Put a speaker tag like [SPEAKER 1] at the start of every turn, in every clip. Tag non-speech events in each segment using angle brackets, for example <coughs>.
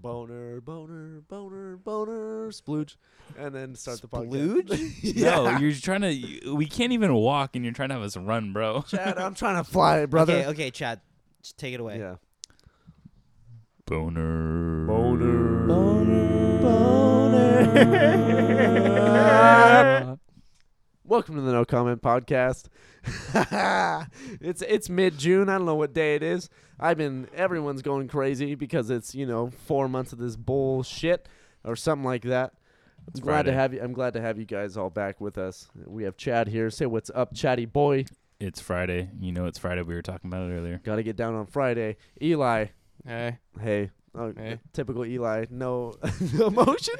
[SPEAKER 1] boner, boner, boner, boner, splooge, and then start the podcast. <laughs>
[SPEAKER 2] Splooge?
[SPEAKER 3] <laughs>
[SPEAKER 1] yeah.
[SPEAKER 4] No, you're trying to. you- We can't even walk, and you're trying to have us run, bro. <laughs>
[SPEAKER 1] Chad, I'm trying to fly, brother.
[SPEAKER 2] Okay, okay, Chad, just take it away.
[SPEAKER 1] Yeah.
[SPEAKER 4] Boner.
[SPEAKER 1] Boner. Welcome to the No Comment Podcast. <laughs> it's it's mid June. I don't know what day it is. I've been everyone's going crazy because it's you know four months of this bullshit or something like that. I'm glad
[SPEAKER 4] Friday.
[SPEAKER 1] to have you. I'm glad to have you guys all back with us. We have Chad here. Say what's up, Chatty boy.
[SPEAKER 4] It's Friday. You know it's Friday. We were talking about it earlier.
[SPEAKER 1] Got to get down on Friday. Eli,
[SPEAKER 3] Hey,
[SPEAKER 1] hey. Oh,
[SPEAKER 3] Hey.
[SPEAKER 1] Typical Eli. No, <laughs> no
[SPEAKER 3] <laughs>
[SPEAKER 1] emotion.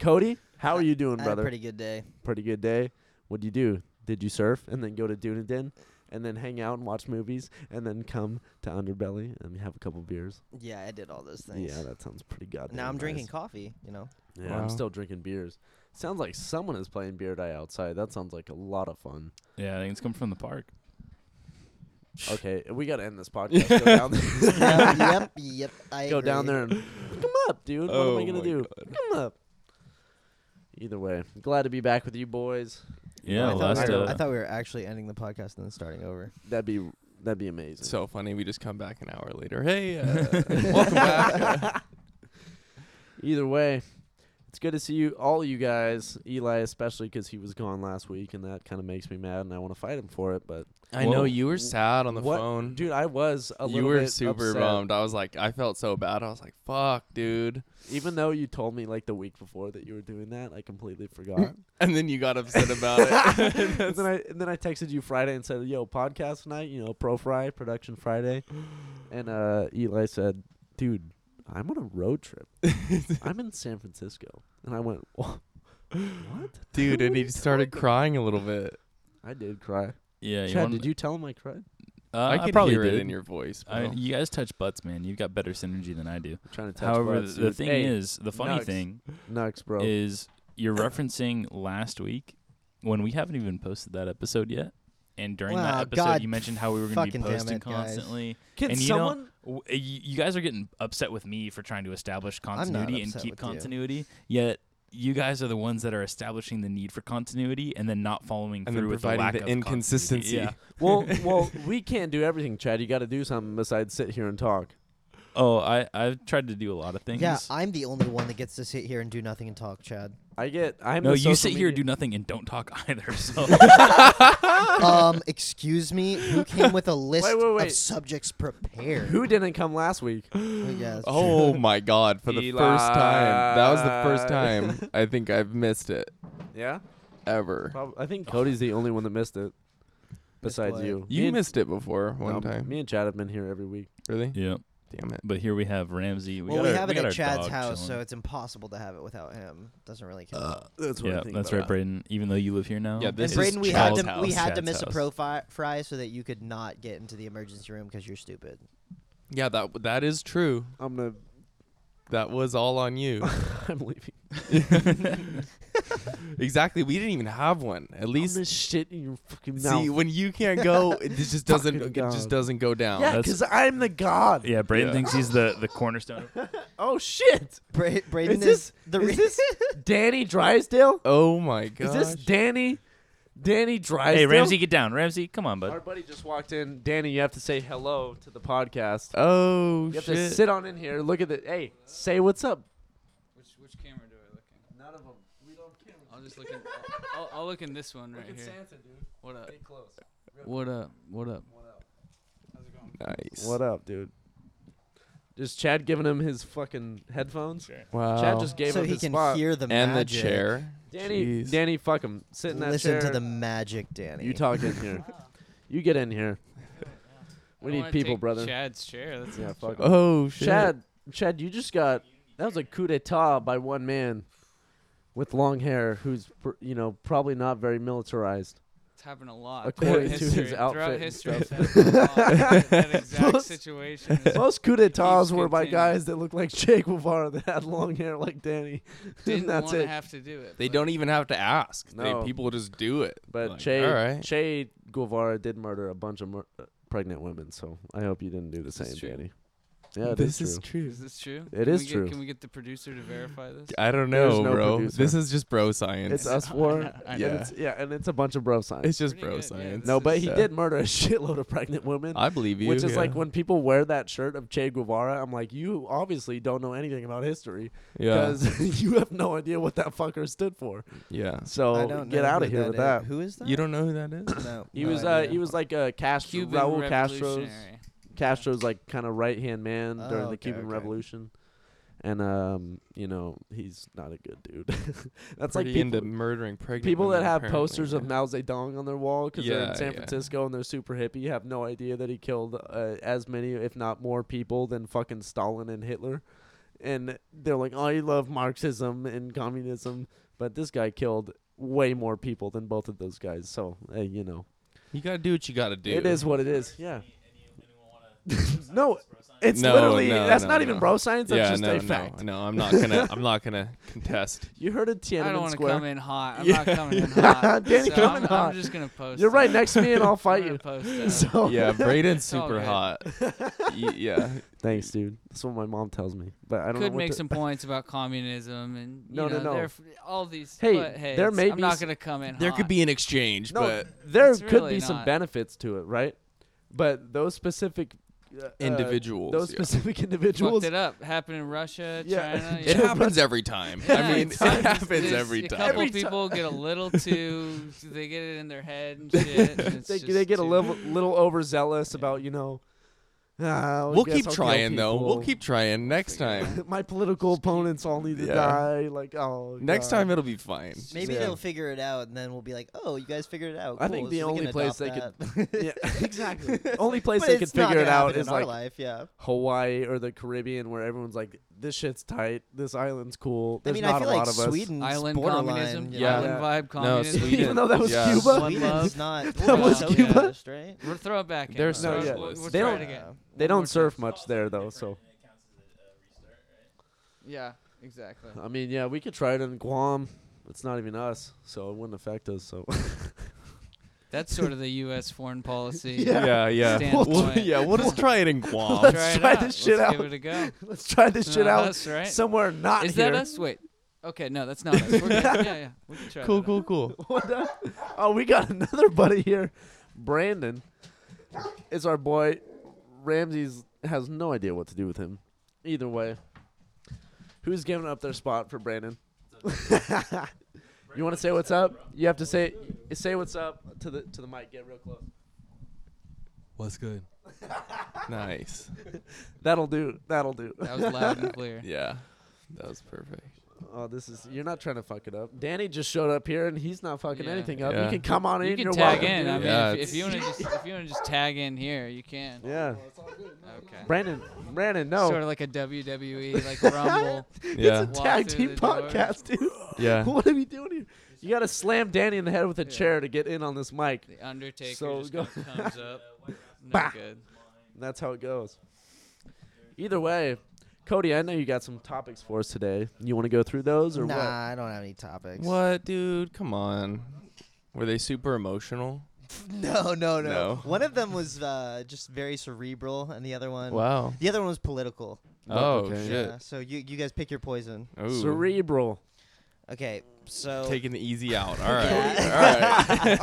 [SPEAKER 1] Cody, how are you doing,
[SPEAKER 2] I had a
[SPEAKER 1] brother?
[SPEAKER 2] pretty good day.
[SPEAKER 1] pretty good day. What'd you do? Did you surf and then go to Dunedin and then hang out and watch movies and then come to Underbelly and have a couple beers?
[SPEAKER 2] Yeah, I did all those things.
[SPEAKER 1] Yeah, that sounds pretty goddamn.
[SPEAKER 2] now I'm
[SPEAKER 1] nice.
[SPEAKER 2] drinking coffee,
[SPEAKER 1] <laughs>
[SPEAKER 2] you know.
[SPEAKER 1] Yeah,
[SPEAKER 3] Wow.
[SPEAKER 1] I'm still drinking beers. Sounds like someone is playing beer die outside. That sounds like a lot of
[SPEAKER 3] <laughs>
[SPEAKER 1] fun.
[SPEAKER 4] Yeah, I think it's coming from the park.
[SPEAKER 1] Okay, we gotta end
[SPEAKER 3] <laughs>
[SPEAKER 1] this podcast. Go down there,
[SPEAKER 2] yep, yep, yep. I
[SPEAKER 1] go down
[SPEAKER 2] agree.
[SPEAKER 1] there and pick 'em up, dude.
[SPEAKER 3] Oh
[SPEAKER 1] what am I gonna do? Pick 'em up. Either way, glad to be back with you boys.
[SPEAKER 4] Yeah,
[SPEAKER 2] Oh, I, thought
[SPEAKER 4] last.
[SPEAKER 2] we were,
[SPEAKER 4] uh,
[SPEAKER 2] I thought we were actually ending the podcast and then starting over.
[SPEAKER 1] That'd be that'd be amazing.
[SPEAKER 3] so funny. We just come back an hour later. Hey, <laughs> uh, welcome back.
[SPEAKER 1] Either way, it's good to see you, all you guys. Eli, especially because he was gone last week, and that kind of makes me mad, and I want to fight him for it. But
[SPEAKER 3] <laughs> I
[SPEAKER 4] Whoa.
[SPEAKER 3] know you were sad on the
[SPEAKER 1] What?
[SPEAKER 3] phone.
[SPEAKER 1] dude, I was a
[SPEAKER 3] you
[SPEAKER 1] little
[SPEAKER 3] were
[SPEAKER 1] bit
[SPEAKER 3] super
[SPEAKER 1] upset.
[SPEAKER 3] bummed. I was like, I felt so bad. I was like, fuck, <laughs> dude.
[SPEAKER 1] Even though you told me like the week before that you were doing that, I completely forgot.
[SPEAKER 3] And then you got upset
[SPEAKER 4] <laughs>
[SPEAKER 3] about it. <laughs>
[SPEAKER 1] and then I and then I texted you Friday and said, "Yo, podcast night, you know, Pro Fry Production Friday," and uh, Eli said, "Dude, I'm on a road trip. I'm in San Francisco," and I went, "Wha- "What?"
[SPEAKER 3] <laughs> dude,
[SPEAKER 1] <laughs>
[SPEAKER 3] and
[SPEAKER 1] What are
[SPEAKER 3] he
[SPEAKER 1] you
[SPEAKER 3] started crying a little bit.
[SPEAKER 1] I did cry.
[SPEAKER 4] yeah, you
[SPEAKER 1] Chad,
[SPEAKER 4] wanna-
[SPEAKER 1] did you tell him I cried?
[SPEAKER 4] Uh,
[SPEAKER 3] I
[SPEAKER 4] I,
[SPEAKER 3] could
[SPEAKER 4] probably
[SPEAKER 3] hear
[SPEAKER 4] did.
[SPEAKER 3] it in your voice.
[SPEAKER 4] I,
[SPEAKER 3] bro.
[SPEAKER 4] you guys touch butts, man. You've got better synergy than I do.
[SPEAKER 1] trying to touch
[SPEAKER 4] However,
[SPEAKER 1] butts,
[SPEAKER 4] the, the
[SPEAKER 1] dude.
[SPEAKER 4] thing
[SPEAKER 1] Hey,
[SPEAKER 4] is, the funny
[SPEAKER 1] Nugs.
[SPEAKER 4] thing
[SPEAKER 1] Nux, bro.
[SPEAKER 4] is
[SPEAKER 2] <coughs>
[SPEAKER 4] you're referencing last week when we haven't even posted that episode yet. And during
[SPEAKER 2] Wow,
[SPEAKER 4] that episode,
[SPEAKER 2] God
[SPEAKER 4] you mentioned how we were going to
[SPEAKER 2] fucking
[SPEAKER 4] be
[SPEAKER 2] damn
[SPEAKER 4] posting
[SPEAKER 2] it, guys.
[SPEAKER 4] constantly.
[SPEAKER 1] Can
[SPEAKER 4] and you know- <laughs>
[SPEAKER 1] someone?
[SPEAKER 4] W- uh, You, you guys are getting upset with me for trying to establish
[SPEAKER 2] not
[SPEAKER 4] continuity and
[SPEAKER 2] upset
[SPEAKER 4] keep
[SPEAKER 2] with you.
[SPEAKER 4] continuity, yet you guys are the ones that are establishing the need for continuity and then not following
[SPEAKER 3] And then
[SPEAKER 4] through with the
[SPEAKER 3] providing
[SPEAKER 4] lack
[SPEAKER 3] the
[SPEAKER 4] of continuity.
[SPEAKER 3] inconsistency.
[SPEAKER 4] Yeah.
[SPEAKER 1] well, well, we can't do everything, Chad. You got to do something besides sit here and talk.
[SPEAKER 4] <laughs> Oh, I I've tried to do a lot of things.
[SPEAKER 2] Yeah, I'm the only one that gets to sit here and do nothing and talk, Chad. <laughs>
[SPEAKER 1] I get. I'm
[SPEAKER 4] no,
[SPEAKER 1] the
[SPEAKER 4] you
[SPEAKER 1] social
[SPEAKER 4] sit here and do
[SPEAKER 1] media-
[SPEAKER 4] nothing and don't talk <laughs> either. So
[SPEAKER 2] um, excuse me, who came with a
[SPEAKER 1] <laughs>
[SPEAKER 2] list
[SPEAKER 1] Wait, wait,
[SPEAKER 2] of
[SPEAKER 1] wait.
[SPEAKER 2] subjects prepared?
[SPEAKER 1] Who didn't come last week?
[SPEAKER 2] Yes.
[SPEAKER 3] <laughs>
[SPEAKER 2] <laughs>
[SPEAKER 3] Oh my god, for the first time. That was the first
[SPEAKER 1] Eli.
[SPEAKER 3] <laughs> time I think I've missed it
[SPEAKER 1] Yeah,
[SPEAKER 3] ever.
[SPEAKER 1] Prob- I think Cody's <laughs> the only one that missed it. Besides
[SPEAKER 2] what?
[SPEAKER 1] you,
[SPEAKER 3] You
[SPEAKER 1] me and-
[SPEAKER 3] missed it before one
[SPEAKER 1] no,
[SPEAKER 3] time.
[SPEAKER 1] Me and Chad have been here every week.
[SPEAKER 3] Really?
[SPEAKER 4] yeah,
[SPEAKER 3] Damn it.
[SPEAKER 4] but here we have Ramsey. We
[SPEAKER 2] well,
[SPEAKER 4] got
[SPEAKER 2] we
[SPEAKER 4] our-
[SPEAKER 2] have it
[SPEAKER 4] got
[SPEAKER 2] at
[SPEAKER 4] our
[SPEAKER 2] Chad's
[SPEAKER 4] dog
[SPEAKER 2] house,
[SPEAKER 4] chilling.
[SPEAKER 2] so it's impossible to have it without him. Doesn't really count.
[SPEAKER 1] That's
[SPEAKER 4] yeah, that's right, Braden. Even though you live here now,
[SPEAKER 3] Yeah,
[SPEAKER 2] and
[SPEAKER 3] this is
[SPEAKER 2] Braden, we had
[SPEAKER 4] Chad's
[SPEAKER 2] to we
[SPEAKER 4] house.
[SPEAKER 2] had to
[SPEAKER 4] Chad's
[SPEAKER 2] miss a
[SPEAKER 4] house.
[SPEAKER 2] pro fi- fry so that you could not get into the emergency room because you're stupid.
[SPEAKER 3] Yeah, that that is true.
[SPEAKER 1] I'm gonna. <laughs>
[SPEAKER 3] That was all on you.
[SPEAKER 1] I'm leaving.
[SPEAKER 3] exactly. We didn't even have one. At
[SPEAKER 1] Leave
[SPEAKER 3] least
[SPEAKER 1] this shit in your fucking mouth.
[SPEAKER 3] see when you can't go, it
[SPEAKER 1] <laughs>
[SPEAKER 3] just doesn't
[SPEAKER 1] Fucking
[SPEAKER 3] it
[SPEAKER 1] God.
[SPEAKER 3] just doesn't go down.
[SPEAKER 1] yeah,
[SPEAKER 4] that's-
[SPEAKER 1] because I'm the god.
[SPEAKER 4] Yeah, Braden
[SPEAKER 3] Yeah.
[SPEAKER 4] thinks he's the the
[SPEAKER 2] <laughs>
[SPEAKER 4] cornerstone.
[SPEAKER 1] Oh shit!
[SPEAKER 2] Bra- Braden
[SPEAKER 1] Is this-
[SPEAKER 2] is, the
[SPEAKER 1] is
[SPEAKER 2] re-
[SPEAKER 3] <laughs>
[SPEAKER 1] this Danny Drysdale?
[SPEAKER 3] Oh my god.
[SPEAKER 1] Is this Danny? Danny Drysdale.
[SPEAKER 4] hey, Ramsey, get down. Ramsey, come on,
[SPEAKER 1] Our
[SPEAKER 4] bud.
[SPEAKER 1] buddy just walked in. Danny, you have to say hello to the podcast.
[SPEAKER 3] Oh
[SPEAKER 1] you have to
[SPEAKER 3] shit.
[SPEAKER 1] sit on in here. Look at the. Hey, say what's up.
[SPEAKER 5] Which which camera do I look in?
[SPEAKER 1] None of them. We don't care.
[SPEAKER 5] I'll just look in. I'll, I'll look in this one right here.
[SPEAKER 1] dude.
[SPEAKER 5] What up?
[SPEAKER 1] close.
[SPEAKER 5] What up? What up?
[SPEAKER 1] What up?
[SPEAKER 5] How's it going?
[SPEAKER 3] nice.
[SPEAKER 1] What up, dude? Is Chad giving him his fucking headphones?
[SPEAKER 3] Wow.
[SPEAKER 1] Chad just gave
[SPEAKER 2] <laughs> so
[SPEAKER 1] him
[SPEAKER 2] he
[SPEAKER 1] his
[SPEAKER 2] can
[SPEAKER 1] spot.
[SPEAKER 2] hear the
[SPEAKER 3] and the
[SPEAKER 2] magic.
[SPEAKER 3] chair.
[SPEAKER 1] Danny,
[SPEAKER 3] Jeez.
[SPEAKER 1] Danny, fuck him. Sit in that
[SPEAKER 2] Listen
[SPEAKER 1] chair.
[SPEAKER 2] to the magic, Danny.
[SPEAKER 1] You talk in
[SPEAKER 2] <laughs>
[SPEAKER 1] here. you get in
[SPEAKER 5] <laughs>
[SPEAKER 1] here. We
[SPEAKER 5] I don't
[SPEAKER 1] need
[SPEAKER 5] wanna
[SPEAKER 1] people,
[SPEAKER 5] take
[SPEAKER 1] brother.
[SPEAKER 5] Chad's chair. That's
[SPEAKER 1] Yeah, fuck. him.
[SPEAKER 3] Oh shit.
[SPEAKER 1] Chad, Chad, you just got that was a coup d'état by one man with long hair who's pr- you know probably not very militarized.
[SPEAKER 5] it's happened a lot.
[SPEAKER 1] According
[SPEAKER 5] throughout
[SPEAKER 1] to his
[SPEAKER 5] history.
[SPEAKER 1] outfit
[SPEAKER 5] Throughout
[SPEAKER 1] and
[SPEAKER 5] history, it's
[SPEAKER 1] stuff.
[SPEAKER 5] happened a lot.
[SPEAKER 1] <laughs>
[SPEAKER 5] that that exact
[SPEAKER 1] Most-
[SPEAKER 5] situation. is-
[SPEAKER 1] Most coup d'états
[SPEAKER 5] Please
[SPEAKER 1] were by
[SPEAKER 5] continue.
[SPEAKER 1] guys that looked like Che Guevara that had long hair like Danny.
[SPEAKER 5] Didn't
[SPEAKER 1] and that's
[SPEAKER 5] want to
[SPEAKER 1] it.
[SPEAKER 5] have to do it.
[SPEAKER 3] They
[SPEAKER 5] but
[SPEAKER 3] don't even have to ask.
[SPEAKER 1] No.
[SPEAKER 3] They, people just do it.
[SPEAKER 1] But
[SPEAKER 3] Like,
[SPEAKER 1] Che
[SPEAKER 3] all right.
[SPEAKER 1] Che Guevara did murder a bunch of mur- uh, pregnant women, so I hope you didn't do the
[SPEAKER 5] This is
[SPEAKER 1] same,
[SPEAKER 5] true.
[SPEAKER 1] Danny. Yeah, it
[SPEAKER 3] this
[SPEAKER 1] is
[SPEAKER 3] is
[SPEAKER 1] true.
[SPEAKER 3] true.
[SPEAKER 5] Is this true?
[SPEAKER 1] e- It
[SPEAKER 5] can
[SPEAKER 1] is
[SPEAKER 5] we get,
[SPEAKER 1] true.
[SPEAKER 5] Can we get the producer to verify this?
[SPEAKER 3] I don't
[SPEAKER 1] There's
[SPEAKER 3] know,
[SPEAKER 1] no
[SPEAKER 3] bro.
[SPEAKER 1] producer.
[SPEAKER 3] This is just bro science.
[SPEAKER 1] It's
[SPEAKER 5] <laughs>
[SPEAKER 1] us four.
[SPEAKER 5] I- I-
[SPEAKER 1] and it's- yeah, and it's a bunch of bro signs.
[SPEAKER 3] It's just
[SPEAKER 5] Pretty
[SPEAKER 3] bro
[SPEAKER 5] good, yeah,
[SPEAKER 3] science.
[SPEAKER 1] no, but he
[SPEAKER 3] Yeah.
[SPEAKER 1] did murder a <laughs> shitload of pregnant women.
[SPEAKER 3] I believe you.
[SPEAKER 1] Which is like
[SPEAKER 3] yeah.
[SPEAKER 1] when people wear that shirt of Che Guevara, I'm like, you obviously don't know anything about history
[SPEAKER 3] Yeah.
[SPEAKER 1] because <laughs> you have no idea what that fucker stood for.
[SPEAKER 3] Yeah.
[SPEAKER 2] I
[SPEAKER 1] So
[SPEAKER 2] don't
[SPEAKER 1] oh, get
[SPEAKER 2] know
[SPEAKER 1] out
[SPEAKER 2] who
[SPEAKER 1] of here with
[SPEAKER 2] is.
[SPEAKER 1] that.
[SPEAKER 2] Who is that?
[SPEAKER 3] You don't know who that is?
[SPEAKER 2] No,
[SPEAKER 1] He
[SPEAKER 2] no
[SPEAKER 1] was uh,
[SPEAKER 2] idea.
[SPEAKER 1] he was like uh, Castro,
[SPEAKER 5] Cuban
[SPEAKER 1] Raul Castro's
[SPEAKER 5] revolutionary.
[SPEAKER 1] Castro's like kind of right hand man
[SPEAKER 2] Oh,
[SPEAKER 1] during the
[SPEAKER 2] okay,
[SPEAKER 1] Cuban
[SPEAKER 2] okay.
[SPEAKER 1] Revolution, and um, you know he's not a good dude. <laughs> That's like
[SPEAKER 3] Pretty into
[SPEAKER 1] people,
[SPEAKER 3] murdering pregnant
[SPEAKER 1] people that
[SPEAKER 3] women,
[SPEAKER 1] have
[SPEAKER 3] apparently,
[SPEAKER 1] posters of
[SPEAKER 3] yeah.
[SPEAKER 1] Mao Zedong on their wall because they're
[SPEAKER 3] Yeah,
[SPEAKER 1] in San
[SPEAKER 3] yeah.
[SPEAKER 1] Francisco and they're super hippie. Have no idea that he killed uh, as many, if not more, people than fucking Stalin and Hitler, and they're like, oh, you love Marxism and communism, but this guy killed way more people than both of those guys. So uh, you know.
[SPEAKER 3] You gotta do what you gotta do.
[SPEAKER 1] It is what it is. Yeah. <laughs> no, it's
[SPEAKER 3] No,
[SPEAKER 1] literally
[SPEAKER 3] no,
[SPEAKER 1] that's
[SPEAKER 3] no,
[SPEAKER 1] not even
[SPEAKER 3] no.
[SPEAKER 1] bro science. That's
[SPEAKER 3] yeah,
[SPEAKER 1] just
[SPEAKER 3] no,
[SPEAKER 1] a
[SPEAKER 3] no,
[SPEAKER 1] fact.
[SPEAKER 3] no. I'm not gonna. I'm
[SPEAKER 1] <laughs>
[SPEAKER 3] not gonna contest.
[SPEAKER 1] You heard of
[SPEAKER 5] I don't
[SPEAKER 1] Tiananmen
[SPEAKER 5] want to
[SPEAKER 1] Square?
[SPEAKER 5] come in hot. I'm
[SPEAKER 1] Yeah.
[SPEAKER 5] not coming
[SPEAKER 1] <laughs>
[SPEAKER 5] in hot.
[SPEAKER 1] Danny,
[SPEAKER 5] so
[SPEAKER 1] come
[SPEAKER 5] I'm,
[SPEAKER 1] in hot.
[SPEAKER 5] I'm just gonna post.
[SPEAKER 1] You're right
[SPEAKER 5] it.
[SPEAKER 1] next to me, and I'll
[SPEAKER 5] I'm
[SPEAKER 1] fight
[SPEAKER 5] gonna <laughs>
[SPEAKER 1] you. <laughs>
[SPEAKER 5] Post it.
[SPEAKER 1] So
[SPEAKER 3] Yeah, Braden's
[SPEAKER 5] It's all
[SPEAKER 3] super
[SPEAKER 5] good.
[SPEAKER 1] <laughs>
[SPEAKER 3] hot. Y- yeah,
[SPEAKER 1] thanks, dude. That's what my mom tells me, but I don't know
[SPEAKER 5] could
[SPEAKER 1] what
[SPEAKER 5] make
[SPEAKER 1] to- <laughs>
[SPEAKER 5] some points about communism and you
[SPEAKER 1] No, no,
[SPEAKER 5] know,
[SPEAKER 1] no.
[SPEAKER 5] they're f- all these.
[SPEAKER 1] Hey,
[SPEAKER 5] but, hey,
[SPEAKER 1] there
[SPEAKER 5] it's-
[SPEAKER 1] may
[SPEAKER 5] I'm
[SPEAKER 1] be s-
[SPEAKER 5] not gonna come in.
[SPEAKER 3] there could
[SPEAKER 5] hot.
[SPEAKER 3] be an exchange,
[SPEAKER 1] No, uh,
[SPEAKER 3] but
[SPEAKER 1] there
[SPEAKER 5] It's
[SPEAKER 1] could be
[SPEAKER 5] really
[SPEAKER 1] some
[SPEAKER 5] not.
[SPEAKER 1] benefits to it, right? But those specific uh,
[SPEAKER 3] individuals.
[SPEAKER 1] those
[SPEAKER 3] yeah.
[SPEAKER 1] specific
[SPEAKER 5] fucked
[SPEAKER 1] individuals.
[SPEAKER 5] it up. Happened in Russia,
[SPEAKER 1] Yeah. <laughs>
[SPEAKER 5] China.
[SPEAKER 3] It
[SPEAKER 5] yeah. <laughs>
[SPEAKER 3] happens every time.
[SPEAKER 5] Yeah,
[SPEAKER 3] I mean, it
[SPEAKER 5] it's fine.
[SPEAKER 3] happens
[SPEAKER 5] There's
[SPEAKER 3] every
[SPEAKER 5] A couple
[SPEAKER 3] time.
[SPEAKER 1] Every ti-
[SPEAKER 5] people get
[SPEAKER 1] <laughs>
[SPEAKER 5] a little too. They get it in their head and shit. and it's
[SPEAKER 1] They,
[SPEAKER 5] just
[SPEAKER 1] they get a
[SPEAKER 5] too-
[SPEAKER 1] little little overzealous about you know. "Ah, I
[SPEAKER 3] We'll
[SPEAKER 1] guess
[SPEAKER 3] keep
[SPEAKER 1] I'll kill
[SPEAKER 3] trying though. We'll
[SPEAKER 1] people." Oh
[SPEAKER 3] keep trying next
[SPEAKER 5] Figure it
[SPEAKER 3] time.
[SPEAKER 1] <laughs> my political opponents all need to
[SPEAKER 3] Yeah.
[SPEAKER 1] die. Like, oh,
[SPEAKER 3] Next
[SPEAKER 1] God.
[SPEAKER 3] time it'll be fine.
[SPEAKER 2] Maybe
[SPEAKER 1] Yeah.
[SPEAKER 2] they'll figure it out, and then we'll be like, "Oh, you guys figured it out."
[SPEAKER 1] I
[SPEAKER 2] Cool,
[SPEAKER 1] think
[SPEAKER 2] so
[SPEAKER 1] the
[SPEAKER 2] we
[SPEAKER 1] only
[SPEAKER 2] can
[SPEAKER 1] place
[SPEAKER 2] adopt <laughs>
[SPEAKER 1] they
[SPEAKER 2] that.
[SPEAKER 1] <laughs> yeah,
[SPEAKER 2] <laughs>
[SPEAKER 1] exactly. Only place
[SPEAKER 2] But
[SPEAKER 1] they could
[SPEAKER 2] it's not
[SPEAKER 1] figure it
[SPEAKER 2] gonna happen
[SPEAKER 1] out
[SPEAKER 2] in
[SPEAKER 1] is
[SPEAKER 2] our
[SPEAKER 1] like
[SPEAKER 2] life. Yeah.
[SPEAKER 1] Hawaii or the Caribbean, where everyone's like, "This shit's tight. This island's cool.
[SPEAKER 2] I
[SPEAKER 1] There's
[SPEAKER 2] mean,
[SPEAKER 1] not
[SPEAKER 2] I feel
[SPEAKER 1] a lot
[SPEAKER 2] like
[SPEAKER 1] of
[SPEAKER 2] Sweden's
[SPEAKER 5] <laughs> Island
[SPEAKER 2] borderline.
[SPEAKER 5] communism.
[SPEAKER 2] you
[SPEAKER 3] Yeah.
[SPEAKER 2] know?
[SPEAKER 5] Island vibe communism.
[SPEAKER 1] us."
[SPEAKER 3] Sweden.
[SPEAKER 1] Even though that was
[SPEAKER 3] Yeah.
[SPEAKER 1] Cuba,
[SPEAKER 2] Sweden's not.
[SPEAKER 1] <laughs>
[SPEAKER 5] That was
[SPEAKER 2] socialist,
[SPEAKER 1] Cuba?
[SPEAKER 2] right?
[SPEAKER 5] <laughs> We'll throw it back. in.
[SPEAKER 3] They're
[SPEAKER 5] We'll throw it-
[SPEAKER 1] socialist.
[SPEAKER 5] we'll- we'll
[SPEAKER 1] They
[SPEAKER 5] try
[SPEAKER 1] don't-
[SPEAKER 5] it again.
[SPEAKER 1] they
[SPEAKER 5] One more
[SPEAKER 1] don't surf
[SPEAKER 5] time.
[SPEAKER 1] much there though. So
[SPEAKER 5] Yeah, exactly.
[SPEAKER 1] I mean, yeah, we could try it in Guam. It's not even us, so it wouldn't affect us. So <laughs>
[SPEAKER 5] That's sort of the U.S. foreign policy.
[SPEAKER 1] <laughs> Yeah.
[SPEAKER 3] Yeah, yeah.
[SPEAKER 5] Standpoint.
[SPEAKER 3] We'll- <laughs> yeah, we'll just try it in Guam.
[SPEAKER 1] Let's
[SPEAKER 5] Try it
[SPEAKER 1] try
[SPEAKER 5] out.
[SPEAKER 1] this shit
[SPEAKER 5] Let's
[SPEAKER 1] out.
[SPEAKER 5] Give it a go.
[SPEAKER 1] let's try this
[SPEAKER 5] It's
[SPEAKER 1] shit
[SPEAKER 5] not
[SPEAKER 1] out
[SPEAKER 5] us, right?
[SPEAKER 1] somewhere not
[SPEAKER 5] Is
[SPEAKER 1] here.
[SPEAKER 5] that us? Wait. Okay, no, that's not us. We're
[SPEAKER 1] <laughs>
[SPEAKER 5] good. Yeah, yeah. We can try
[SPEAKER 3] Cool,
[SPEAKER 5] that out.
[SPEAKER 3] cool, cool.
[SPEAKER 1] What the- oh, we got <laughs> another buddy here. Brandon is our boy. Ramsey's has no idea what to do with him. Either way, who's giving up their spot for Brandon? <laughs> you want to say what's up? You have to say say what's up to the to the mic. Get real close.
[SPEAKER 3] What's good? nice.
[SPEAKER 1] That'll do. That'll do.
[SPEAKER 5] That was loud and clear.
[SPEAKER 3] Yeah, that was perfect.
[SPEAKER 1] <laughs> Oh, this is you're not trying to fuck it up. Danny just showed up here and he's not fucking
[SPEAKER 5] Yeah.
[SPEAKER 1] anything up. You
[SPEAKER 3] Yeah.
[SPEAKER 1] can come on in.
[SPEAKER 5] You can
[SPEAKER 1] are
[SPEAKER 5] tag
[SPEAKER 1] welcome.
[SPEAKER 5] in. I
[SPEAKER 1] dude.
[SPEAKER 5] mean,
[SPEAKER 3] Yeah,
[SPEAKER 5] if, if you want to just if you want to just tag in here, you can.
[SPEAKER 1] yeah.
[SPEAKER 5] Okay.
[SPEAKER 1] Brandon, Brandon, no.
[SPEAKER 5] Sort of like a WWE like Rumble.
[SPEAKER 3] Yeah,
[SPEAKER 1] It's a
[SPEAKER 5] Walk
[SPEAKER 1] tag
[SPEAKER 5] through
[SPEAKER 1] team
[SPEAKER 5] the door.
[SPEAKER 1] podcast,
[SPEAKER 5] <laughs>
[SPEAKER 1] dude. <laughs>
[SPEAKER 3] yeah.
[SPEAKER 1] what are we doing here? You gotta slam Danny in the head with a
[SPEAKER 5] Yeah.
[SPEAKER 1] chair to get in on this mic.
[SPEAKER 5] The Undertaker
[SPEAKER 1] So
[SPEAKER 5] just
[SPEAKER 1] go-
[SPEAKER 5] kinda comes
[SPEAKER 1] <laughs>
[SPEAKER 5] up.
[SPEAKER 1] Bah.
[SPEAKER 5] Not good.
[SPEAKER 1] And that's how it goes. Either way, Cody, I know you got some topics for us today. You want to go through those or
[SPEAKER 2] nah,
[SPEAKER 1] what?
[SPEAKER 2] I don't have any topics.
[SPEAKER 3] What, dude? Come on. Were they super emotional?
[SPEAKER 2] <laughs> No, no, no.
[SPEAKER 3] No.
[SPEAKER 2] One of them was uh, just very cerebral, and the other one,
[SPEAKER 3] Wow.
[SPEAKER 2] the other one was political.
[SPEAKER 3] Oh
[SPEAKER 1] Okay.
[SPEAKER 3] shit.
[SPEAKER 2] Yeah, so you you guys pick your poison.
[SPEAKER 3] Ooh.
[SPEAKER 5] <laughs>
[SPEAKER 1] Cerebral.
[SPEAKER 2] Okay, so <laughs>
[SPEAKER 3] Taking the easy out. All
[SPEAKER 2] Yeah.
[SPEAKER 3] right.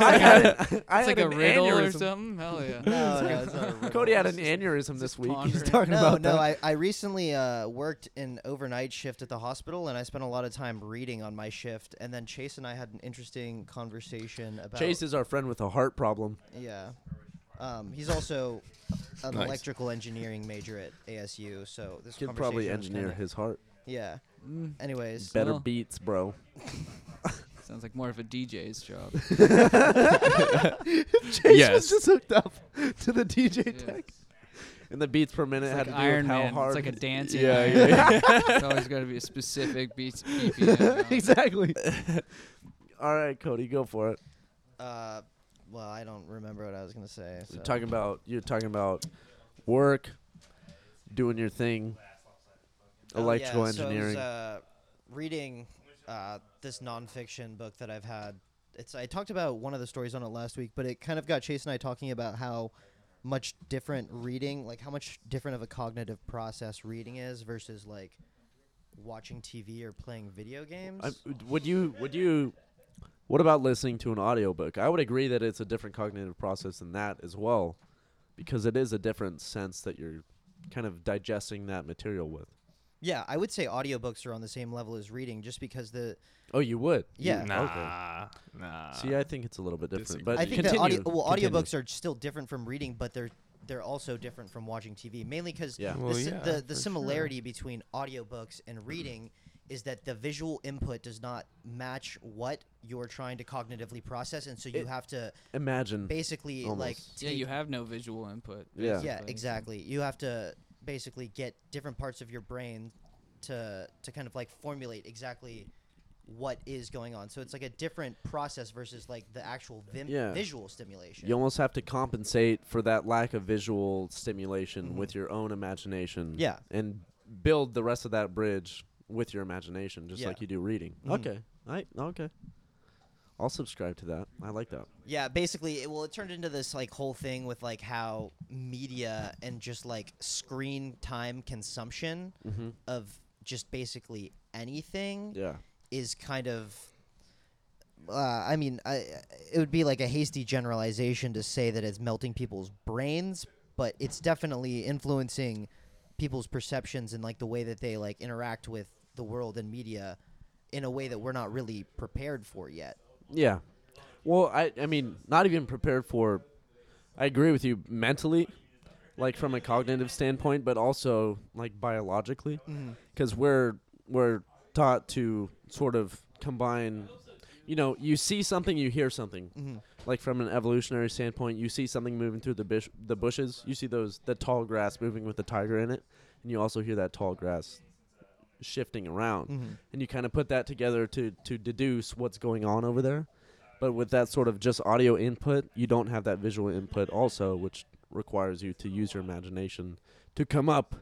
[SPEAKER 2] <laughs>
[SPEAKER 3] All right.
[SPEAKER 1] I had, an- I
[SPEAKER 5] It's
[SPEAKER 1] had
[SPEAKER 5] like a
[SPEAKER 1] an
[SPEAKER 5] riddle or
[SPEAKER 1] aneurysm.
[SPEAKER 5] something. Hell yeah.
[SPEAKER 2] no, no, it's not a riddle.
[SPEAKER 1] Cody had an
[SPEAKER 5] It's just-
[SPEAKER 1] aneurysm this
[SPEAKER 5] just
[SPEAKER 1] week. He's
[SPEAKER 5] pondering.
[SPEAKER 1] talking
[SPEAKER 2] No,
[SPEAKER 1] about
[SPEAKER 2] no,
[SPEAKER 1] that.
[SPEAKER 2] I, I recently uh, worked an overnight shift at the hospital, and I spent a lot of time reading on my shift. And then Chase and I had an interesting conversation about
[SPEAKER 1] Chase is our friend with a heart problem.
[SPEAKER 2] Yeah. Um, he's also an
[SPEAKER 3] Nice.
[SPEAKER 2] electrical engineering major at ASU, so this
[SPEAKER 1] Could
[SPEAKER 2] conversation
[SPEAKER 1] probably
[SPEAKER 2] was
[SPEAKER 1] engineer
[SPEAKER 2] kinda-
[SPEAKER 1] his heart.
[SPEAKER 2] Yeah.
[SPEAKER 5] Mm,
[SPEAKER 2] Anyways,
[SPEAKER 1] Better
[SPEAKER 5] Well.
[SPEAKER 1] beats, bro.
[SPEAKER 5] sounds like more of a DJ's
[SPEAKER 1] <laughs>
[SPEAKER 5] job.
[SPEAKER 1] Chase was
[SPEAKER 3] Yes.
[SPEAKER 1] just hooked up <laughs> to the DJ
[SPEAKER 5] Yeah.
[SPEAKER 1] tech. And the beats per minute
[SPEAKER 5] It's
[SPEAKER 1] had
[SPEAKER 5] like
[SPEAKER 1] to do
[SPEAKER 5] Iron
[SPEAKER 1] with how
[SPEAKER 5] Man.
[SPEAKER 1] hard
[SPEAKER 5] It's like a dancing.
[SPEAKER 3] Yeah,
[SPEAKER 5] Iron
[SPEAKER 3] yeah,
[SPEAKER 5] Man. <laughs> it's always got to be a specific beat. BPM.
[SPEAKER 1] <laughs> exactly. All right, Cody, go for it.
[SPEAKER 2] uh, well, I don't remember what I was gonna say. So.
[SPEAKER 1] You're talking about you're talking about work, doing your thing,
[SPEAKER 2] Oh,
[SPEAKER 1] electrical
[SPEAKER 2] yeah,
[SPEAKER 1] engineering.
[SPEAKER 2] So I was, uh, reading uh, this nonfiction book that I've had. It's I talked about one of the stories on it last week, but it kind of got Chase and I talking about how much different reading, like how much different of a cognitive process reading is versus like watching TV or playing video games.
[SPEAKER 1] I, would you would you what about listening to an audiobook i would agree that it's a different cognitive process than that as well because it is a different sense that you're kind of digesting that material with
[SPEAKER 2] yeah, I would say audiobooks are on the same level as reading just because the
[SPEAKER 1] oh you would You-
[SPEAKER 2] Yeah.
[SPEAKER 3] Nah, nah.
[SPEAKER 1] see i think it's a little bit different
[SPEAKER 3] Disagree.
[SPEAKER 1] but
[SPEAKER 2] I think that
[SPEAKER 1] continue,
[SPEAKER 2] audio, well,
[SPEAKER 1] continue.
[SPEAKER 2] audiobooks are still different from reading, but they're they're also different from watching TV, mainly because
[SPEAKER 1] Yeah.
[SPEAKER 2] the,
[SPEAKER 3] Well,
[SPEAKER 2] si-
[SPEAKER 3] yeah,
[SPEAKER 2] the,
[SPEAKER 3] for
[SPEAKER 2] the
[SPEAKER 3] sure.
[SPEAKER 2] similarity between audiobooks and reading is that the visual input does not match what you're trying to cognitively process, and so you
[SPEAKER 1] It-
[SPEAKER 2] have to
[SPEAKER 1] imagine
[SPEAKER 2] basically like
[SPEAKER 1] Almost.
[SPEAKER 5] Yeah,
[SPEAKER 2] take-
[SPEAKER 5] you have no visual input.
[SPEAKER 1] Yeah.
[SPEAKER 2] yeah
[SPEAKER 5] basically.
[SPEAKER 2] exactly you have to basically get different parts of your brain to to kind of like formulate exactly what is going on so it's like a different process versus like the actual vim-
[SPEAKER 1] Yeah.
[SPEAKER 2] visual stimulation
[SPEAKER 1] you almost have to compensate for that lack of visual stimulation with your own imagination
[SPEAKER 2] Mm-hmm. Yeah.
[SPEAKER 1] and build the rest of that bridge with your imagination just
[SPEAKER 2] Yeah.
[SPEAKER 1] like you do reading
[SPEAKER 2] Mhm.
[SPEAKER 1] okay i okay i'll subscribe to that i like that
[SPEAKER 2] Yeah, basically, it, well, it turned into this like whole thing with like how media and just like screen time consumption
[SPEAKER 1] mm-hmm.
[SPEAKER 2] of just basically anything
[SPEAKER 1] yeah
[SPEAKER 2] is kind of. Uh, I mean, I, it would be like a hasty generalization to say that it's melting people's brains, but it's definitely influencing people's perceptions and like the way that they like interact with the world and media in a way that we're not really prepared for yet.
[SPEAKER 1] Yeah. Well, I I mean, not even prepared for I agree with you mentally, like from a cognitive standpoint, but also like biologically cuz we're we're taught to sort of combine you know, you see something, you hear something. Like from an evolutionary standpoint, you see something moving through the bish- the bushes, you see those the tall grass moving with the tiger in it, and you also hear that tall grass shifting around
[SPEAKER 3] Mm-hmm.
[SPEAKER 1] and you kind of put that together to to deduce what's going on over there. But with that sort of just audio input, you don't have that visual input also, which requires you to use your imagination to come up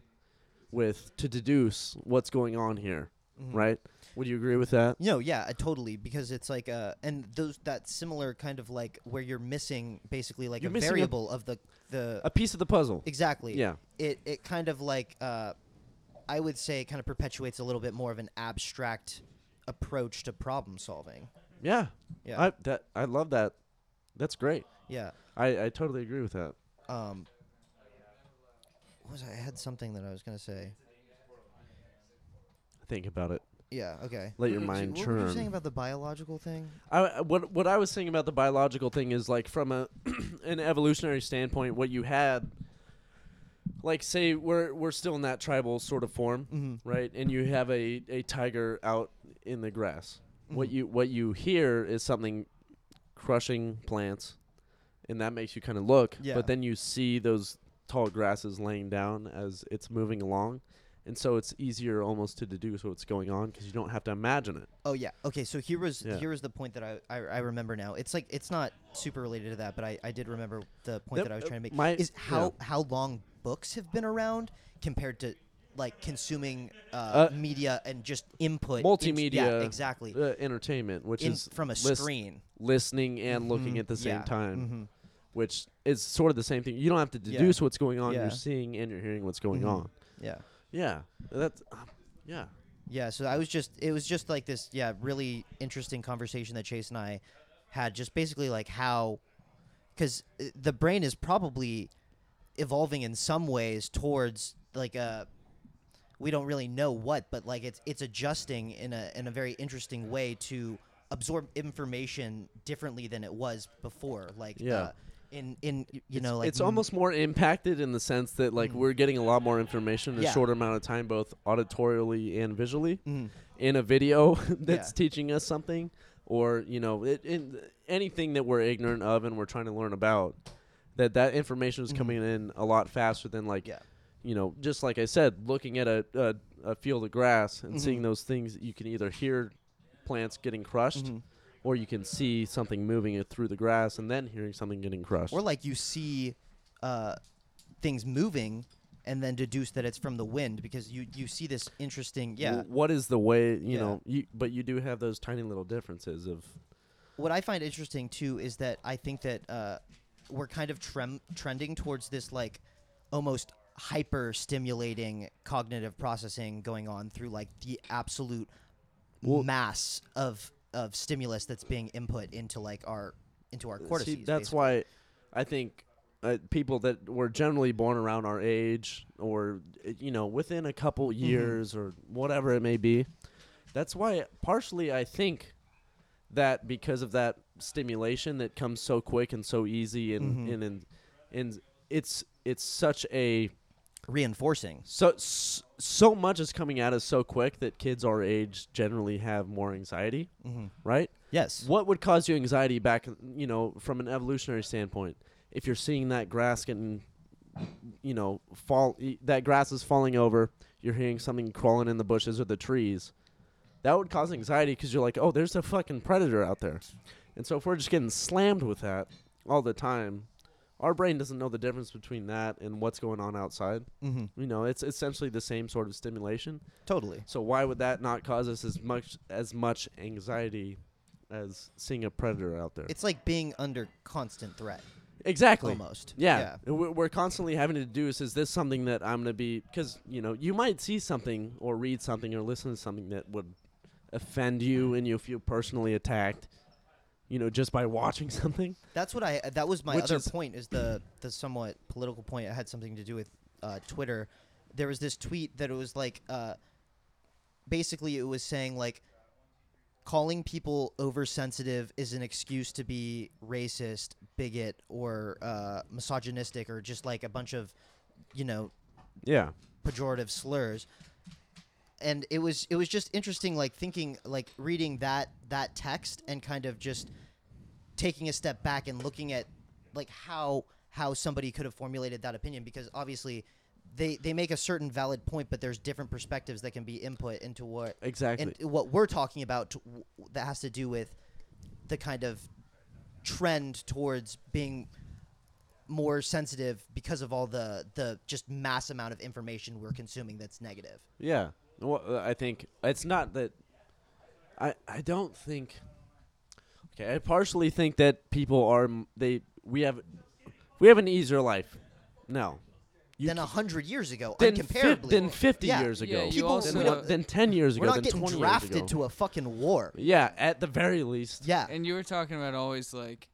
[SPEAKER 1] with to deduce what's going on here, right? Would you agree with that?
[SPEAKER 2] No, yeah, uh, totally. Because it's like uh, and those that similar kind of like where you're missing basically like
[SPEAKER 1] You're
[SPEAKER 2] a
[SPEAKER 1] missing a-
[SPEAKER 2] variable of the the
[SPEAKER 1] A piece of the puzzle.
[SPEAKER 2] exactly.
[SPEAKER 1] Yeah.
[SPEAKER 2] It it kind of like uh, I would say kind of perpetuates a little bit more of an abstract approach to problem solving.
[SPEAKER 1] Yeah.
[SPEAKER 2] Yeah.
[SPEAKER 1] I that I love that. That's great.
[SPEAKER 2] Yeah.
[SPEAKER 1] I I totally agree with that.
[SPEAKER 2] Um. what Was I I had something that I was gonna say?
[SPEAKER 1] Think about it.
[SPEAKER 2] Yeah. Okay.
[SPEAKER 1] Let your
[SPEAKER 2] What was you-
[SPEAKER 1] mind
[SPEAKER 2] what were you
[SPEAKER 1] churn.
[SPEAKER 2] saying about the biological thing?
[SPEAKER 1] I- I, what what I was saying about the biological thing is like from a <clears throat> an evolutionary standpoint, what you had, like say we're we're still in that tribal sort of form,
[SPEAKER 2] Mm-hmm.
[SPEAKER 1] right? And you have a, a tiger out in the grass. What you what you hear is something crushing plants, and that makes you kind of look.
[SPEAKER 2] Yeah.
[SPEAKER 1] But then you see those tall grasses laying down as it's moving along, and so it's easier almost to deduce what's going on because you don't have to imagine it.
[SPEAKER 2] Oh yeah. Okay. So here was
[SPEAKER 1] Yeah.
[SPEAKER 2] here was the point that I, I I remember now. It's like it's not super related to that, but I, I did remember the point
[SPEAKER 1] That-
[SPEAKER 2] that I was
[SPEAKER 1] uh,
[SPEAKER 2] trying to make.
[SPEAKER 1] my-
[SPEAKER 2] is how
[SPEAKER 1] yeah.
[SPEAKER 2] how long books have been around compared to like consuming uh,
[SPEAKER 1] Uh,
[SPEAKER 2] media and just input in-
[SPEAKER 1] multimedia
[SPEAKER 2] yeah, exactly.
[SPEAKER 1] uh, entertainment which
[SPEAKER 2] In,
[SPEAKER 1] is
[SPEAKER 2] from a
[SPEAKER 1] lis-
[SPEAKER 2] screen. Mm-hmm.
[SPEAKER 1] listening and looking at the same
[SPEAKER 2] yeah,
[SPEAKER 1] time
[SPEAKER 2] mhm.
[SPEAKER 1] which is sort of the same thing you don't have to
[SPEAKER 2] Yeah.
[SPEAKER 1] deduce what's going on
[SPEAKER 2] Yeah.
[SPEAKER 1] you're seeing and you're hearing what's going
[SPEAKER 2] Mhm.
[SPEAKER 1] on
[SPEAKER 2] Yeah.
[SPEAKER 1] yeah that's uh, yeah
[SPEAKER 2] Yeah, so I was just it was just like this yeah, really interesting conversation that Chase and I had just basically like how cuz the brain is probably evolving in some ways towards like a we don't really know what, but like it's it's adjusting in a in a very interesting way to absorb information differently than it was before. Like
[SPEAKER 1] Yeah.
[SPEAKER 2] uh, in in you know like mm.
[SPEAKER 1] it's
[SPEAKER 2] m-
[SPEAKER 1] almost more impacted in the sense that like we're getting a lot more information in
[SPEAKER 2] Yeah.
[SPEAKER 1] a shorter amount of time both auditorially and visually
[SPEAKER 2] Mhm.
[SPEAKER 1] in a video <laughs> that's teaching us something or you know it, in anything that we're ignorant of and we're trying to learn about that that information is coming in a lot faster than like
[SPEAKER 2] Mm-hmm. Yeah.
[SPEAKER 1] you know just like i said looking at a, a, a field of grass and
[SPEAKER 2] Mm-hmm.
[SPEAKER 1] seeing those things that you can either hear plants getting crushed
[SPEAKER 2] Mm-hmm.
[SPEAKER 1] or you can see something moving it through the grass and then hearing something getting crushed
[SPEAKER 2] or like you see uh, things moving and then deduce that it's from the wind because you you see this interesting yeah
[SPEAKER 1] w- what is the way you
[SPEAKER 2] Yeah.
[SPEAKER 1] know you, but you do have those tiny little differences of
[SPEAKER 2] what i find interesting too is that i think that uh, we're kind of trem- trending towards this like almost hyper stimulating cognitive processing going on through like the absolute mass of of stimulus that's being input into like our into our cortices.
[SPEAKER 1] See, that's
[SPEAKER 2] basically.
[SPEAKER 1] why I think uh, people that were generally born around our age or, uh, you know, within a couple
[SPEAKER 2] Mm-hmm.
[SPEAKER 1] years or whatever it may be, that's why, partially, I think that because of that stimulation that comes so quick and so easy and,
[SPEAKER 2] Mm-hmm.
[SPEAKER 1] and, and, and it's, it's such a
[SPEAKER 2] reinforcing.
[SPEAKER 1] so s- so much is coming at us so quick that kids our age generally have more anxiety, right?
[SPEAKER 2] Mm-hmm. Yes.
[SPEAKER 1] What would cause you anxiety back, you know, from an evolutionary standpoint? If you're seeing that grass getting, you know, fall, e- that grass is falling over, you're hearing something crawling in the bushes or the trees, that would cause anxiety because you're like, oh, there's a fucking predator out there. And so if we're just getting slammed with that all the time, our brain doesn't know the difference between that and what's going on outside.
[SPEAKER 2] Mm-hmm.
[SPEAKER 1] You know, it's essentially the same sort of stimulation.
[SPEAKER 2] Totally.
[SPEAKER 1] So why would that not cause us as much as much anxiety as seeing a predator out there?
[SPEAKER 2] It's like being under constant threat.
[SPEAKER 1] exactly.
[SPEAKER 2] Almost.
[SPEAKER 1] Yeah. We're we're constantly having to deduce is this something that I'm going to be cuz you know, you might see something or read something or listen to something that would offend
[SPEAKER 2] Mm-hmm.
[SPEAKER 1] you and you feel personally attacked, you know, just by watching <laughs> something.
[SPEAKER 2] That's what I. uh, That was my
[SPEAKER 1] Which
[SPEAKER 2] other
[SPEAKER 1] is-
[SPEAKER 2] point. Is the the somewhat political point? It had something to do with uh, Twitter. There was this tweet that it was like, uh, basically, it was saying like, calling people oversensitive is an excuse to be racist, bigot, or uh, misogynistic, or just like a bunch of, you know,
[SPEAKER 1] Yeah.
[SPEAKER 2] pejorative slurs and it was it was just interesting like thinking like reading that that text and kind of just taking a step back and looking at like how how somebody could have formulated that opinion because obviously they they make a certain valid point but there's different perspectives that can be input into what
[SPEAKER 1] Exactly.
[SPEAKER 2] and what we're talking about to, that has to do with the kind of trend towards being more sensitive because of all the the just mass amount of information we're consuming that's negative.
[SPEAKER 1] Yeah. Well, uh, I think it's not that. I I don't think. Okay, I partially think that people are m- they we have we have an easier life now You
[SPEAKER 2] than a hundred years ago,
[SPEAKER 1] than fi-
[SPEAKER 2] incomparably.
[SPEAKER 1] than fifty
[SPEAKER 2] Yeah.
[SPEAKER 1] years
[SPEAKER 5] Yeah,
[SPEAKER 1] ago,
[SPEAKER 5] you
[SPEAKER 1] than,
[SPEAKER 5] also-
[SPEAKER 1] what- than ten years
[SPEAKER 2] We're
[SPEAKER 1] ago,
[SPEAKER 2] not
[SPEAKER 1] than
[SPEAKER 2] getting
[SPEAKER 1] twenty years
[SPEAKER 2] drafted
[SPEAKER 1] ago.
[SPEAKER 2] to a fucking war.
[SPEAKER 1] yeah, at the very least.
[SPEAKER 2] Yeah.
[SPEAKER 5] And you were talking about always like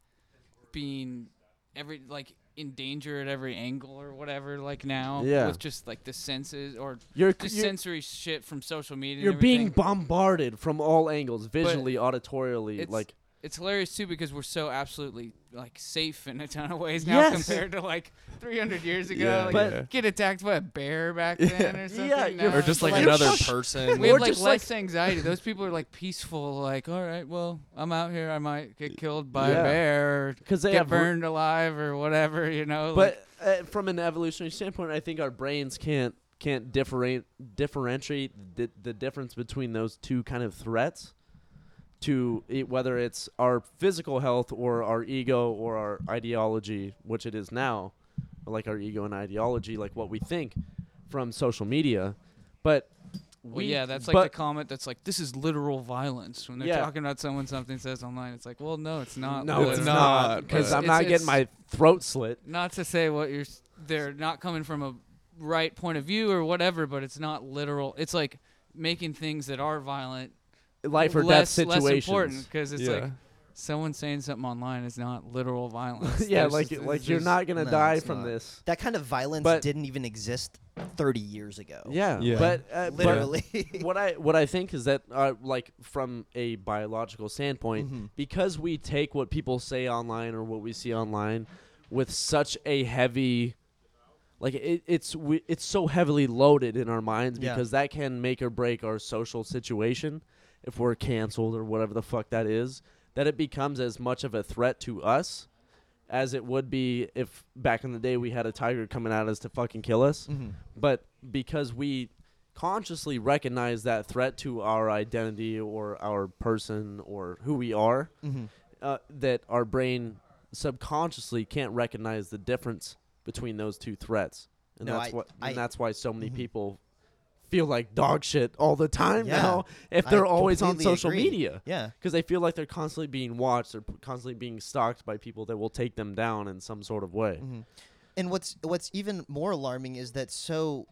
[SPEAKER 5] being every like in danger at every angle or whatever. Like now,
[SPEAKER 1] Yeah.
[SPEAKER 5] with just like the senses or
[SPEAKER 1] You're
[SPEAKER 5] just
[SPEAKER 1] you're,
[SPEAKER 5] sensory shit from social media.
[SPEAKER 1] you're
[SPEAKER 5] and
[SPEAKER 1] being
[SPEAKER 5] everything.
[SPEAKER 1] bombarded from all angles, visually, auditorially,
[SPEAKER 5] it's-
[SPEAKER 1] like
[SPEAKER 5] It's hilarious too because we're so absolutely like safe in a ton of ways now
[SPEAKER 1] Yes.
[SPEAKER 5] compared to like 300 years ago.
[SPEAKER 3] Yeah.
[SPEAKER 5] like,
[SPEAKER 1] But-
[SPEAKER 5] get attacked by a bear back then or something.
[SPEAKER 1] Yeah, you're-
[SPEAKER 5] now
[SPEAKER 3] or just
[SPEAKER 5] it's
[SPEAKER 3] like
[SPEAKER 2] Like-
[SPEAKER 3] another
[SPEAKER 1] Shh.
[SPEAKER 3] person.
[SPEAKER 5] <laughs> We
[SPEAKER 1] Or
[SPEAKER 5] have like
[SPEAKER 1] just, like-
[SPEAKER 5] less anxiety. Those people are like peaceful. Like, all right, well, I'm out here. I might get killed by
[SPEAKER 1] Yeah.
[SPEAKER 5] a bear, or
[SPEAKER 1] 'Cause they
[SPEAKER 5] get
[SPEAKER 1] have re-
[SPEAKER 5] burned alive, or whatever. You know. like-
[SPEAKER 1] But uh, from an evolutionary standpoint, I think our brains can't can't different, differentiate the, the difference between those two kind of threats to it, whether it's our physical health or our ego or our ideology, which it is now, like our ego and ideology, like what we think from social media. But we,
[SPEAKER 5] well, yeah, that's like
[SPEAKER 1] but,
[SPEAKER 5] the comment that's like, this is literal violence when they're
[SPEAKER 1] Yeah.
[SPEAKER 5] talking about someone something says online. It's like, well, no, it's not.
[SPEAKER 1] no,
[SPEAKER 5] literal.
[SPEAKER 1] it's
[SPEAKER 3] It's
[SPEAKER 1] not
[SPEAKER 3] not,
[SPEAKER 1] because
[SPEAKER 3] but-
[SPEAKER 1] I'm
[SPEAKER 5] It's-
[SPEAKER 1] not
[SPEAKER 5] it's-
[SPEAKER 1] getting my throat slit.
[SPEAKER 5] not to say what you're s- they're not coming from a right point of view or whatever but it's not literal it's like making things that are violent
[SPEAKER 1] Life or
[SPEAKER 5] less,
[SPEAKER 1] death
[SPEAKER 5] less
[SPEAKER 1] situations.
[SPEAKER 5] important because it's
[SPEAKER 3] Yeah.
[SPEAKER 5] like someone saying something online is
[SPEAKER 1] <laughs>
[SPEAKER 5] not literal
[SPEAKER 1] <laughs>
[SPEAKER 5] violence
[SPEAKER 1] yeah,
[SPEAKER 5] There's
[SPEAKER 1] like
[SPEAKER 5] just-
[SPEAKER 1] like
[SPEAKER 5] it's
[SPEAKER 1] you're
[SPEAKER 5] just-
[SPEAKER 1] not gonna
[SPEAKER 2] no,
[SPEAKER 1] die
[SPEAKER 2] it's
[SPEAKER 1] from
[SPEAKER 2] not.
[SPEAKER 1] this.
[SPEAKER 2] That kind of violence
[SPEAKER 1] But-
[SPEAKER 2] didn't even exist thirty years ago.
[SPEAKER 1] Yeah,
[SPEAKER 3] Yeah.
[SPEAKER 1] but uh, but
[SPEAKER 2] Literally.
[SPEAKER 1] <laughs> what I what I think is that uh, like from a biological standpoint,
[SPEAKER 2] Mm-hmm.
[SPEAKER 1] because we take what people say online or what we see online with such a heavy, like it, it's we, it's so heavily loaded in our minds
[SPEAKER 2] Yeah.
[SPEAKER 1] because that can make or break our social situation if we're canceled or whatever the fuck that is. That it becomes as much of a threat to us as it would be if back in the day we had a tiger coming at us to fucking kill us.
[SPEAKER 2] Mm-hmm.
[SPEAKER 1] But because we consciously recognize that threat to our identity or our person or who we are,
[SPEAKER 2] Mm-hmm.
[SPEAKER 1] uh, that our brain subconsciously can't recognize the difference between those two threats. And
[SPEAKER 2] No,
[SPEAKER 1] that's
[SPEAKER 2] I- Mm-hmm.
[SPEAKER 1] what
[SPEAKER 2] I-
[SPEAKER 1] and that's why so many people feel like dog shit all the time
[SPEAKER 2] Yeah.
[SPEAKER 1] now if
[SPEAKER 2] <laughs> I
[SPEAKER 1] they're always on
[SPEAKER 2] completely
[SPEAKER 1] social
[SPEAKER 2] agree.
[SPEAKER 1] media
[SPEAKER 2] Yeah.
[SPEAKER 1] because they feel like they're constantly being watched they're p- constantly being stalked by people that will take them down in some sort of way
[SPEAKER 2] And what's what's even more alarming is that so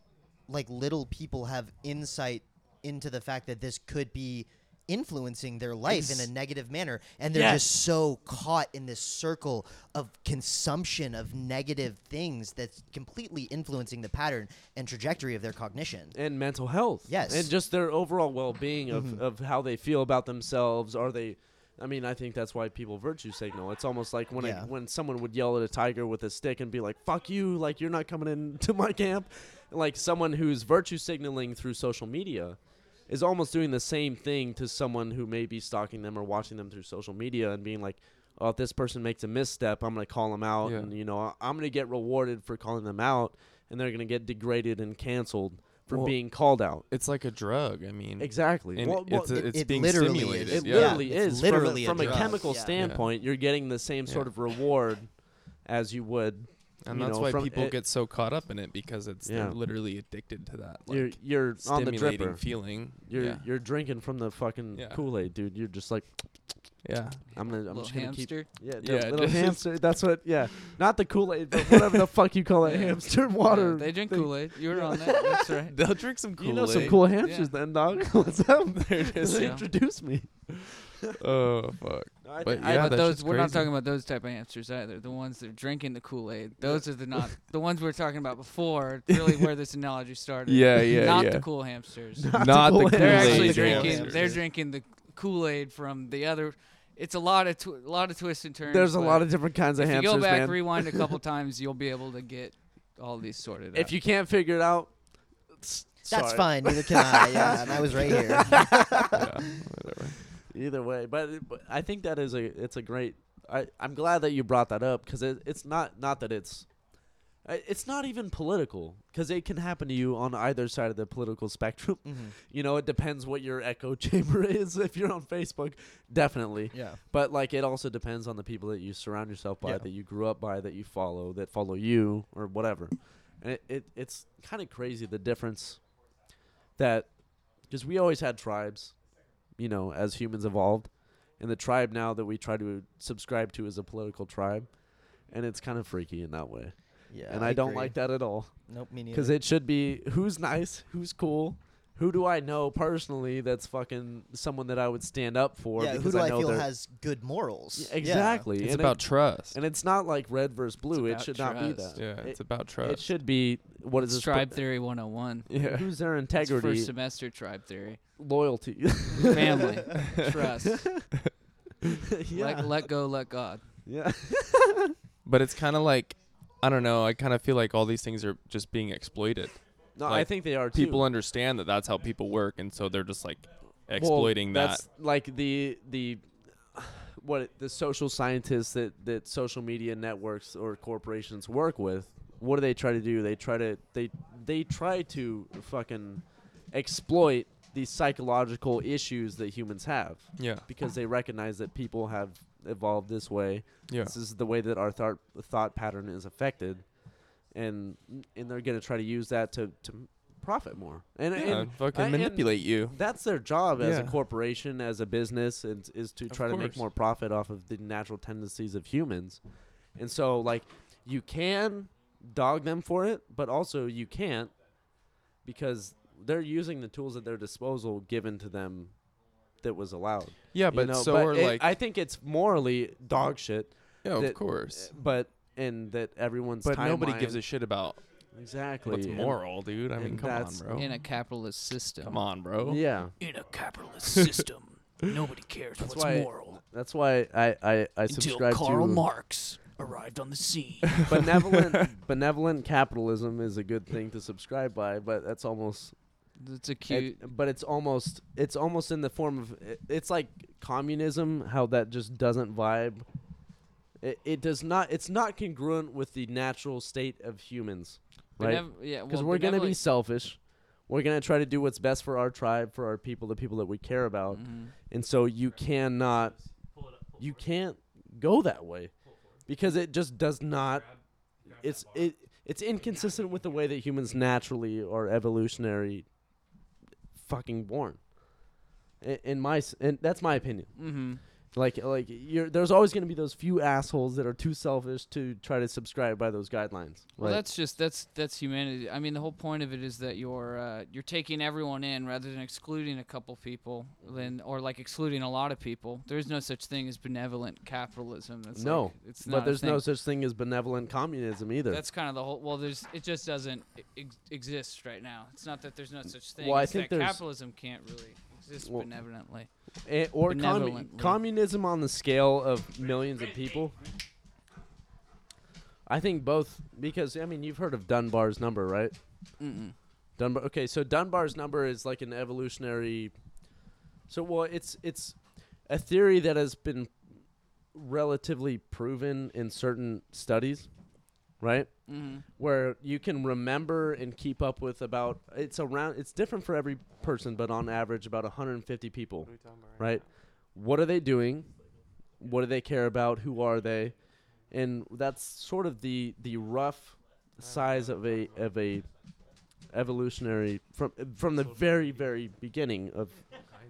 [SPEAKER 2] like little people have insight into the fact that this could be influencing their life in a negative manner and they're
[SPEAKER 1] Yes.
[SPEAKER 2] just so caught in this circle of consumption of negative things that's completely influencing the pattern and trajectory of their cognition.
[SPEAKER 1] and mental health.
[SPEAKER 2] Yes. Mm-hmm.
[SPEAKER 1] And just their overall well being of, of how they feel about themselves. Are they I mean, I think that's why people virtue signal. It's almost like when
[SPEAKER 2] Yeah.
[SPEAKER 1] a, when someone would yell at a tiger with a stick and be like, Fuck you, like you're not coming <laughs> into my camp like someone who's virtue signaling through social media is almost doing the same thing to someone who may be stalking them or watching them through social media and being like Oh, if this person makes a misstep, I'm gonna call them out,
[SPEAKER 3] Yeah.
[SPEAKER 1] and you know, I- I'm gonna get rewarded for calling them out, and they're gonna get degraded and canceled for
[SPEAKER 3] Well,
[SPEAKER 1] being called out.
[SPEAKER 3] It's like a drug. I mean,
[SPEAKER 1] mm, Exactly.
[SPEAKER 3] And
[SPEAKER 1] Well, well,
[SPEAKER 3] it's, a-
[SPEAKER 1] it,
[SPEAKER 3] it's
[SPEAKER 2] it
[SPEAKER 3] being
[SPEAKER 2] literally is.
[SPEAKER 3] stimulated.
[SPEAKER 1] it
[SPEAKER 3] yeah.
[SPEAKER 1] literally
[SPEAKER 2] It's
[SPEAKER 1] is
[SPEAKER 2] literally a
[SPEAKER 1] from a, from a
[SPEAKER 2] drug.
[SPEAKER 1] chemical
[SPEAKER 2] Yeah.
[SPEAKER 1] standpoint. You're getting the same sort
[SPEAKER 3] Yeah.
[SPEAKER 1] of reward as you would.
[SPEAKER 3] and
[SPEAKER 1] you
[SPEAKER 3] that's
[SPEAKER 1] know,
[SPEAKER 3] why
[SPEAKER 1] from
[SPEAKER 3] people
[SPEAKER 1] it-
[SPEAKER 3] get so caught up in it because it's
[SPEAKER 1] Yeah.
[SPEAKER 3] they're literally addicted to that. Like,
[SPEAKER 1] you're you're on the
[SPEAKER 3] stimulating
[SPEAKER 1] dripper.
[SPEAKER 3] feeling.
[SPEAKER 1] You're
[SPEAKER 3] yeah.
[SPEAKER 1] you're drinking from the fucking
[SPEAKER 3] Yeah.
[SPEAKER 1] Kool Aid, dude. You're just like <laughs>
[SPEAKER 3] yeah.
[SPEAKER 1] I'm gonna I'm
[SPEAKER 5] Little
[SPEAKER 1] just gonna keep
[SPEAKER 5] hamster.
[SPEAKER 1] yeah, the
[SPEAKER 3] Yeah,
[SPEAKER 1] little
[SPEAKER 3] just-
[SPEAKER 1] hamster. That's what yeah, not the Kool Aid, but whatever the fuck you call it,
[SPEAKER 5] Yeah.
[SPEAKER 1] hamster
[SPEAKER 5] Yeah,
[SPEAKER 1] water.
[SPEAKER 5] they drink
[SPEAKER 1] thing.
[SPEAKER 5] Kool Aid. You were on
[SPEAKER 1] <laughs>
[SPEAKER 5] that. That's right.
[SPEAKER 3] They'll drink some Kool-Aid.
[SPEAKER 1] You know some cool hamsters then, dog. <laughs> What's up?
[SPEAKER 3] <laughs>
[SPEAKER 5] just- Yeah.
[SPEAKER 1] Introduce me.
[SPEAKER 3] Oh fuck.
[SPEAKER 1] I,
[SPEAKER 3] But
[SPEAKER 1] I-
[SPEAKER 3] yeah,
[SPEAKER 5] but
[SPEAKER 3] that
[SPEAKER 5] those
[SPEAKER 3] shit's
[SPEAKER 5] we're not
[SPEAKER 3] crazy.
[SPEAKER 5] talking about those type of hamsters either. The ones that are drinking the Kool Aid. Those are
[SPEAKER 1] <laughs>
[SPEAKER 5] the not the ones we were talking about before. Really, where this analogy started.
[SPEAKER 3] Yeah, yeah,
[SPEAKER 5] Not
[SPEAKER 3] yeah.
[SPEAKER 5] the cool hamsters.
[SPEAKER 1] Not the
[SPEAKER 3] Not the
[SPEAKER 1] Kool-Aid.
[SPEAKER 5] they're
[SPEAKER 3] Kool-Aid
[SPEAKER 5] actually
[SPEAKER 3] Kool-Aid
[SPEAKER 5] drinking.
[SPEAKER 3] hamsters.
[SPEAKER 5] They're drinking the Kool Aid from the other. It's a lot of tw- a lot of twists and turns.
[SPEAKER 1] There's a
[SPEAKER 5] but
[SPEAKER 1] lot of different kinds of
[SPEAKER 5] If you
[SPEAKER 1] hamsters,
[SPEAKER 5] go back,
[SPEAKER 1] man.
[SPEAKER 5] rewind
[SPEAKER 1] <laughs>
[SPEAKER 5] a couple times, you'll be able to get all these sorted out.
[SPEAKER 1] if you can't figure it out, s-
[SPEAKER 2] That's
[SPEAKER 1] sorry.
[SPEAKER 2] fine. Neither can I. Yeah, and I was
[SPEAKER 1] <laughs>
[SPEAKER 2] right here.
[SPEAKER 3] yeah, whatever.
[SPEAKER 1] Either way, but, but I think that is a it's a great. I I'm glad that you brought that up because it, it's not not that it's. I- It's not even political because it can happen to you on either side of the political spectrum.
[SPEAKER 2] Mhm.
[SPEAKER 1] You know, it depends what your echo <laughs> chamber is. If you're on Facebook, definitely.
[SPEAKER 2] Yeah.
[SPEAKER 1] But like, it also depends on the people that you surround yourself by,
[SPEAKER 2] Yeah.
[SPEAKER 1] that you grew up by, that you follow, that follow you, or whatever. And it, it it's kind of crazy the difference that because we always had tribes, you know, as humans evolved, and the tribe now that we try to subscribe to is a political tribe, and it's kind of freaky in that way.
[SPEAKER 2] Yeah.
[SPEAKER 1] and I, don't
[SPEAKER 2] agree.
[SPEAKER 1] like that at all
[SPEAKER 2] Nope, me neither.
[SPEAKER 1] because it should be who's nice, who's cool. Who do I know personally that's fucking someone that I would stand up for?
[SPEAKER 2] yeah, who
[SPEAKER 1] because
[SPEAKER 2] do
[SPEAKER 1] I,
[SPEAKER 2] I,
[SPEAKER 1] know
[SPEAKER 2] feel
[SPEAKER 1] they're-
[SPEAKER 2] has good morals?
[SPEAKER 1] Yeah,
[SPEAKER 2] Yeah.
[SPEAKER 1] Exactly.
[SPEAKER 3] It's
[SPEAKER 1] and
[SPEAKER 3] about
[SPEAKER 1] it, <laughs>
[SPEAKER 3] trust.
[SPEAKER 1] and it's not like red versus blue. It
[SPEAKER 5] about
[SPEAKER 1] should not be
[SPEAKER 5] trust.
[SPEAKER 1] that.
[SPEAKER 3] yeah,
[SPEAKER 1] it,
[SPEAKER 3] it's about
[SPEAKER 1] it
[SPEAKER 3] trust.
[SPEAKER 1] should be what is
[SPEAKER 5] it's
[SPEAKER 1] this
[SPEAKER 5] Tribe Theory 101.
[SPEAKER 3] yeah.
[SPEAKER 1] <laughs> Who's their
[SPEAKER 5] It's
[SPEAKER 1] integrity,
[SPEAKER 5] First semester Tribe Theory.
[SPEAKER 1] loyalty? <laughs>
[SPEAKER 5] Family, trust,
[SPEAKER 1] yeah,
[SPEAKER 5] let, let go, let God.
[SPEAKER 1] yeah.
[SPEAKER 3] <laughs> But it's kind of like I don't know. I kind of feel like all these things are just being exploited.
[SPEAKER 1] No, I
[SPEAKER 3] Like,
[SPEAKER 1] think they are too.
[SPEAKER 3] People understand that that's how people work, and so they're just like exploiting
[SPEAKER 1] well,
[SPEAKER 3] that.
[SPEAKER 1] That's like the the <sighs> what it- the social scientists that that social media networks or corporations work with. What do they try to do? They try to they they try to fucking exploit these psychological issues that humans have
[SPEAKER 3] Yeah,
[SPEAKER 1] because they recognize that people have evolved this way.
[SPEAKER 3] yeah.
[SPEAKER 1] This is the way that our thought thought pattern is affected, and and they're gonna try to use that to to profit more. And,
[SPEAKER 3] yeah
[SPEAKER 1] and
[SPEAKER 3] fucking
[SPEAKER 1] I- and-
[SPEAKER 3] manipulate you.
[SPEAKER 1] that's their job as a
[SPEAKER 3] Yeah.
[SPEAKER 1] corporation, as a business, and is to
[SPEAKER 3] Of
[SPEAKER 1] try to make
[SPEAKER 3] course.
[SPEAKER 1] more profit off of the natural tendencies of humans. And so, like, you can dog them for it, but also you can't because they're using the tools at their disposal given to them that was allowed.
[SPEAKER 3] Yeah,
[SPEAKER 1] you
[SPEAKER 3] but
[SPEAKER 1] know?
[SPEAKER 3] so are
[SPEAKER 1] it-
[SPEAKER 3] like
[SPEAKER 1] I think it's morally dog shit,
[SPEAKER 3] yeah, of
[SPEAKER 1] that-
[SPEAKER 3] course.
[SPEAKER 1] but and that everyone's
[SPEAKER 3] But nobody gives
[SPEAKER 1] timeline-
[SPEAKER 3] a shit about
[SPEAKER 1] exactly
[SPEAKER 3] what's
[SPEAKER 1] and-
[SPEAKER 3] moral, dude. I mean,
[SPEAKER 1] and
[SPEAKER 3] come on,
[SPEAKER 1] that's-
[SPEAKER 3] bro.
[SPEAKER 5] In a capitalist system.
[SPEAKER 3] Come on, bro.
[SPEAKER 1] Yeah,
[SPEAKER 6] in a capitalist
[SPEAKER 4] <laughs>
[SPEAKER 6] system, nobody cares
[SPEAKER 1] That's
[SPEAKER 6] what's
[SPEAKER 1] why-
[SPEAKER 6] moral
[SPEAKER 1] that's why I I, I
[SPEAKER 6] until
[SPEAKER 1] subscribe
[SPEAKER 6] Karl
[SPEAKER 1] to
[SPEAKER 6] Marx arrived on the
[SPEAKER 7] <laughs>
[SPEAKER 6] scene. <laughs>
[SPEAKER 1] benevolent benevolent capitalism is a good thing to subscribe by, but that's almost
[SPEAKER 5] It's a cute.
[SPEAKER 1] it, but it's almost it's almost in the form of it, it's like communism how that just doesn't vibe. It, it does not it's not congruent with the natural state of humans, right?
[SPEAKER 5] benev- yeah,
[SPEAKER 1] Because
[SPEAKER 5] well,
[SPEAKER 1] we're going to be
[SPEAKER 5] benevolent-
[SPEAKER 1] selfish. We're going to try to do what's best for our tribe, for our people, the people that we care about.
[SPEAKER 5] Mhm.
[SPEAKER 1] And so you cannot you can't go that way because it just does not it's it it's inconsistent with the way that humans naturally or evolutionary fucking born. In, in my s- and that's my opinion.
[SPEAKER 5] Mm-hmm.
[SPEAKER 1] Like like you're, there's always going to be those few assholes that are too selfish to try to subscribe by those guidelines.
[SPEAKER 5] Well,
[SPEAKER 1] Like,
[SPEAKER 5] that's just that's that's humanity. I mean, the whole point of it is that you're uh, you're taking everyone in rather than excluding a couple people,
[SPEAKER 1] Mm-hmm.
[SPEAKER 5] then or like excluding a lot of people. There is no such thing as benevolent capitalism. It's
[SPEAKER 1] no,
[SPEAKER 5] like, it's not.
[SPEAKER 1] but
[SPEAKER 5] a
[SPEAKER 1] there's no
[SPEAKER 5] thing.
[SPEAKER 1] such thing as benevolent communism either.
[SPEAKER 5] That's kind of the whole. Well, there's it just doesn't e-, ex- exist right now. It's not that there's no such thing.
[SPEAKER 1] Well, I
[SPEAKER 5] it's
[SPEAKER 1] think
[SPEAKER 5] that
[SPEAKER 1] there's-
[SPEAKER 5] capitalism can't really exist
[SPEAKER 1] Well-
[SPEAKER 5] benevolently.
[SPEAKER 1] Eh, or commu-
[SPEAKER 5] Benevolently.
[SPEAKER 1] communism on the scale of millions of people. I think both because I mean you've heard of Dunbar's number, right?
[SPEAKER 5] Mm-mm.
[SPEAKER 1] Dunbar. Okay, so Dunbar's number is like an evolutionary. So well, it's it's a theory that has been relatively proven in certain studies, right?
[SPEAKER 5] Mm-hmm.
[SPEAKER 1] Where you can remember and keep up with about it's around it's different for every person, but on average about 150 people right? What are they doing? What do they care about? Who are they? And that's sort of the the rough size of a of a evolutionary from from the very very beginning of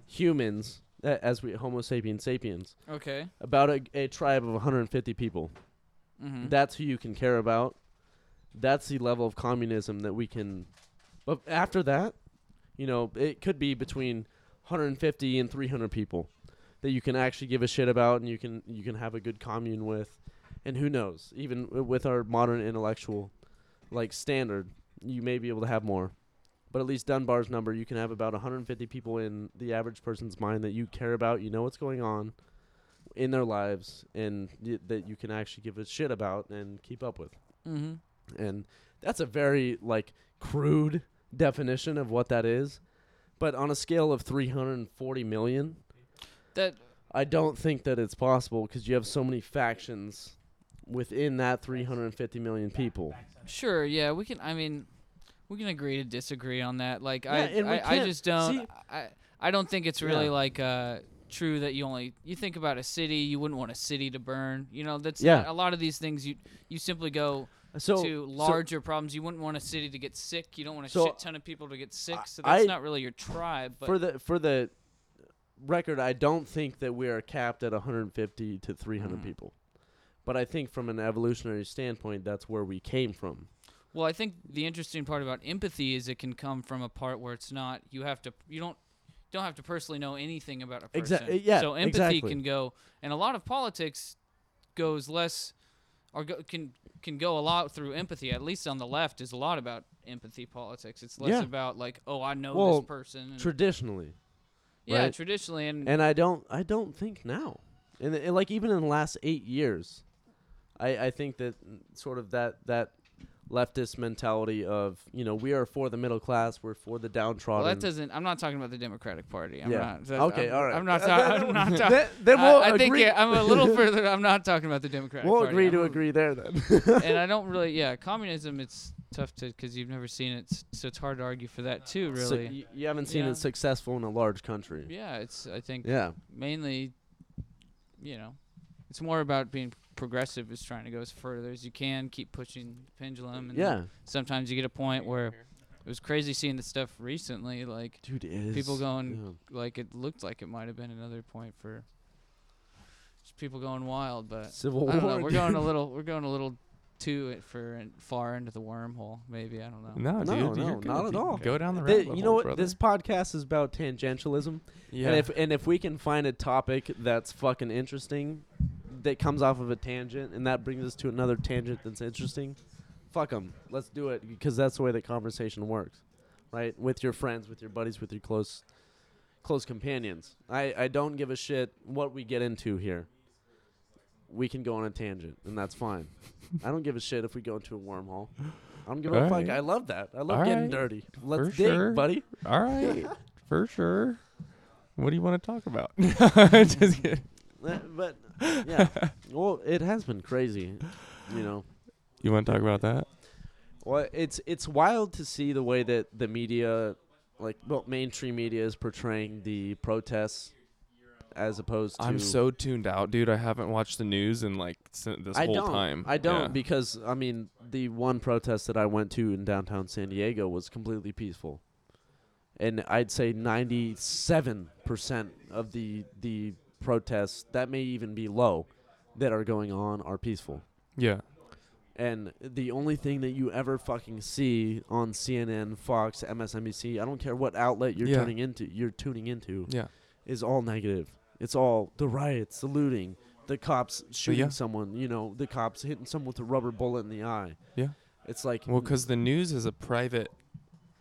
[SPEAKER 1] humans a- as we Homo sapiens sapiens
[SPEAKER 5] Okay.
[SPEAKER 1] about a, a tribe of 150 people.
[SPEAKER 5] Mm-hmm.
[SPEAKER 1] That's who you can care about. That's the level of communism that we can. But after that, you know, it could be between 150 and 300 people that you can actually give a shit about and you can you can have a good commune with, and who knows? Even w- with our modern intellectual, like standard, you may be able to have more. But at least Dunbar's number, you can have about 150 people in the average person's mind that you care about. You know what's going on in their lives and y- that you can actually give a shit about and keep up with.
[SPEAKER 5] mm-hmm.
[SPEAKER 1] And that's a very like crude definition of what that is. But on a scale of 340 million,
[SPEAKER 5] That
[SPEAKER 1] I don't think that it's possible because you have so many factions within that 350 million people.
[SPEAKER 5] Sure. Yeah, we can. I mean, we can agree to disagree on that. Like, I,
[SPEAKER 1] Yeah, and we
[SPEAKER 5] I, I
[SPEAKER 1] can't-
[SPEAKER 5] just don't.
[SPEAKER 1] see-
[SPEAKER 5] I, I don't think it's really
[SPEAKER 1] Yeah.
[SPEAKER 5] like uh, true that you only you think about a city. You wouldn't want a city to burn. You know, that's
[SPEAKER 1] Yeah.
[SPEAKER 5] not- a lot of these things. You you simply go
[SPEAKER 1] So
[SPEAKER 5] to larger problems. You wouldn't want a city to get sick. You don't want a
[SPEAKER 1] So,
[SPEAKER 5] shit ton of people to get sick.
[SPEAKER 1] I-
[SPEAKER 5] So that's
[SPEAKER 1] I-
[SPEAKER 5] not really your tribe. But
[SPEAKER 1] for the for the record, I don't think that we are capped at 150 to 300
[SPEAKER 5] Mhm.
[SPEAKER 1] people. But I think from an evolutionary standpoint, that's where we came from.
[SPEAKER 5] Well, I think the interesting part about empathy is it can come from a part where it's not you have to you don't don't have to personally know anything about a person.
[SPEAKER 1] Exac- eh, yeah,
[SPEAKER 5] So empathy
[SPEAKER 1] exactly.
[SPEAKER 5] can go, and a lot of politics goes less or go, can can go a lot through empathy. At least on the left is a lot about empathy politics. It's less
[SPEAKER 1] Yeah.
[SPEAKER 5] about like oh I know
[SPEAKER 1] Well,
[SPEAKER 5] this person. and-
[SPEAKER 1] Traditionally,
[SPEAKER 5] yeah,
[SPEAKER 1] right.
[SPEAKER 5] traditionally and,
[SPEAKER 1] and I don't I don't think now, and, and like even in the last eight years, I I think that mm, sort of that that leftist mentality of you know we are for the middle class, we're for the
[SPEAKER 5] well,
[SPEAKER 1] downtrodden.
[SPEAKER 5] that doesn't. I'm not talking about the Democratic Party. I'm
[SPEAKER 1] Yeah.
[SPEAKER 5] not. that-
[SPEAKER 1] Okay,
[SPEAKER 5] I'm,
[SPEAKER 1] all right.
[SPEAKER 5] I'm not.
[SPEAKER 1] Uh,
[SPEAKER 5] Ta-
[SPEAKER 1] then-
[SPEAKER 5] I'm
[SPEAKER 1] <laughs>
[SPEAKER 5] not talking.
[SPEAKER 1] Then- then we'll
[SPEAKER 5] I, I think
[SPEAKER 1] agree.
[SPEAKER 5] yeah, I'm
[SPEAKER 1] <laughs>
[SPEAKER 5] a little further. I'm not talking about the Democratic
[SPEAKER 1] we'll
[SPEAKER 5] Party.
[SPEAKER 1] agree
[SPEAKER 5] I'm
[SPEAKER 1] to
[SPEAKER 5] a-
[SPEAKER 1] agree there then.
[SPEAKER 5] and I don't really, yeah, communism. It's tough to because you've never seen it, s- so it's hard to argue for that too.
[SPEAKER 1] So
[SPEAKER 5] <laughs> Really,
[SPEAKER 1] you, you haven't seen
[SPEAKER 5] Yeah.
[SPEAKER 1] it successful in a large country.
[SPEAKER 5] yeah. It's I think
[SPEAKER 1] Yeah.
[SPEAKER 5] mainly, you know, it's more about being progressive is trying to go as further as you can, keep pushing the pendulum. And then
[SPEAKER 1] Yeah.
[SPEAKER 5] sometimes you get a point where it was crazy seeing the stuff recently, like
[SPEAKER 1] Dude, it is.
[SPEAKER 5] people going
[SPEAKER 1] yeah.
[SPEAKER 5] like it looked like it might have been another point for just people going wild, but
[SPEAKER 1] Civil War.
[SPEAKER 5] I don't know.
[SPEAKER 1] <laughs>
[SPEAKER 5] We're going
[SPEAKER 1] again.
[SPEAKER 5] a little. We're going a little too it for in- far into the wormhole. Maybe I don't know.
[SPEAKER 3] No, dude,
[SPEAKER 1] No, no,
[SPEAKER 3] you're good.
[SPEAKER 1] not at
[SPEAKER 3] You
[SPEAKER 1] all.
[SPEAKER 3] Go down the
[SPEAKER 1] They-
[SPEAKER 3] rabbit
[SPEAKER 1] you know
[SPEAKER 3] hole,
[SPEAKER 1] what?
[SPEAKER 3] brother.
[SPEAKER 1] This podcast is about tangentialism,
[SPEAKER 3] yeah.
[SPEAKER 1] and if and if we can find a topic that's fucking interesting, that comes off of a tangent, and that brings us to another tangent that's interesting, fuck 'em. Let's do it because that's the way that conversation works, right? With your friends, with your buddies, with your close, close companions. I I don't give a shit what we get into here. We can go on a tangent, and that's fine.
[SPEAKER 3] <laughs>
[SPEAKER 1] I don't give a shit if we go into a wormhole. I don't give a
[SPEAKER 3] Alright.
[SPEAKER 1] fuck. I love that. I love getting
[SPEAKER 3] Alright.
[SPEAKER 1] dirty. Let's
[SPEAKER 3] For
[SPEAKER 1] dig,
[SPEAKER 3] sure.
[SPEAKER 1] buddy.
[SPEAKER 3] all right, for sure. What do you want to talk about? Just kidding.
[SPEAKER 1] Uh, But yeah, well, it has been crazy, you know.
[SPEAKER 3] You want to talk about that?
[SPEAKER 1] Well, it's it's wild to see the way that the media, like well, mainstream media, is portraying the protests, as opposed to
[SPEAKER 3] I'm so tuned out, dude. I haven't watched the news in like si- this
[SPEAKER 1] I
[SPEAKER 3] whole
[SPEAKER 1] don't
[SPEAKER 3] time.
[SPEAKER 1] I don't
[SPEAKER 3] Yeah.
[SPEAKER 1] because I mean the one protest that I went to in downtown San Diego was completely peaceful, and I'd say 97% of the the protests that may even be low that are going on are peaceful.
[SPEAKER 3] Yeah.
[SPEAKER 1] And the only thing that you ever fucking see on CNN, Fox, MSNBC, I don't care what outlet you're
[SPEAKER 3] Yeah.
[SPEAKER 1] turning into, you're tuning into,
[SPEAKER 3] Yeah.
[SPEAKER 1] is all negative. It's all the riots, the looting, the cops shooting
[SPEAKER 3] yeah.
[SPEAKER 1] someone, you know, the cops hitting someone with a rubber bullet in the eye.
[SPEAKER 3] Yeah.
[SPEAKER 1] It's like
[SPEAKER 3] Well, because the news is a private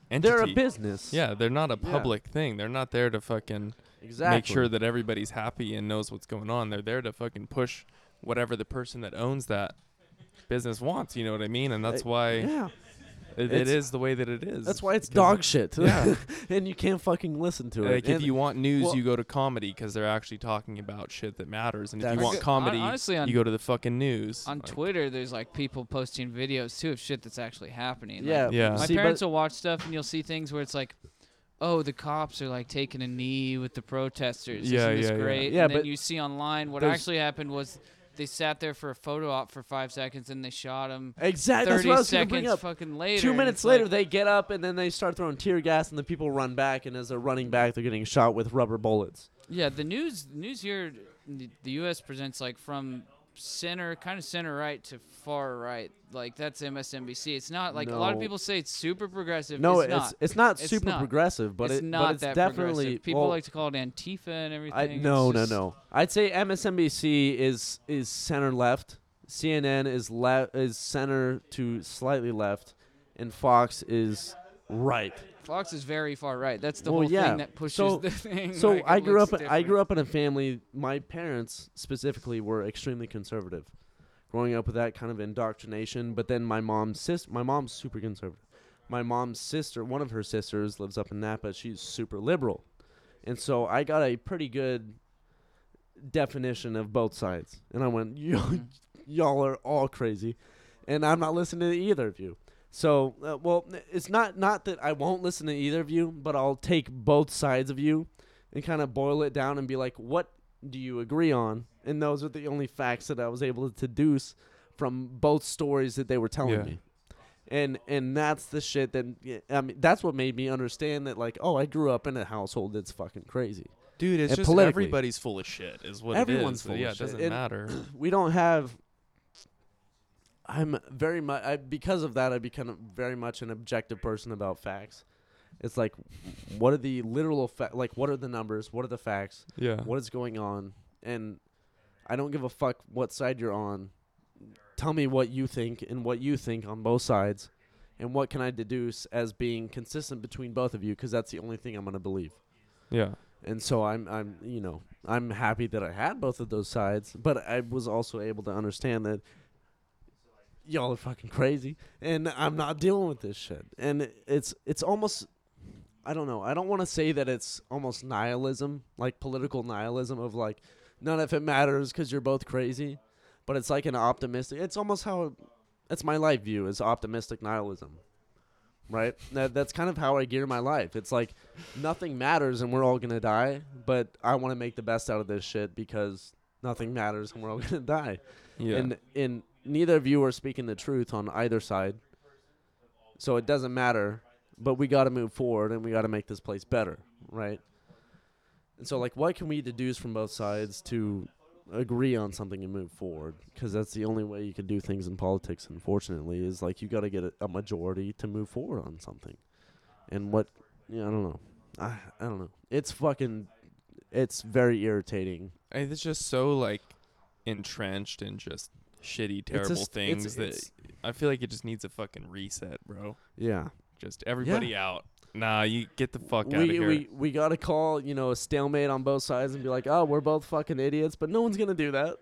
[SPEAKER 3] entity.
[SPEAKER 1] they're a business.
[SPEAKER 3] Yeah, they're not a
[SPEAKER 1] Yeah.
[SPEAKER 3] public thing. They're not there to fucking
[SPEAKER 1] Exactly.
[SPEAKER 3] make sure that everybody's happy and knows what's going on. They're there to fucking push whatever the person that owns that business wants. You know what I mean? And that's
[SPEAKER 1] Uh,
[SPEAKER 3] why
[SPEAKER 1] Yeah.
[SPEAKER 3] it, it
[SPEAKER 1] it's-
[SPEAKER 3] is the way that it is.
[SPEAKER 1] That's why it's
[SPEAKER 3] because
[SPEAKER 1] dog shit.
[SPEAKER 3] Yeah.
[SPEAKER 1] <laughs> and you can't fucking listen to
[SPEAKER 3] Like
[SPEAKER 1] it.
[SPEAKER 3] if
[SPEAKER 1] And
[SPEAKER 3] you want news,
[SPEAKER 1] well-
[SPEAKER 3] you go to comedy because they're actually talking about shit that matters. And if you
[SPEAKER 1] That's-
[SPEAKER 3] want
[SPEAKER 1] Hon-
[SPEAKER 3] comedy,
[SPEAKER 5] honestly, on-
[SPEAKER 3] you go to the fucking news.
[SPEAKER 5] On
[SPEAKER 3] Like,
[SPEAKER 5] Twitter, there's like people posting videos too of shit that's actually happening. Like,
[SPEAKER 1] yeah,
[SPEAKER 3] Yeah.
[SPEAKER 5] My
[SPEAKER 1] see, but-
[SPEAKER 5] parents will watch stuff, and you'll see things where it's like, "Oh, the cops are like taking a knee with the protesters."
[SPEAKER 3] Yeah,
[SPEAKER 5] Isn't this
[SPEAKER 3] yeah, yeah.
[SPEAKER 5] great?
[SPEAKER 1] Yeah,
[SPEAKER 5] and then
[SPEAKER 1] but
[SPEAKER 5] you see online what
[SPEAKER 1] there's-
[SPEAKER 5] actually happened was they sat there for a photo op for five seconds, and they shot him.
[SPEAKER 1] Exactly. That's
[SPEAKER 5] Thirty
[SPEAKER 1] what I was going to bring
[SPEAKER 5] seconds
[SPEAKER 1] up.
[SPEAKER 5] fucking later.
[SPEAKER 1] Two
[SPEAKER 5] and
[SPEAKER 1] minutes
[SPEAKER 5] it's like-
[SPEAKER 1] later, they get up and then they start throwing tear gas, and the people run back. And as they're running back, they're getting shot with rubber bullets.
[SPEAKER 5] Yeah, the news news here, n- the U.S. presents like from center, kind of center right to far right. Like that's MSNBC. It's not like a lot of
[SPEAKER 1] No.
[SPEAKER 5] people say it's super progressive.
[SPEAKER 1] no,
[SPEAKER 5] it's,
[SPEAKER 1] it's
[SPEAKER 5] not.
[SPEAKER 1] it's not
[SPEAKER 5] It's
[SPEAKER 1] super
[SPEAKER 5] not.
[SPEAKER 1] progressive, but
[SPEAKER 5] it's
[SPEAKER 1] it
[SPEAKER 5] not
[SPEAKER 1] but it's
[SPEAKER 5] that
[SPEAKER 1] definitely
[SPEAKER 5] progressive. People
[SPEAKER 1] well,
[SPEAKER 5] like to call it Antifa and everything.
[SPEAKER 1] I,
[SPEAKER 5] It's
[SPEAKER 1] no,
[SPEAKER 5] just-
[SPEAKER 1] no, no. I'd say MSNBC is is center left, CNN is left is center to slightly left, and Fox is right.
[SPEAKER 5] Fox is very far right. That's the
[SPEAKER 1] Well,
[SPEAKER 5] whole
[SPEAKER 1] yeah.
[SPEAKER 5] thing that pushes
[SPEAKER 1] So-
[SPEAKER 5] the <laughs> thing.
[SPEAKER 1] So
[SPEAKER 5] like, it
[SPEAKER 1] I grew up.
[SPEAKER 5] looks
[SPEAKER 1] I
[SPEAKER 5] different.
[SPEAKER 1] grew up in a family. My parents specifically were extremely conservative, growing up with that kind of indoctrination. But then my mom's sis. My mom's super conservative. My mom's sister, one of her sisters, lives up in Napa. She's super liberal, and so I got a pretty good definition of both sides. And I went, "Yo,
[SPEAKER 5] Mhm.
[SPEAKER 1] <laughs> y'all are all crazy, and I'm not listening to either of you." So, uh, well, n- it's not not that I won't listen to either of you, but I'll take both sides of you and kind of boil it down and be like, what do you agree on? And those are the only facts that I was able to deduce from both stories that they were telling
[SPEAKER 3] Yeah.
[SPEAKER 1] me. And and that's the shit that yeah, I mean that's what made me understand that like oh I grew up in a household that's fucking crazy.
[SPEAKER 3] dude, it's
[SPEAKER 1] and
[SPEAKER 3] just
[SPEAKER 1] politically.
[SPEAKER 3] everybody's full of shit. Is what
[SPEAKER 1] Everyone's
[SPEAKER 3] it is.
[SPEAKER 1] full of
[SPEAKER 3] yeah,
[SPEAKER 1] shit.
[SPEAKER 3] it doesn't
[SPEAKER 1] And-
[SPEAKER 3] matter. <clears throat>
[SPEAKER 1] we don't have I'm very much I, because of that I become very much an objective person about facts. It's like what are the literal fa- like what are the numbers, what are the facts?
[SPEAKER 3] yeah.
[SPEAKER 1] what is going on and i don't give a fuck what side you're on tell me what you think and what you think on both sides and what can i deduce as being consistent between both of you because that's the only thing i'm going to believe
[SPEAKER 3] Yeah.
[SPEAKER 1] and so i'm i'm you know i'm happy that i had both of those sides but i was also able to understand that y'all are fucking crazy and i'm not dealing with this shit and it's it's almost i don't know i don't want to say that it's almost nihilism like political nihilism of like none of it matters because you're both crazy but it's like an optimistic it's almost how that's my life view is optimistic nihilism right that, that's kind of how i gear my life it's like nothing matters and we're all gonna die but i want to make the best out of this shit because nothing matters and we're all <laughs> gonna die
[SPEAKER 3] Yeah.
[SPEAKER 1] and and neither of you are speaking the truth on either side. So it doesn't matter, but we got to move forward and we got to make this place better, right? And so like what can we deduce from both sides to agree on something and move forward because that's the only way you can do things in politics unfortunately is like you got to get a, a majority to move forward on something. And what yeah, I don't know. I I don't know. It's fucking it's very irritating.
[SPEAKER 3] I- it's just so like entrenched in just shitty, terrible
[SPEAKER 1] just- it's-
[SPEAKER 3] things that
[SPEAKER 1] it's-
[SPEAKER 3] I feel like it just needs a fucking reset, bro.
[SPEAKER 1] Yeah.
[SPEAKER 3] Just everybody out. Nah, you get the fuck out of
[SPEAKER 1] we,
[SPEAKER 3] here.
[SPEAKER 1] We we gotta call you know a stalemate on both sides and be like, oh, we're both fucking idiots, but no one's gonna do that.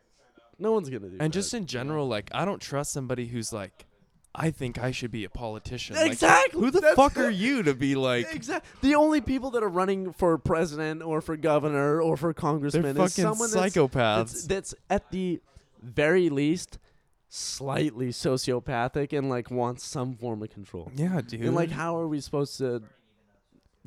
[SPEAKER 1] No one's gonna do that.
[SPEAKER 3] and just in general, like I don't trust somebody who's like, I think I should be a politician. Like,
[SPEAKER 1] exactly.
[SPEAKER 3] who the
[SPEAKER 1] That's- <laughs>
[SPEAKER 3] fuck are you to be like?
[SPEAKER 1] Exactly. The only people that are running for president or for governor or for
[SPEAKER 3] They're
[SPEAKER 1] congressman is
[SPEAKER 3] fucking
[SPEAKER 1] someone that's, that's
[SPEAKER 3] psychopaths.
[SPEAKER 1] that's at the very least slightly sociopathic and like wants some form of control.
[SPEAKER 3] yeah, dude.
[SPEAKER 1] And like, how are we supposed to?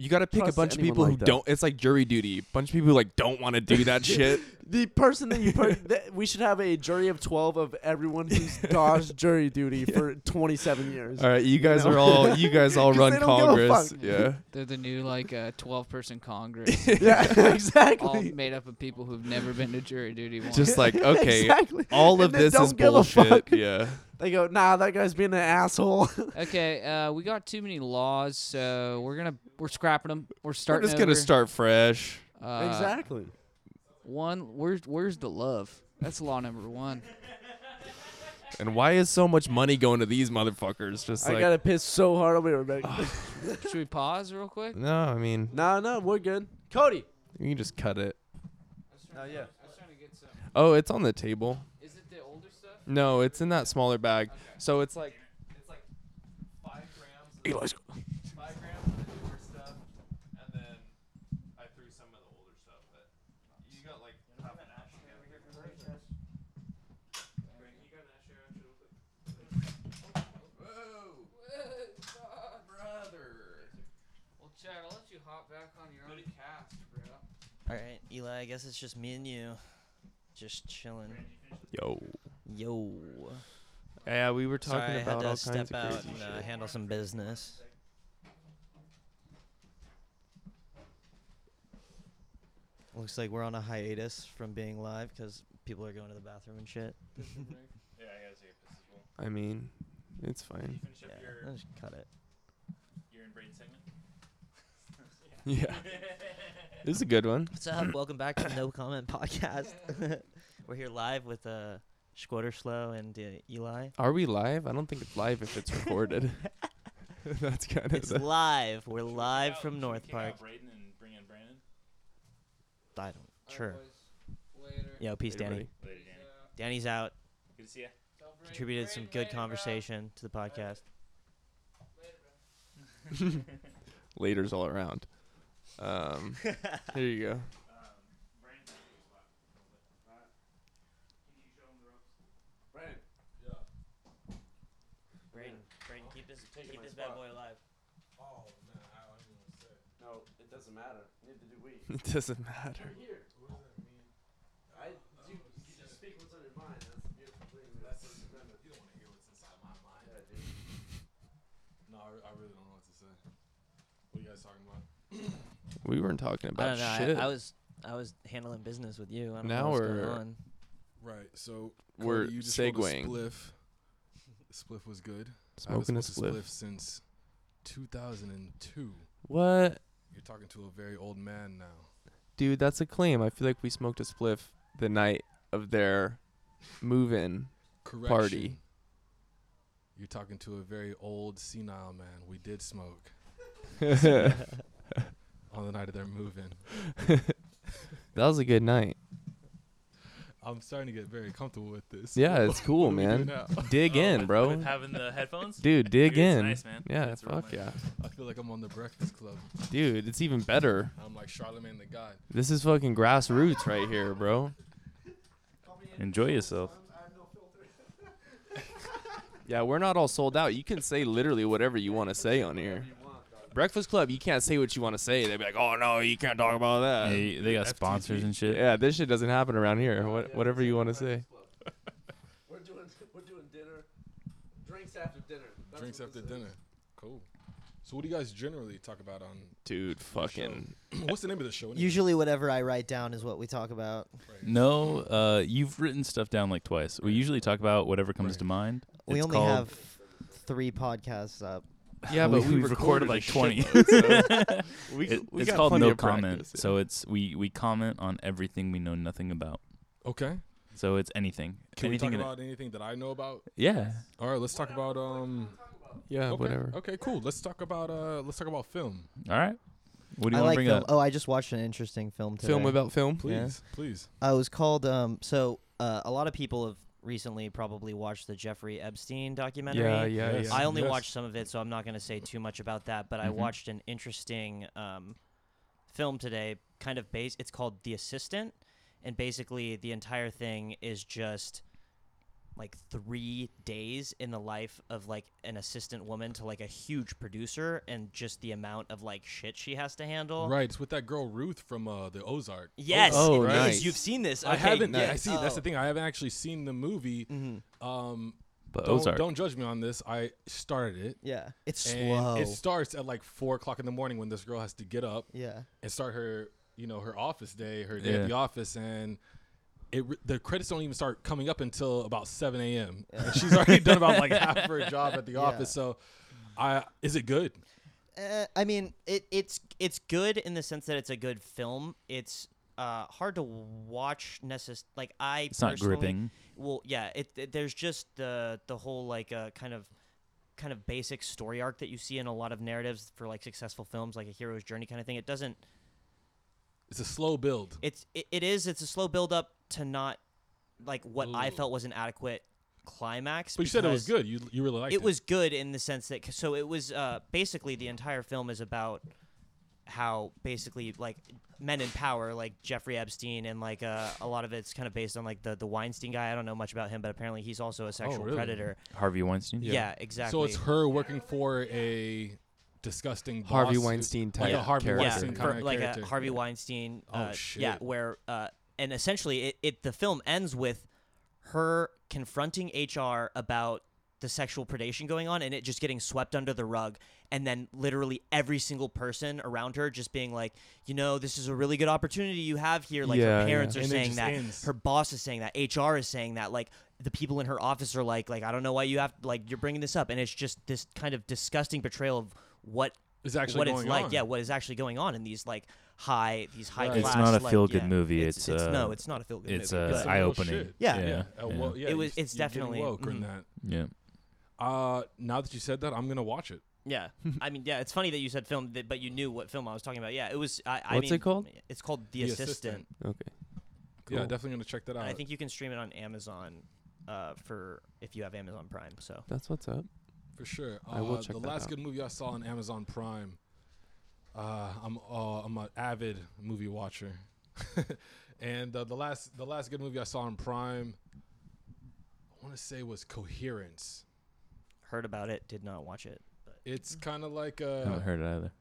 [SPEAKER 3] you got to pick a
[SPEAKER 1] trust
[SPEAKER 3] bunch of
[SPEAKER 1] anyone
[SPEAKER 3] people
[SPEAKER 1] like
[SPEAKER 3] who
[SPEAKER 1] that.
[SPEAKER 3] <laughs> don't. It's like jury duty. A bunch of people who like don't want to do that shit.
[SPEAKER 1] the person that you
[SPEAKER 3] <laughs>
[SPEAKER 1] put. That we should have a jury of twelve of everyone who's dodged jury duty for twenty-seven years.
[SPEAKER 3] All right, you guys
[SPEAKER 1] know?
[SPEAKER 3] are all you guys <laughs> all
[SPEAKER 1] 'Cause
[SPEAKER 3] run
[SPEAKER 1] they don't give a
[SPEAKER 3] Congress.
[SPEAKER 1] fuck.
[SPEAKER 3] <laughs> Yeah.
[SPEAKER 5] <laughs> They're the new like uh,
[SPEAKER 1] <laughs>
[SPEAKER 5] 12 person Congress,
[SPEAKER 1] Yeah, <laughs>
[SPEAKER 5] all
[SPEAKER 1] exactly.
[SPEAKER 5] made up of people who've never been to jury duty once.
[SPEAKER 3] Just
[SPEAKER 1] <laughs>
[SPEAKER 3] like, okay,
[SPEAKER 1] exactly.
[SPEAKER 3] all of
[SPEAKER 1] And they
[SPEAKER 3] this is
[SPEAKER 1] don't give a
[SPEAKER 3] bullshit.
[SPEAKER 1] fuck.
[SPEAKER 3] Yeah.
[SPEAKER 1] They go, nah, that guy's being an asshole.
[SPEAKER 5] okay, uh, we got too many laws, so we're gonna we're scrapping them. We're
[SPEAKER 3] We're
[SPEAKER 5] starting.
[SPEAKER 3] just gonna
[SPEAKER 5] over.
[SPEAKER 3] start fresh.
[SPEAKER 5] Uh,
[SPEAKER 1] <laughs> exactly.
[SPEAKER 5] One, where's where's the love? That's law number one.
[SPEAKER 3] And why is so much money going to these motherfuckers? Just
[SPEAKER 1] I
[SPEAKER 3] like
[SPEAKER 1] gotta piss so hard. I'll be right back.
[SPEAKER 5] Should we pause real quick?
[SPEAKER 3] no, I mean
[SPEAKER 1] no, no, we're good. Cody.
[SPEAKER 3] you can just cut it.
[SPEAKER 1] Oh yeah.
[SPEAKER 3] Oh, it's on the table.
[SPEAKER 5] Is it the older stuff?
[SPEAKER 3] No, it's in that smaller bag. So it's like it's like five grams. Of
[SPEAKER 6] Eli's
[SPEAKER 3] five grams of the newer stuff, and then I threw some of the older stuff. But you got like half an ash over here for
[SPEAKER 5] Well, Chad, I'll let you hop back on your own cast, bro.
[SPEAKER 2] All right, Eli. I guess it's just me and you, just chilling.
[SPEAKER 3] Yo.
[SPEAKER 2] Yo.
[SPEAKER 3] Yeah, we were talking
[SPEAKER 2] Sorry, I had
[SPEAKER 3] about
[SPEAKER 2] to
[SPEAKER 3] all
[SPEAKER 2] step
[SPEAKER 3] kinds of
[SPEAKER 2] out
[SPEAKER 3] crazy
[SPEAKER 2] and
[SPEAKER 3] shit.
[SPEAKER 2] uh, handle some business. Looks like we're on a hiatus from being live because people are going to the bathroom and shit.
[SPEAKER 3] I mean, it's fine.
[SPEAKER 2] Yeah, let's cut it.
[SPEAKER 3] <laughs> Yeah. this is a good one.
[SPEAKER 2] What's <coughs> up? Welcome back to the No Comment Podcast. <laughs> We're here live with uh, Schquarterslow and uh, Eli.
[SPEAKER 3] Are we live? I don't think it's live if it's
[SPEAKER 2] <laughs>
[SPEAKER 3] recorded. <laughs> That's kind of <laughs>
[SPEAKER 2] It's
[SPEAKER 3] the,
[SPEAKER 2] live. We're live from North Park.
[SPEAKER 4] Braden and bring in Brandon.
[SPEAKER 2] I don't. Sure.
[SPEAKER 5] Later.
[SPEAKER 2] Yo, peace,
[SPEAKER 3] Hey,
[SPEAKER 2] Danny.
[SPEAKER 3] buddy.
[SPEAKER 4] Later, Danny.
[SPEAKER 2] Danny's out.
[SPEAKER 4] Good to see you.
[SPEAKER 2] Contributed some good conversation to the podcast.
[SPEAKER 3] Later's all around. Um, here you go. <laughs>
[SPEAKER 2] Braden, Braden, keep this, keep this bad boy alive.
[SPEAKER 1] No, it doesn't matter. Neither do we.
[SPEAKER 3] It doesn't matter.
[SPEAKER 1] here. I do you just speak what's on your mind. That's the beautiful thing. That's the Amendment. You don't want to hear what's inside my mind. Yeah, dude.
[SPEAKER 7] No, I, I really don't know what to say. What are you guys talking about?
[SPEAKER 3] We weren't talking
[SPEAKER 2] I don't
[SPEAKER 3] about
[SPEAKER 2] know.
[SPEAKER 3] shit.
[SPEAKER 2] I, I was, I was handling business with you. I don't
[SPEAKER 3] Now
[SPEAKER 2] know what's going
[SPEAKER 3] we're-
[SPEAKER 2] on.
[SPEAKER 7] Right. So
[SPEAKER 3] We're
[SPEAKER 7] Cody, you just rolled a
[SPEAKER 3] segueing.
[SPEAKER 7] Spliff. Spliff was good.
[SPEAKER 3] Smoking
[SPEAKER 7] I
[SPEAKER 3] a
[SPEAKER 7] haven't smoked
[SPEAKER 3] spliff.
[SPEAKER 7] since 2002.
[SPEAKER 3] What?
[SPEAKER 7] You're talking to a very old man now.
[SPEAKER 3] Dude, that's a claim. I feel like we smoked a spliff the night of their move in.
[SPEAKER 7] Correction. You're talking to a very old senile man. We did smoke
[SPEAKER 3] that
[SPEAKER 7] on the night of their move-in.
[SPEAKER 3] was a good night.
[SPEAKER 7] I'm starting to get very comfortable with this.
[SPEAKER 3] Yeah,
[SPEAKER 1] <laughs>
[SPEAKER 3] it's cool,
[SPEAKER 7] What do we do
[SPEAKER 3] man.
[SPEAKER 7] now?
[SPEAKER 3] Dig
[SPEAKER 1] Oh
[SPEAKER 3] in, bro.
[SPEAKER 4] Oh, having the headphones.
[SPEAKER 3] <laughs> Dude, dig
[SPEAKER 4] Dude, it's
[SPEAKER 3] in.
[SPEAKER 4] nice, man.
[SPEAKER 3] Yeah,
[SPEAKER 4] It's real
[SPEAKER 3] fuck
[SPEAKER 4] nice.
[SPEAKER 3] yeah.
[SPEAKER 7] I feel like I'm on the Breakfast Club.
[SPEAKER 3] Dude, it's even better.
[SPEAKER 7] I'm like Charlemagne the God.
[SPEAKER 3] This is fucking grassroots right here, bro.
[SPEAKER 4] Enjoy yourself.
[SPEAKER 3] Yeah, we're not all sold out. You can say literally whatever you want to say on here. Breakfast Club, you can't say what you want to say. They'd be like, "Oh no, you can't talk about that."
[SPEAKER 4] Hey, they got sponsors and shit.
[SPEAKER 3] Yeah, this shit doesn't happen around here. What, whatever you want to say.
[SPEAKER 1] We're doing we're doing dinner. Drinks after dinner. That's
[SPEAKER 7] Drinks
[SPEAKER 1] what
[SPEAKER 7] after
[SPEAKER 1] this is.
[SPEAKER 7] dinner. Cool. So what do you guys generally talk about on? <clears throat>
[SPEAKER 3] Dude, fucking
[SPEAKER 7] What's the name of the show? anyway?
[SPEAKER 2] Usually, whatever I write down is what we talk about.
[SPEAKER 4] No, uh, you've written stuff down like twice. We usually talk about whatever comes to mind.
[SPEAKER 2] we
[SPEAKER 4] It's
[SPEAKER 2] only
[SPEAKER 4] called-
[SPEAKER 2] have three podcasts up.
[SPEAKER 3] Yeah, but
[SPEAKER 4] We-
[SPEAKER 3] we
[SPEAKER 4] we've recorded
[SPEAKER 3] recorded like
[SPEAKER 4] like
[SPEAKER 3] twenty.
[SPEAKER 4] 20.
[SPEAKER 3] we,
[SPEAKER 4] It-
[SPEAKER 3] we
[SPEAKER 4] it's
[SPEAKER 3] got
[SPEAKER 4] called
[SPEAKER 3] plenty
[SPEAKER 4] no
[SPEAKER 3] of
[SPEAKER 4] comment.
[SPEAKER 3] practice, yeah.
[SPEAKER 4] So it's we we comment on everything we know nothing about.
[SPEAKER 7] Okay.
[SPEAKER 4] So it's anything.
[SPEAKER 7] Can
[SPEAKER 4] anything
[SPEAKER 7] we
[SPEAKER 4] in
[SPEAKER 7] talk
[SPEAKER 4] it-
[SPEAKER 7] about anything that I know about?
[SPEAKER 4] yeah.
[SPEAKER 7] All right, let's talk about um.
[SPEAKER 3] yeah,
[SPEAKER 7] Okay,
[SPEAKER 3] Uh, whatever.
[SPEAKER 7] Okay, cool. Let's talk about uh. Let's talk about film,
[SPEAKER 4] All right. What do you want to
[SPEAKER 2] I like
[SPEAKER 4] bring
[SPEAKER 2] film.
[SPEAKER 4] up?
[SPEAKER 2] Oh, I just watched an interesting film today.
[SPEAKER 3] Film about film.
[SPEAKER 7] please,
[SPEAKER 2] Yeah.
[SPEAKER 7] please.
[SPEAKER 2] Uh, it was called. Um, so uh, a lot of people have recently probably watched the Jeffrey Epstein documentary.
[SPEAKER 3] Yeah, yeah,
[SPEAKER 7] Yes.
[SPEAKER 3] yeah.
[SPEAKER 2] I only
[SPEAKER 7] Yes. Mm-hmm.
[SPEAKER 2] watched some of it, so I'm not going to say too much about that. But I
[SPEAKER 4] Mhm.
[SPEAKER 2] watched an interesting um, film today, kind of base. It's called The Assistant, and basically the entire thing is just like three days in the life of like an assistant woman to like a huge producer and just the amount of like shit she has to handle.
[SPEAKER 7] Right, it's with that girl Ruth from uh, the Ozark. Oh,
[SPEAKER 2] Yes,
[SPEAKER 3] Oh,
[SPEAKER 2] it is.
[SPEAKER 3] nice.
[SPEAKER 2] You've seen this.
[SPEAKER 7] I
[SPEAKER 2] Okay,
[SPEAKER 7] haven't.
[SPEAKER 2] yeah.
[SPEAKER 7] I see. That's the
[SPEAKER 2] Oh. Mm-hmm.
[SPEAKER 7] thing. I haven't actually seen the movie. Um,
[SPEAKER 4] But
[SPEAKER 7] don't,
[SPEAKER 4] Ozark.
[SPEAKER 7] don't judge me on this. I started it.
[SPEAKER 2] Yeah, it's
[SPEAKER 7] And
[SPEAKER 2] slow.
[SPEAKER 7] it starts at like four o'clock in the morning when this girl has to get up
[SPEAKER 2] yeah,
[SPEAKER 7] and start her, you know, her office day, her day
[SPEAKER 4] Yeah.
[SPEAKER 7] at the office, and it re- the credits don't even start coming up until about seven a.m. And she's already done about like half
[SPEAKER 2] <laughs>
[SPEAKER 7] her job at the office. So, I is it good?
[SPEAKER 2] uh, I mean, it, it's it's good in the sense that it's a good film. It's uh, hard to watch necess- Like I,
[SPEAKER 4] It's not
[SPEAKER 2] personally-
[SPEAKER 4] gripping.
[SPEAKER 2] Well, yeah, it, it- there's just the the whole like uh, kind of kind of basic story arc that you see in a lot of narratives for like successful films, like a hero's journey kind of thing. It doesn't.
[SPEAKER 7] It's a slow build.
[SPEAKER 2] It's it, it is. It's a slow build up to not like what I felt was an adequate climax.
[SPEAKER 7] But you said it was
[SPEAKER 2] because-
[SPEAKER 7] good. You you really liked it.
[SPEAKER 2] it was good in the sense that so it was uh, basically the entire film is about how basically like men in power like jeffrey epstein and like uh, a lot of it's kind of based on like the, the weinstein guy i don't know much about him but apparently he's also a sexual
[SPEAKER 7] really?
[SPEAKER 2] predator
[SPEAKER 4] Harvey Weinstein.
[SPEAKER 2] yeah, exactly
[SPEAKER 7] So it's her working for a disgusting boss
[SPEAKER 3] Harvey
[SPEAKER 7] who's
[SPEAKER 3] Weinstein
[SPEAKER 7] like
[SPEAKER 3] type
[SPEAKER 7] a Harvey
[SPEAKER 3] character.
[SPEAKER 2] yeah
[SPEAKER 7] Weinstein
[SPEAKER 2] for-
[SPEAKER 7] kind of
[SPEAKER 2] like
[SPEAKER 7] character.
[SPEAKER 2] a harvey weinstein
[SPEAKER 7] Oh,
[SPEAKER 2] uh, yeah
[SPEAKER 7] shit.
[SPEAKER 2] where uh, and essentially it, it the film ends with her confronting hr about the sexual predation going on and it just getting swept under the rug and then literally every single person around her just being like you know this is a really good opportunity you have here like
[SPEAKER 3] Yeah, yeah.
[SPEAKER 2] her parents are
[SPEAKER 7] And it
[SPEAKER 2] saying
[SPEAKER 7] just
[SPEAKER 2] that
[SPEAKER 7] ends.
[SPEAKER 2] her boss is saying that hr is saying that like the people in her office are like like i don't know why you have like you're bringing this up and it's just this kind of disgusting portrayal of what
[SPEAKER 7] It's actually
[SPEAKER 2] what
[SPEAKER 7] going
[SPEAKER 2] it's like
[SPEAKER 7] on.
[SPEAKER 2] yeah what is actually going on in these like high these high
[SPEAKER 7] Right.
[SPEAKER 2] class
[SPEAKER 4] It's not a
[SPEAKER 2] like,
[SPEAKER 4] feel-good
[SPEAKER 2] yeah,
[SPEAKER 4] movie,
[SPEAKER 2] it's,
[SPEAKER 4] it's, uh,
[SPEAKER 2] no it's not a feel good
[SPEAKER 4] It's
[SPEAKER 2] movie
[SPEAKER 4] uh,
[SPEAKER 2] but-
[SPEAKER 7] <laughs> some real
[SPEAKER 4] eye opening.
[SPEAKER 7] shit.
[SPEAKER 2] Yeah.
[SPEAKER 4] Yeah.
[SPEAKER 7] Uh, well, yeah,
[SPEAKER 2] It
[SPEAKER 7] you
[SPEAKER 2] was-
[SPEAKER 7] s-
[SPEAKER 2] it's
[SPEAKER 7] you're getting
[SPEAKER 2] definitely-
[SPEAKER 7] woke in
[SPEAKER 2] mhm.
[SPEAKER 7] that.
[SPEAKER 4] yeah.
[SPEAKER 7] Uh, now that you said that, I'm gonna watch it.
[SPEAKER 2] yeah i mean yeah it's funny that you said film that, but you knew what film i was talking about yeah it was i, I
[SPEAKER 4] What's it
[SPEAKER 2] mean,
[SPEAKER 4] called?
[SPEAKER 2] it's called the,
[SPEAKER 7] The
[SPEAKER 2] assistant,
[SPEAKER 7] Assistant. Oh.
[SPEAKER 3] Okay.
[SPEAKER 7] Yeah,
[SPEAKER 4] Cool.
[SPEAKER 7] definitely gonna check that out.
[SPEAKER 2] and i think you can stream it on amazon uh, for if you have amazon prime so
[SPEAKER 3] That's what's up.
[SPEAKER 7] for sure. Uh,
[SPEAKER 3] I will check
[SPEAKER 7] the
[SPEAKER 3] that
[SPEAKER 7] last
[SPEAKER 3] out.
[SPEAKER 7] good movie I saw on Amazon Prime. Uh, I'm uh, I'm an avid movie watcher, <laughs> and uh, the last the last good movie I saw on Prime, I want to say was Coherence.
[SPEAKER 2] heard about it did not watch it
[SPEAKER 7] It's kind of like uh,
[SPEAKER 4] I
[SPEAKER 7] a
[SPEAKER 4] haven't heard it either.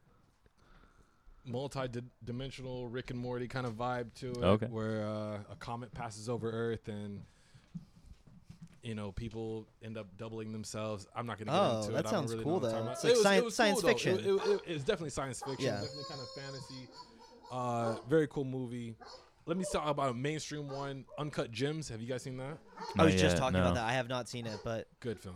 [SPEAKER 7] multi-dimensional Rick and Morty kind of vibe to it,
[SPEAKER 4] Okay.
[SPEAKER 7] where uh, a comet passes over Earth and you know people end up doubling themselves. I'm not gonna get
[SPEAKER 2] Oh,
[SPEAKER 7] into
[SPEAKER 2] that
[SPEAKER 7] it. I don't
[SPEAKER 2] sounds
[SPEAKER 7] really know
[SPEAKER 2] cool,
[SPEAKER 7] what I'm
[SPEAKER 2] though.
[SPEAKER 7] talking
[SPEAKER 2] It's
[SPEAKER 7] about.
[SPEAKER 2] like
[SPEAKER 7] it was,
[SPEAKER 2] sci-
[SPEAKER 7] it
[SPEAKER 2] science
[SPEAKER 7] was cool, though.
[SPEAKER 2] fiction.
[SPEAKER 7] It, it, it, it's definitely science fiction.
[SPEAKER 2] Yeah.
[SPEAKER 7] definitely kind of fantasy. Uh, very cool movie. Let me talk about a mainstream one, Uncut Gems. Have you guys seen that?
[SPEAKER 2] i was just
[SPEAKER 4] yet,
[SPEAKER 2] talking about
[SPEAKER 4] no.
[SPEAKER 2] that i have not seen it but
[SPEAKER 7] Good film.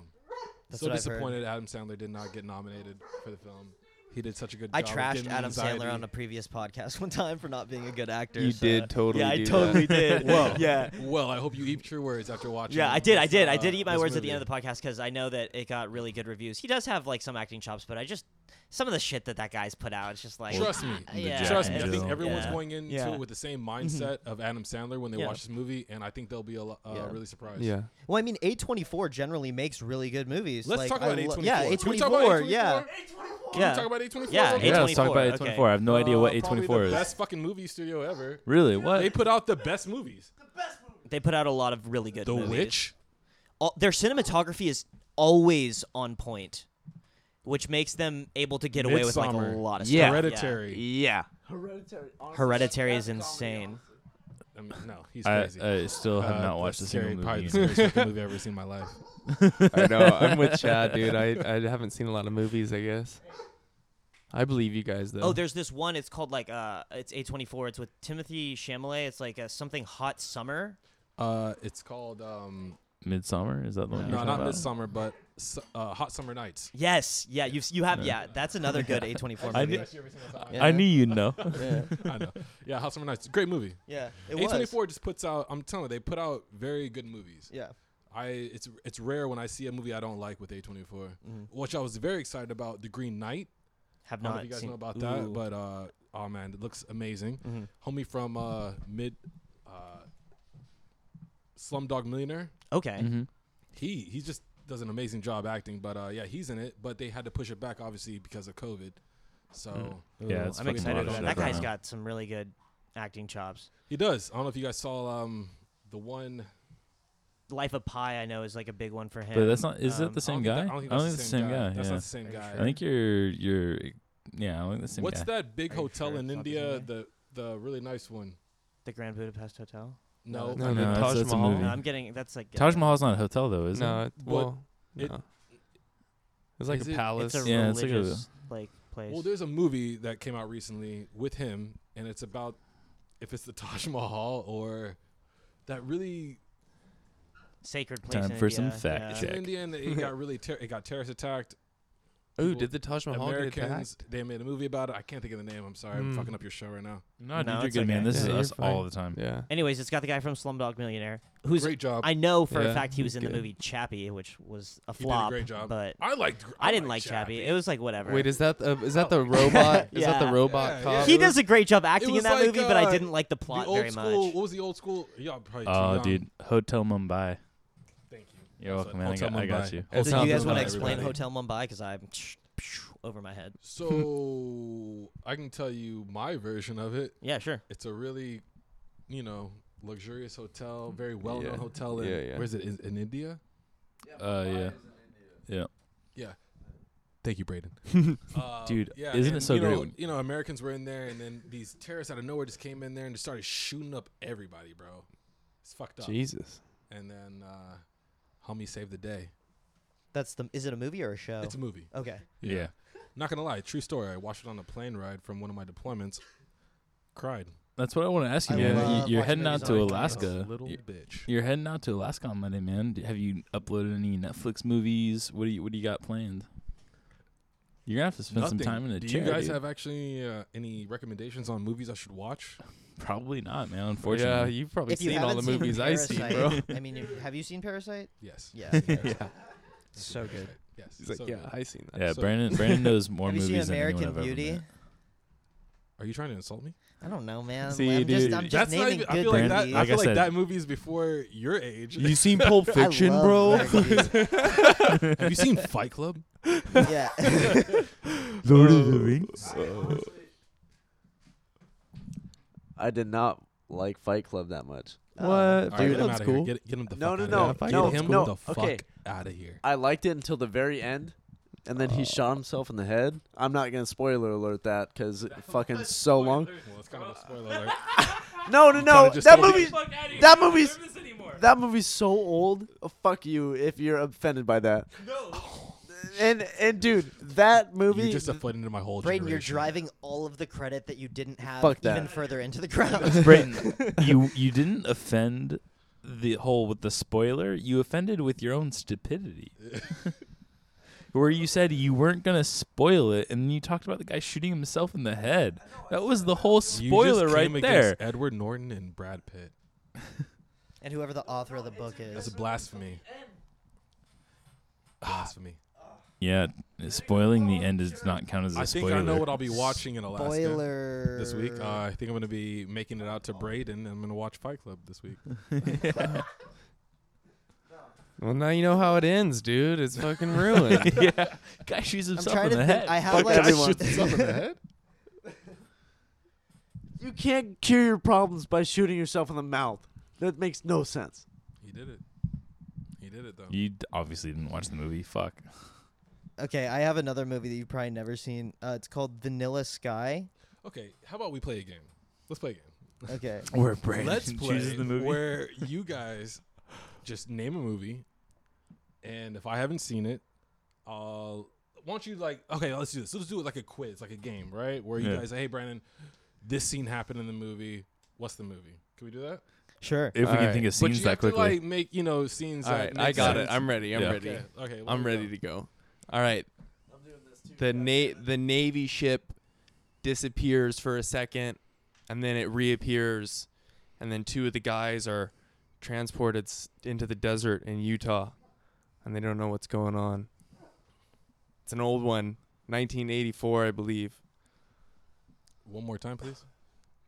[SPEAKER 2] That's
[SPEAKER 7] so
[SPEAKER 2] what I've heard.
[SPEAKER 7] disappointed Adam Sandler did not get nominated for the film. He did such a good
[SPEAKER 2] I
[SPEAKER 7] job. of
[SPEAKER 2] trashed
[SPEAKER 7] giving me
[SPEAKER 2] Adam
[SPEAKER 7] anxiety.
[SPEAKER 2] Sandler on a previous <laughs> podcast one time for not being a good actor.
[SPEAKER 3] You
[SPEAKER 2] so-
[SPEAKER 3] did totally
[SPEAKER 2] uh, Yeah, I
[SPEAKER 3] do
[SPEAKER 2] totally did.
[SPEAKER 7] Whoa.
[SPEAKER 2] Yeah.
[SPEAKER 7] Well, I hope you eat your words after watching.
[SPEAKER 2] Yeah, I did. I
[SPEAKER 7] this,
[SPEAKER 2] did. I
[SPEAKER 7] uh,
[SPEAKER 2] did eat my
[SPEAKER 7] this
[SPEAKER 2] words at the
[SPEAKER 7] movie.
[SPEAKER 2] end of the podcast because I know that it got really good reviews. He does have like some acting chops, but I just some of the shit that that guy's put out. It's just like
[SPEAKER 7] Trust me.
[SPEAKER 2] The Yeah.
[SPEAKER 7] Trust me.
[SPEAKER 2] Jack
[SPEAKER 7] I
[SPEAKER 2] and
[SPEAKER 7] think
[SPEAKER 2] Jill.
[SPEAKER 7] everyone's
[SPEAKER 2] Yeah.
[SPEAKER 7] going into
[SPEAKER 2] Yeah. Mm-hmm.
[SPEAKER 7] it with the same mindset of Adam Sandler when they
[SPEAKER 2] Yeah.
[SPEAKER 7] watch this movie, and I think they'll be a lo- uh,
[SPEAKER 2] Yeah.
[SPEAKER 7] really surprised.
[SPEAKER 3] Yeah.
[SPEAKER 2] Well, I mean, A twenty four generally makes really good movies.
[SPEAKER 7] Let's
[SPEAKER 2] Like,
[SPEAKER 7] talk
[SPEAKER 2] I
[SPEAKER 7] about
[SPEAKER 2] lo-
[SPEAKER 7] A24.
[SPEAKER 2] Yeah, A
[SPEAKER 7] Can we
[SPEAKER 2] twenty
[SPEAKER 7] talk about
[SPEAKER 2] four.
[SPEAKER 7] A24?
[SPEAKER 2] Yeah,
[SPEAKER 7] Can
[SPEAKER 2] yeah.
[SPEAKER 7] we talk about A24?
[SPEAKER 2] Yeah,
[SPEAKER 7] real
[SPEAKER 2] A24.
[SPEAKER 4] Yeah,
[SPEAKER 7] quick?
[SPEAKER 4] let's talk about
[SPEAKER 2] okay.
[SPEAKER 4] A24. I have no idea what
[SPEAKER 7] Uh, probably
[SPEAKER 4] A24
[SPEAKER 7] the
[SPEAKER 4] is.
[SPEAKER 7] best fucking movie studio ever.
[SPEAKER 4] Really? What?
[SPEAKER 7] They put out the best movies.
[SPEAKER 2] they put out a lot of really good.
[SPEAKER 7] The
[SPEAKER 2] movies.
[SPEAKER 7] Witch.
[SPEAKER 2] All, their cinematography is always on point, which makes them able to get away with like a
[SPEAKER 7] Midsommar.
[SPEAKER 2] lot of
[SPEAKER 1] Yeah.
[SPEAKER 2] stuff.
[SPEAKER 7] Hereditary.
[SPEAKER 1] Yeah. Hereditary.
[SPEAKER 2] Yeah.
[SPEAKER 1] honestly,
[SPEAKER 2] Hereditary
[SPEAKER 1] that's
[SPEAKER 2] is
[SPEAKER 1] a comedy,
[SPEAKER 2] insane.
[SPEAKER 7] I mean, no, he's
[SPEAKER 4] I,
[SPEAKER 7] crazy.
[SPEAKER 4] I still have
[SPEAKER 7] Uh,
[SPEAKER 4] not watched a
[SPEAKER 7] that's
[SPEAKER 4] single
[SPEAKER 7] scary- Probably
[SPEAKER 4] movie.
[SPEAKER 7] the scariest fucking movie I've ever seen in my life.
[SPEAKER 3] I know. I'm with Chad, dude. I, I haven't seen a lot of movies, I guess. I believe you guys, though.
[SPEAKER 2] Oh, there's this one. It's called like uh, it's A twenty four. It's with Timothy Chalamet. It's like uh something hot summer.
[SPEAKER 7] Uh, it's called um,
[SPEAKER 4] Midsummer? Is that the one you're
[SPEAKER 7] no,
[SPEAKER 4] talking
[SPEAKER 7] not
[SPEAKER 4] about?
[SPEAKER 7] Midsummer, but Su- uh, Hot Summer Nights.
[SPEAKER 2] Yes, yeah, you you have yeah. That's
[SPEAKER 4] <laughs>
[SPEAKER 2] another good A twenty four
[SPEAKER 4] I
[SPEAKER 2] movie.
[SPEAKER 4] knew-
[SPEAKER 7] Actually, every single time.
[SPEAKER 4] I knew you'd know.
[SPEAKER 7] I know. Yeah, House Summer Nights. Great movie.
[SPEAKER 2] Yeah, it
[SPEAKER 7] A twenty
[SPEAKER 2] was.
[SPEAKER 7] four just puts out. I'm telling you, they put out very good movies.
[SPEAKER 2] Yeah,
[SPEAKER 7] I it's it's rare when I see a movie I don't like with A twenty four,
[SPEAKER 2] Mm-hmm.
[SPEAKER 7] which I was very excited about. The Green Knight.
[SPEAKER 2] have
[SPEAKER 7] I don't know
[SPEAKER 2] not
[SPEAKER 7] if you guys
[SPEAKER 2] seen. Mm-hmm.
[SPEAKER 7] know about that,
[SPEAKER 2] Ooh.
[SPEAKER 7] but uh, oh man, it looks amazing. Homie from uh, mid, uh, Slumdog Millionaire.
[SPEAKER 2] okay,
[SPEAKER 4] Mm-hmm.
[SPEAKER 7] He he just does an amazing job acting, but uh, yeah, he's in it. But they had to push it back obviously because of COVID. So
[SPEAKER 4] Yeah, it's
[SPEAKER 2] I'm
[SPEAKER 4] fucking
[SPEAKER 2] excited for
[SPEAKER 4] wild
[SPEAKER 2] that.
[SPEAKER 4] shit
[SPEAKER 2] That
[SPEAKER 4] right
[SPEAKER 2] guy's
[SPEAKER 4] now.
[SPEAKER 2] got some really good acting chops.
[SPEAKER 7] He does. I don't know if you guys saw um the one
[SPEAKER 2] Life of Pi, I know, is like a big one for him.
[SPEAKER 4] But that's not. Is that
[SPEAKER 2] Um,
[SPEAKER 4] the same
[SPEAKER 7] I
[SPEAKER 4] guy?
[SPEAKER 7] don't think that- I don't think that's the same guy. That's
[SPEAKER 4] yeah.
[SPEAKER 7] not the same
[SPEAKER 2] Are you
[SPEAKER 7] guy.
[SPEAKER 2] sure?
[SPEAKER 4] I think you're you're. Yeah, I don't think that's the same
[SPEAKER 7] What's
[SPEAKER 4] guy.
[SPEAKER 7] that big
[SPEAKER 2] Are you
[SPEAKER 7] hotel
[SPEAKER 2] sure
[SPEAKER 7] in
[SPEAKER 2] it's not the same
[SPEAKER 7] India?
[SPEAKER 2] guy?
[SPEAKER 7] The the really nice one.
[SPEAKER 2] The Grand Budapest Hotel. Oh,
[SPEAKER 3] No,
[SPEAKER 7] No,
[SPEAKER 4] no,
[SPEAKER 3] the
[SPEAKER 4] that's-
[SPEAKER 3] Taj
[SPEAKER 4] that's a
[SPEAKER 3] Mahal.
[SPEAKER 4] movie.
[SPEAKER 2] No, I'm getting that's like
[SPEAKER 4] Taj Mahal's not a hotel though, is
[SPEAKER 3] no,
[SPEAKER 4] it?
[SPEAKER 3] it- well,
[SPEAKER 7] it-
[SPEAKER 3] no. It's like
[SPEAKER 7] is
[SPEAKER 3] a
[SPEAKER 7] it-
[SPEAKER 3] palace.
[SPEAKER 2] It's a
[SPEAKER 4] Yeah, it's like a-
[SPEAKER 2] religious like place.
[SPEAKER 7] Well, there's a movie that came out recently with him, and it's about if it's the <laughs> Taj Mahal or that really
[SPEAKER 2] Sacred place.
[SPEAKER 4] Time
[SPEAKER 2] in
[SPEAKER 4] for some
[SPEAKER 2] India,
[SPEAKER 4] fact
[SPEAKER 2] yeah.
[SPEAKER 7] it's
[SPEAKER 4] check.
[SPEAKER 7] in India and
[SPEAKER 2] <laughs>
[SPEAKER 7] it got really ter- it got terrorist attacked.
[SPEAKER 3] Ooh,
[SPEAKER 7] people-
[SPEAKER 3] did the Taj Mahal get
[SPEAKER 7] Americans
[SPEAKER 3] attacked?
[SPEAKER 7] they made a movie about it. I can't think of the name. I'm sorry.
[SPEAKER 2] Hmm.
[SPEAKER 7] I'm
[SPEAKER 3] Mm.
[SPEAKER 7] fucking up your show right now.
[SPEAKER 4] No, dude,
[SPEAKER 2] No,
[SPEAKER 4] you're
[SPEAKER 2] it's
[SPEAKER 4] good, man.
[SPEAKER 2] okay.
[SPEAKER 4] This is
[SPEAKER 3] Yeah, you're
[SPEAKER 4] us all
[SPEAKER 3] fine.
[SPEAKER 4] the time.
[SPEAKER 3] Yeah.
[SPEAKER 2] Anyways, it's got the guy from Slumdog Millionaire, who's
[SPEAKER 7] great job.
[SPEAKER 2] I know for a
[SPEAKER 3] Yeah,
[SPEAKER 2] fact he was in the
[SPEAKER 3] good.
[SPEAKER 2] movie Chappie, which was a
[SPEAKER 7] He did a
[SPEAKER 2] flop.
[SPEAKER 7] great job.
[SPEAKER 2] But
[SPEAKER 7] I liked.
[SPEAKER 2] I, didn't like Chappie. It was like whatever.
[SPEAKER 3] Wait, is that the is that the
[SPEAKER 2] <laughs>
[SPEAKER 3] robot? Is that
[SPEAKER 2] Oh. Yeah.
[SPEAKER 3] the robot
[SPEAKER 7] Yeah,
[SPEAKER 3] cop?
[SPEAKER 7] yeah.
[SPEAKER 2] he does a great job acting in
[SPEAKER 7] was
[SPEAKER 2] that
[SPEAKER 7] like,
[SPEAKER 2] movie, but I
[SPEAKER 7] uh,
[SPEAKER 2] didn't like the
[SPEAKER 7] The
[SPEAKER 2] plot
[SPEAKER 7] old
[SPEAKER 2] very
[SPEAKER 7] school.
[SPEAKER 2] much.
[SPEAKER 7] What was the old school? Yeah, probably. too
[SPEAKER 4] Oh,
[SPEAKER 7] young.
[SPEAKER 4] dude, Hotel Mumbai.
[SPEAKER 7] Thank you.
[SPEAKER 4] You're
[SPEAKER 7] That's
[SPEAKER 4] welcome,
[SPEAKER 7] right,
[SPEAKER 4] man. I got,
[SPEAKER 7] Hotel
[SPEAKER 4] I got
[SPEAKER 7] Mumbai.
[SPEAKER 4] you.
[SPEAKER 3] It
[SPEAKER 2] So
[SPEAKER 3] sounds
[SPEAKER 2] you guys want to
[SPEAKER 3] familiar,
[SPEAKER 2] explain
[SPEAKER 3] everybody.
[SPEAKER 2] Hotel Mumbai? Because I'm over my head.
[SPEAKER 7] <laughs> So I can tell you my version of it.
[SPEAKER 2] Yeah, sure.
[SPEAKER 7] It's a really, you know, luxurious hotel, very well-known
[SPEAKER 3] Yeah.
[SPEAKER 7] hotel. In,
[SPEAKER 3] Yeah, yeah.
[SPEAKER 7] Where is it? In, in India?
[SPEAKER 4] Uh, yeah,
[SPEAKER 7] Thank you, Braden.
[SPEAKER 4] <laughs>
[SPEAKER 7] Uh,
[SPEAKER 4] Dude, isn't it
[SPEAKER 7] and,
[SPEAKER 4] so
[SPEAKER 7] you
[SPEAKER 4] great
[SPEAKER 7] Know,
[SPEAKER 4] when-
[SPEAKER 7] you know, Americans were in there, and then these terrorists out of nowhere just came in there and just started shooting up everybody, bro. It's fucked up.
[SPEAKER 3] Jesus.
[SPEAKER 7] And then, uh, homie saved the day.
[SPEAKER 2] That's the. Is it a movie or a show?
[SPEAKER 7] It's a movie.
[SPEAKER 2] okay.
[SPEAKER 4] Oh. yeah.
[SPEAKER 7] Not gonna lie, true story. I watched it on a plane ride from one of my deployments. Cried.
[SPEAKER 4] That's what I want to ask you,
[SPEAKER 2] I
[SPEAKER 4] man.
[SPEAKER 2] love
[SPEAKER 4] You- You're
[SPEAKER 2] watching
[SPEAKER 4] heading
[SPEAKER 2] movies
[SPEAKER 4] out
[SPEAKER 2] on
[SPEAKER 4] to
[SPEAKER 2] Netflix.
[SPEAKER 4] Alaska.
[SPEAKER 7] Little
[SPEAKER 4] You're-
[SPEAKER 7] bitch.
[SPEAKER 4] You're heading out to Alaska on Monday, man. Do- Have you uploaded any Netflix movies? What do you What do you got planned? You're gonna have to spend some time in a
[SPEAKER 7] Do
[SPEAKER 4] chair.
[SPEAKER 7] you guys
[SPEAKER 4] dude.
[SPEAKER 7] have actually uh, any recommendations on movies I should watch?
[SPEAKER 4] Probably not, man.
[SPEAKER 3] Yeah,
[SPEAKER 4] Unfortunately.
[SPEAKER 3] you've probably
[SPEAKER 2] if you
[SPEAKER 3] seen all
[SPEAKER 2] haven't
[SPEAKER 3] the
[SPEAKER 2] seen
[SPEAKER 3] movies I
[SPEAKER 2] <laughs>
[SPEAKER 3] see,
[SPEAKER 2] Parasite,
[SPEAKER 3] bro.
[SPEAKER 2] I mean, you- have you seen Parasite?
[SPEAKER 7] Yes.
[SPEAKER 2] <laughs> Yeah.
[SPEAKER 7] I've seen Parasite.
[SPEAKER 2] So good.
[SPEAKER 7] Yes.
[SPEAKER 3] He's like,
[SPEAKER 7] so
[SPEAKER 3] yeah,
[SPEAKER 7] good.
[SPEAKER 3] I seen that.
[SPEAKER 4] yeah,
[SPEAKER 7] so-
[SPEAKER 4] Brandon. Brandon
[SPEAKER 2] <laughs>
[SPEAKER 4] knows more
[SPEAKER 2] have you
[SPEAKER 4] movies
[SPEAKER 2] seen
[SPEAKER 4] than anyone
[SPEAKER 2] American
[SPEAKER 4] I've ever
[SPEAKER 2] Beauty?
[SPEAKER 4] met.
[SPEAKER 7] Are you trying to insult me?
[SPEAKER 2] I don't know, man.
[SPEAKER 4] See,
[SPEAKER 2] I'm just,
[SPEAKER 4] dude,
[SPEAKER 2] I'm just
[SPEAKER 7] That's not
[SPEAKER 2] naming
[SPEAKER 7] even.
[SPEAKER 2] good
[SPEAKER 7] I feel like that.
[SPEAKER 2] movies.
[SPEAKER 7] I
[SPEAKER 4] Like I
[SPEAKER 7] feel like
[SPEAKER 4] said-
[SPEAKER 7] that movie is before your age.
[SPEAKER 3] You seen Pulp
[SPEAKER 2] I
[SPEAKER 3] Fiction,
[SPEAKER 2] love <laughs>
[SPEAKER 3] bro?
[SPEAKER 2] that movie.
[SPEAKER 7] Have you seen Fight Club?
[SPEAKER 2] yeah.
[SPEAKER 1] Lord
[SPEAKER 2] Oh.
[SPEAKER 1] of the Rings. I did not like Fight Club that much.
[SPEAKER 2] Uh,
[SPEAKER 3] Dude,
[SPEAKER 7] All get him
[SPEAKER 3] that's
[SPEAKER 7] out
[SPEAKER 3] cool.
[SPEAKER 7] of here. Get, get him the
[SPEAKER 1] No,
[SPEAKER 7] fuck
[SPEAKER 1] no,
[SPEAKER 7] out
[SPEAKER 1] no,
[SPEAKER 7] of here.
[SPEAKER 1] no,
[SPEAKER 7] get him
[SPEAKER 1] no,
[SPEAKER 7] the fuck
[SPEAKER 1] okay.
[SPEAKER 7] out of here.
[SPEAKER 1] I liked it until the very end, and then
[SPEAKER 7] Oh.
[SPEAKER 1] he shot himself in the head. I'm not gonna spoiler alert that because fucking so long.
[SPEAKER 7] Well, it's kind of a spoiler alert.
[SPEAKER 1] No, no, no.
[SPEAKER 7] Kinda just
[SPEAKER 1] That
[SPEAKER 7] told
[SPEAKER 1] movie. That movie's. That movie's so old. Uh, fuck you if you're offended by that. No. And and dude, that movie.
[SPEAKER 7] You just offended my whole
[SPEAKER 2] Braden, you're
[SPEAKER 7] generation.
[SPEAKER 2] driving all of the credit that you didn't have
[SPEAKER 1] Fuck
[SPEAKER 2] even
[SPEAKER 1] that.
[SPEAKER 2] further into the ground.
[SPEAKER 4] Brayden, <laughs> you you didn't offend the whole with the spoiler. You offended with your own
[SPEAKER 7] <laughs>
[SPEAKER 4] stupidity. Where you said you weren't gonna spoil it, and you talked about the guy shooting himself in the head. That was the whole
[SPEAKER 7] You just
[SPEAKER 4] spoiler
[SPEAKER 7] came
[SPEAKER 4] right there.
[SPEAKER 7] against Edward Norton and Brad Pitt.
[SPEAKER 2] <laughs> and whoever the author of the book
[SPEAKER 7] That's
[SPEAKER 2] is.
[SPEAKER 7] blasphemy. Ah, blasphemy.
[SPEAKER 4] Yeah, spoiling the end does not count as a
[SPEAKER 7] I think
[SPEAKER 4] spoiler.
[SPEAKER 7] I know what I'll be watching in Alaska
[SPEAKER 2] Spoiler.
[SPEAKER 7] this week. Uh, I think I'm going to be making it out to Braden. I'm going to watch Fight Club this week.
[SPEAKER 3] Well, now you know how it ends, dude. It's
[SPEAKER 7] <laughs>
[SPEAKER 3] fucking ruined.
[SPEAKER 4] yeah, guy shoots
[SPEAKER 2] I'm
[SPEAKER 4] himself in
[SPEAKER 2] trying to
[SPEAKER 4] the
[SPEAKER 2] think.
[SPEAKER 4] head.
[SPEAKER 2] I have
[SPEAKER 1] Fuck
[SPEAKER 2] like
[SPEAKER 1] everyone.
[SPEAKER 7] Something in the <laughs> head?
[SPEAKER 1] you can't cure your problems by shooting yourself in the mouth. That makes no sense.
[SPEAKER 7] He did it. He did it, though.
[SPEAKER 4] you d- obviously didn't watch the movie. Fuck.
[SPEAKER 2] Okay, I have another movie that you've probably never seen. Uh, it's called Vanilla Sky.
[SPEAKER 7] Okay, how about we play a game? Let's play a game.
[SPEAKER 2] Okay.
[SPEAKER 4] Where <laughs> Brandon
[SPEAKER 3] <laughs>
[SPEAKER 7] Let's play
[SPEAKER 4] chooses the movie.
[SPEAKER 7] where you guys just name a movie, and if I haven't seen it, I'll. Why don't you like? Okay, let's do this. Let's do it like a quiz, like a game, right? Where you
[SPEAKER 4] Yeah.
[SPEAKER 7] guys, say, hey, Brandon, this scene happened in the movie. What's the movie? Can we do that?
[SPEAKER 2] Sure.
[SPEAKER 4] if we can
[SPEAKER 3] Alright,
[SPEAKER 4] think of
[SPEAKER 7] but
[SPEAKER 4] scenes
[SPEAKER 7] you
[SPEAKER 4] that
[SPEAKER 7] have
[SPEAKER 4] quickly.
[SPEAKER 7] to like make you know scenes.
[SPEAKER 3] All
[SPEAKER 7] that
[SPEAKER 3] right, I
[SPEAKER 7] make
[SPEAKER 3] got
[SPEAKER 7] sense.
[SPEAKER 3] it. I'm ready. I'm
[SPEAKER 4] Yeah.
[SPEAKER 3] ready.
[SPEAKER 7] Okay, okay, well,
[SPEAKER 3] I'm
[SPEAKER 7] here we
[SPEAKER 3] ready
[SPEAKER 7] go.
[SPEAKER 3] to go. All right. The na- the navy ship disappears for a second, and then it reappears, and then two of the guys are transported s- into the desert in Utah, and they don't know what's going on. It's an old one, 1984, I believe.
[SPEAKER 7] One more time, please.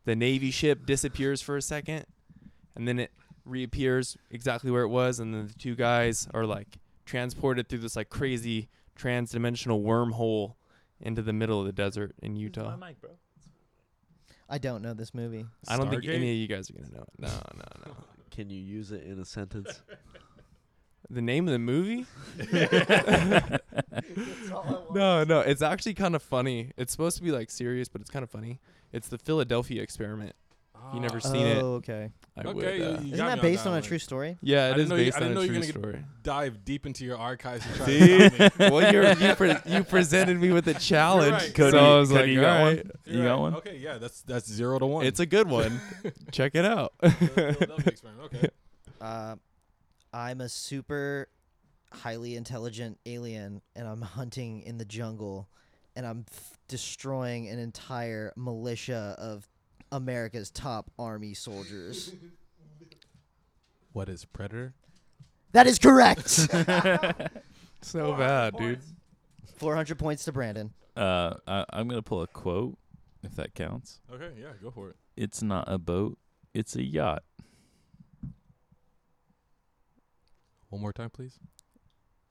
[SPEAKER 3] the navy ship disappears for a second and then it reappears exactly where it was and then the two guys are like transported through this like crazy trans-dimensional wormhole into the middle of the desert in
[SPEAKER 4] Oh.
[SPEAKER 3] Utah.
[SPEAKER 2] I don't know this movie.
[SPEAKER 3] I don't think
[SPEAKER 7] Stargate?
[SPEAKER 3] any of you guys are gonna know. It. No, no, no.
[SPEAKER 1] Can you use it in a sentence?
[SPEAKER 3] The name of the movie? no, no, it's actually kind of funny. It's supposed to be like serious, but it's kind of funny. It's the Philadelphia Experiment. You never
[SPEAKER 7] Ah,
[SPEAKER 2] oh,
[SPEAKER 3] seen it.
[SPEAKER 2] okay.
[SPEAKER 3] I
[SPEAKER 7] okay,
[SPEAKER 3] would.
[SPEAKER 7] you-
[SPEAKER 3] Uh,
[SPEAKER 7] you
[SPEAKER 2] Isn't
[SPEAKER 7] got me
[SPEAKER 2] that based on a
[SPEAKER 7] one.
[SPEAKER 2] true story?
[SPEAKER 3] yeah, it
[SPEAKER 7] didn't
[SPEAKER 3] is
[SPEAKER 7] know you- I
[SPEAKER 3] based
[SPEAKER 7] didn't
[SPEAKER 3] on
[SPEAKER 7] know
[SPEAKER 3] a
[SPEAKER 7] you were
[SPEAKER 3] true
[SPEAKER 7] gonna
[SPEAKER 3] story.
[SPEAKER 7] Dive deep into your archives. And try
[SPEAKER 3] See?
[SPEAKER 7] to find me.
[SPEAKER 3] well, you're, you <laughs> pre- you presented me with a challenge,
[SPEAKER 7] right.
[SPEAKER 4] Cody-
[SPEAKER 3] so I was
[SPEAKER 4] Cody,
[SPEAKER 3] like,
[SPEAKER 4] you got
[SPEAKER 3] all
[SPEAKER 4] one?
[SPEAKER 3] right,
[SPEAKER 4] You
[SPEAKER 7] You're
[SPEAKER 4] got
[SPEAKER 7] right.
[SPEAKER 4] one?
[SPEAKER 7] Okay, yeah, that's that's zero to one.
[SPEAKER 3] it's a good one.
[SPEAKER 7] <laughs>
[SPEAKER 3] Check it out. <laughs>
[SPEAKER 7] The Philadelphia experiment. Okay.
[SPEAKER 2] Uh, I'm a super highly intelligent alien, and I'm <laughs> hunting in the jungle, and I'm f- destroying an entire militia of America's top
[SPEAKER 1] <laughs>
[SPEAKER 2] army soldiers.
[SPEAKER 7] What is predator?
[SPEAKER 2] that is correct. <laughs>
[SPEAKER 3] so bad, dude.
[SPEAKER 2] 400 points to Brandon.
[SPEAKER 4] Uh, I, I'm gonna pull a quote, if that counts.
[SPEAKER 7] Okay, yeah, go for it.
[SPEAKER 4] It's not a boat, it's a yacht.
[SPEAKER 7] One more time, please.